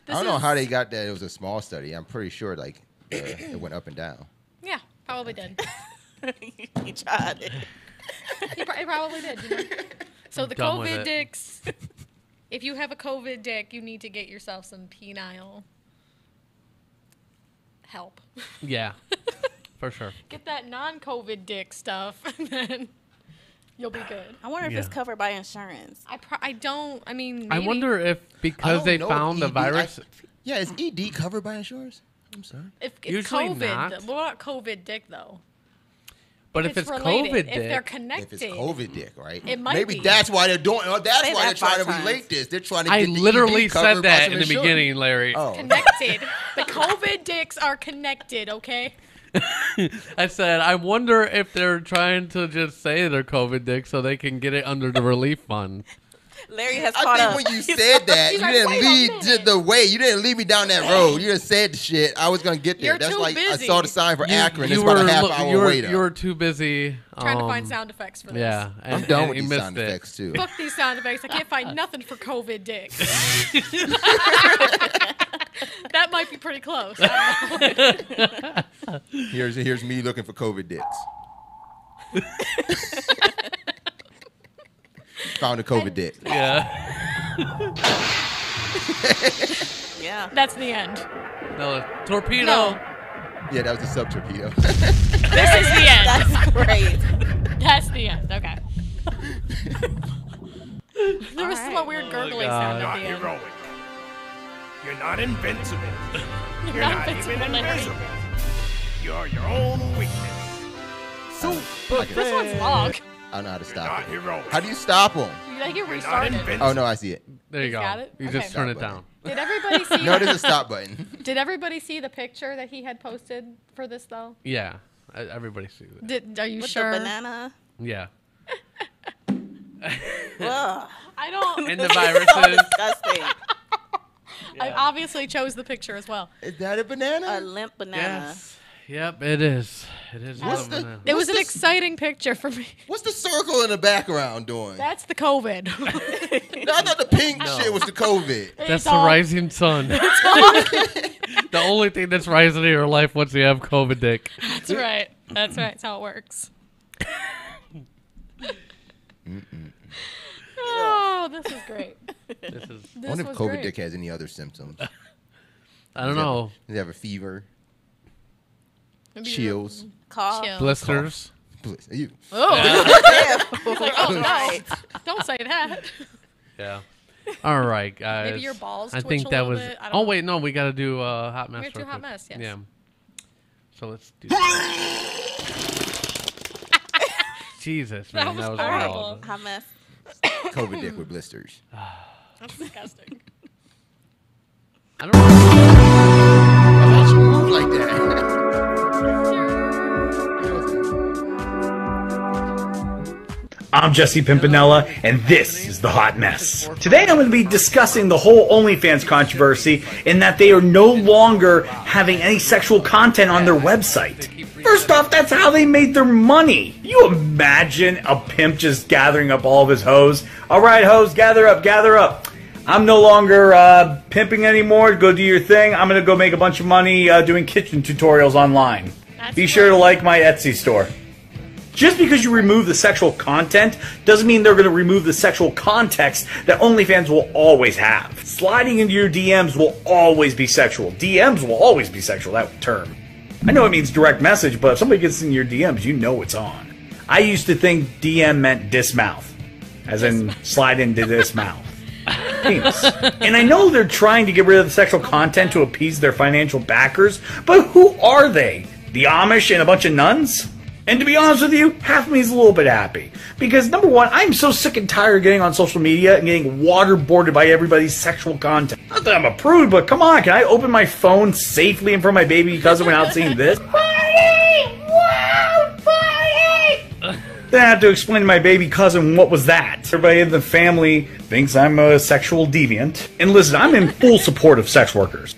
Speaker 4: I don't know
Speaker 3: is-
Speaker 4: how they got that. It was a small study. I'm pretty sure like uh, it went up and down.
Speaker 3: Yeah, probably did.
Speaker 17: he tried it.
Speaker 3: He, pro- he probably did. You know? So
Speaker 17: I'm
Speaker 3: the
Speaker 17: done with
Speaker 3: COVID
Speaker 17: it.
Speaker 3: dicks. If you have a COVID dick, you need to get yourself some penile help.
Speaker 2: Yeah, for sure.
Speaker 3: Get that non-COVID dick stuff, and then you'll be good.
Speaker 17: I wonder if it's
Speaker 2: Yeah.
Speaker 17: covered by insurance.
Speaker 3: I pro- I don't. I mean,
Speaker 2: I
Speaker 3: maybe.
Speaker 2: wonder if
Speaker 4: I
Speaker 2: because
Speaker 4: don't
Speaker 2: they
Speaker 4: know if
Speaker 2: found the
Speaker 4: ED I-
Speaker 2: virus.
Speaker 4: yeah, is ED covered by insurance? I'm sorry.
Speaker 3: if it's
Speaker 2: Usually
Speaker 3: COVID.
Speaker 2: not.
Speaker 3: th- What about COVID dick though?
Speaker 2: but
Speaker 3: if
Speaker 2: if it's,
Speaker 3: it's related,
Speaker 2: COVID,
Speaker 3: if they're
Speaker 2: dick-
Speaker 3: connected.
Speaker 4: If it's COVID dick, right?
Speaker 3: It might
Speaker 4: Maybe
Speaker 3: be.
Speaker 4: that's why they're doing. oh, that's
Speaker 3: Say
Speaker 4: why
Speaker 3: that
Speaker 4: they're trying to
Speaker 3: five times.
Speaker 4: relate this. They're trying to.
Speaker 2: I
Speaker 4: get the
Speaker 2: literally
Speaker 4: ED E covered Oh.
Speaker 2: said
Speaker 4: by
Speaker 2: that
Speaker 4: some
Speaker 2: in the
Speaker 4: insurance.
Speaker 2: beginning, Larry.
Speaker 3: Connected. the COVID dicks are connected. Okay.
Speaker 2: I said, I wonder if they're trying to just say they're COVID dick so they can get it under the relief fund.
Speaker 17: Larry has
Speaker 4: I
Speaker 17: caught
Speaker 4: think
Speaker 17: up.
Speaker 4: when you said that, you
Speaker 17: He's like,
Speaker 4: didn't
Speaker 17: "Wait a
Speaker 4: lead to the way. You didn't lead me down that road. You just said the shit. I was gonna get there.
Speaker 3: You're
Speaker 4: That's
Speaker 3: too
Speaker 4: like I
Speaker 3: busy.
Speaker 4: saw the sign for Akron.
Speaker 2: You
Speaker 4: it's about
Speaker 2: were
Speaker 4: a half
Speaker 2: look-
Speaker 4: hour
Speaker 2: you were,
Speaker 4: wait up.
Speaker 2: You were too busy
Speaker 3: Trying to find
Speaker 2: um,
Speaker 3: sound effects for this.
Speaker 2: Yeah,
Speaker 4: I'm
Speaker 2: and-
Speaker 4: done
Speaker 2: and
Speaker 4: with
Speaker 2: you
Speaker 4: these
Speaker 2: missed
Speaker 4: sound
Speaker 2: it.
Speaker 4: effects too.
Speaker 3: Fuck these sound effects. I can't find nothing for COVID dicks. that might be pretty close. I don't know.
Speaker 4: Here's here's me looking for COVID dicks. Found a COVID dick.
Speaker 17: yeah.
Speaker 3: That's the end.
Speaker 2: No, torpedo.
Speaker 3: No.
Speaker 4: Yeah, that was a sub torpedo.
Speaker 3: This is the end.
Speaker 17: That's great.
Speaker 3: That's the end. Okay. there was some weird gurgling sound
Speaker 6: Not
Speaker 3: at the end.
Speaker 6: heroic. You're not invincible. You're,
Speaker 3: not
Speaker 6: not,
Speaker 3: invincible,
Speaker 6: even
Speaker 3: Larry.
Speaker 6: invisible. You're your own weakness.
Speaker 4: Super
Speaker 3: This one's long.
Speaker 4: I know how to stop it.
Speaker 6: heroic.
Speaker 4: How do you stop him?
Speaker 3: You like it restarted.
Speaker 4: Oh no, I see it.
Speaker 2: There you
Speaker 3: He's
Speaker 2: go.
Speaker 3: got it?
Speaker 2: You
Speaker 3: Okay.
Speaker 2: just turn it
Speaker 4: Stop
Speaker 2: down.
Speaker 3: Did everybody see?
Speaker 4: No, there's a stop button.
Speaker 3: Did everybody see the picture that he had posted for this though?
Speaker 2: Yeah, I- everybody sees it.
Speaker 3: Did, are you
Speaker 17: With the
Speaker 3: sure?
Speaker 17: banana.
Speaker 2: Yeah.
Speaker 17: Ugh.
Speaker 3: I don't.
Speaker 2: And the viruses.
Speaker 17: Disgusting.
Speaker 3: I obviously chose the picture as well.
Speaker 4: Is that a banana?
Speaker 17: A limp banana.
Speaker 2: Yep, it is. It is love
Speaker 4: What's the-
Speaker 2: now.
Speaker 22: It was an exciting picture for me.
Speaker 4: What's the circle in the background doing?
Speaker 22: That's the COVID.
Speaker 4: No, I thought the pink
Speaker 2: No.
Speaker 4: shit was the COVID.
Speaker 2: Oh. That's the rising sun. the only thing that's rising in your life once you have COVID, Dick.
Speaker 22: That's right. That's right. That's how it works. oh, this is great.
Speaker 4: This
Speaker 22: is.
Speaker 4: I wonder if COVID dick has any other symptoms.
Speaker 2: I don't
Speaker 4: Does he have-
Speaker 2: know.
Speaker 4: Does he have a fever? Chills.
Speaker 22: Cough. Chill.
Speaker 2: Blisters.
Speaker 4: Bliss- you-
Speaker 22: Oh. It's like, oh, no. Don't say that.
Speaker 2: Yeah. All right, guys.
Speaker 22: Maybe your balls
Speaker 2: I
Speaker 22: twitch
Speaker 2: think
Speaker 22: a
Speaker 2: that
Speaker 22: little
Speaker 2: was.
Speaker 22: bit. I
Speaker 2: Oh
Speaker 22: don't-
Speaker 2: wait, no, we got to do uh, hot mess.
Speaker 22: We gotta do
Speaker 2: real
Speaker 22: hot
Speaker 2: quick.
Speaker 22: mess, yes.
Speaker 2: Yeah. So let's do. Jesus, man, that was, horrible.
Speaker 1: Hot mess.
Speaker 4: COVID dick with blisters.
Speaker 2: Ah.
Speaker 22: That's disgusting.
Speaker 2: I don't.
Speaker 4: Why you move like that?
Speaker 6: I'm Jesse Pimpinella, and this is The Hot Mess. Today I'm going to be discussing the whole OnlyFans controversy in that they are no longer having any sexual content on their website. First off, that's how they made their money. You imagine a pimp just gathering up all of his hoes. All right, hoes, gather up, gather up. I'm no longer uh, pimping anymore. Go do your thing. I'm going to go make a bunch of money uh, doing kitchen tutorials online. Be sure to like my Etsy store. Just because you remove the sexual content doesn't mean they're going to remove the sexual context that OnlyFans will always have. Sliding into your DMs will always be sexual. DMs will always be sexual, that term. I know it means direct message, but if somebody gets in your DMs, you know it's on. I used to think DM meant dismouth, as in slide into this mouth. Penis. And I know they're trying to get rid of the sexual content to appease their financial backers, but who are they? The Amish and a bunch of nuns? And to be honest with you, half of me is a little bit happy. Because number one, I'm so sick and tired of getting on social media and getting waterboarded by everybody's sexual content. Not that I'm a prude, but come on, can I open my phone safely in front of my baby cousin without seeing this? Then I have to explain to my baby cousin what was that. Everybody in the family thinks I'm a sexual deviant. And listen, I'm in full support of sex workers.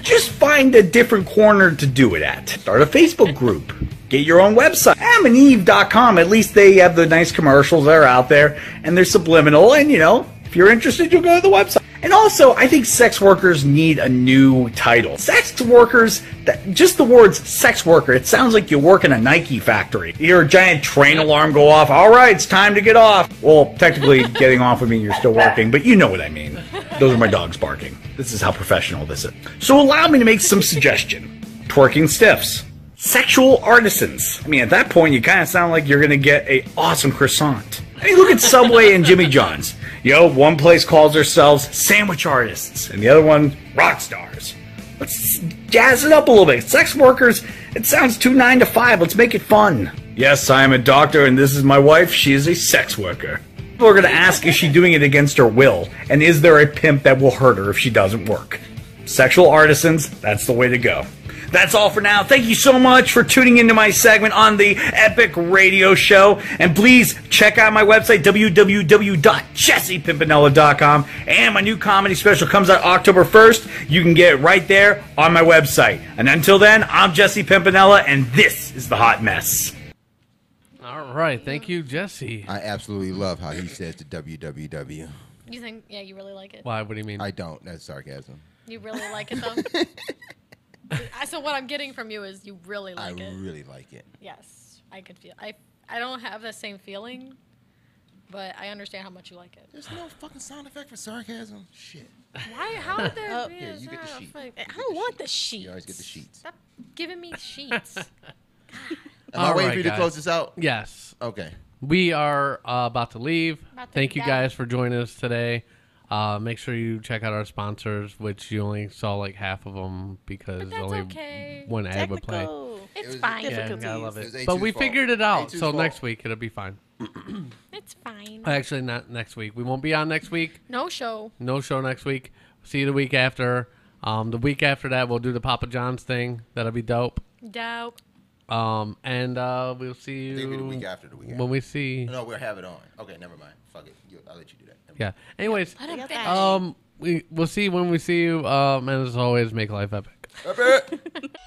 Speaker 6: Just find a different corner to do it at. Start a Facebook group. Get your own website. AmandEve.com. At least they have the nice commercials that are out there and they're subliminal. And you know, if you're interested, you'll go to the website. And also, I think sex workers need a new title. Sex workers, that, just the words sex worker, it sounds like you work in a Nike factory. You hear a giant train alarm go off. All right, it's time to get off. Well, technically, getting off would mean you're still working, but you know what I mean. Those are my dogs barking. This is how professional this is. So allow me to make some suggestion. Twerking stiffs. Sexual artisans. I mean, at that point, you kind of sound like you're going to get a awesome croissant. I mean, look at Subway and Jimmy John's. Yo, one place calls themselves sandwich artists, and the other one rock stars. Let's jazz it up a little bit. Sex workers, it sounds too nine to five. Let's make it fun. Yes, I am a doctor, and this is my wife. She is a sex worker. People are going to ask, is she doing it against her will? And is there a pimp that will hurt her if she doesn't work? Sexual artisans, that's the way to go. That's all for now. Thank you so much for tuning into my segment on the Epic Radio Show. And please check out my website, www.jessepimpinella.com. And my new comedy special comes out October 1st. You can get it right there on my website. And until then, I'm Jesse Pimpinella, and this is The Hot Mess.
Speaker 2: All right, thank you, Jesse.
Speaker 4: I absolutely love how he says the WWW.
Speaker 22: You think? Yeah, you really like it.
Speaker 2: Why? What do you mean?
Speaker 4: I don't. That's sarcasm.
Speaker 22: You really like it though. I- so what I'm getting from you is you really
Speaker 4: I
Speaker 22: like it.
Speaker 4: really like it.
Speaker 22: Yes, I could feel. I I don't have the same feeling, but I understand how much you like it.
Speaker 4: There's no fucking sound effect for sarcasm. Shit.
Speaker 22: Why? How did there
Speaker 4: Oh.
Speaker 22: be
Speaker 4: Here,
Speaker 22: a
Speaker 4: you get the
Speaker 22: sound
Speaker 4: sheet.
Speaker 22: effect? I don't want the sheets.
Speaker 4: You always get the sheets.
Speaker 22: Stop giving me sheets.
Speaker 4: Am I
Speaker 2: All
Speaker 4: waiting
Speaker 2: right,
Speaker 4: for you to
Speaker 2: guys.
Speaker 4: close this out?
Speaker 2: Yes.
Speaker 4: Okay.
Speaker 2: We are uh, about to leave.
Speaker 22: About to
Speaker 2: Thank you
Speaker 22: leave.
Speaker 2: guys for joining us today. Uh, make sure you check out our sponsors, which you only saw like half of them because only
Speaker 22: okay.
Speaker 2: one ad would play.
Speaker 22: It's fine.
Speaker 2: Yeah, I love
Speaker 22: Difficulties.
Speaker 2: it.
Speaker 22: It was
Speaker 2: But
Speaker 22: A2's
Speaker 2: we
Speaker 22: fault.
Speaker 2: figured it out,
Speaker 22: A2's
Speaker 2: so
Speaker 22: fault.
Speaker 2: next week it'll be fine.
Speaker 22: It's fine.
Speaker 2: Actually, not next week. We won't be on next week.
Speaker 22: No show.
Speaker 2: No show next week. See you the week after. Um, the week after that, we'll do the Papa John's thing. That'll be dope.
Speaker 22: Doubt.
Speaker 2: Um, and uh, we'll see you
Speaker 4: Maybe the week after the week. after.
Speaker 2: when we see.
Speaker 4: No, we'll have it on. Okay, never mind. Fuck it. You- I'll let you do that. Never
Speaker 2: Yeah.
Speaker 4: mind.
Speaker 2: Anyways,
Speaker 4: Let 'em finish.
Speaker 2: um, we we'll see you when we see you. Um, and as always, make life epic.
Speaker 4: Up it.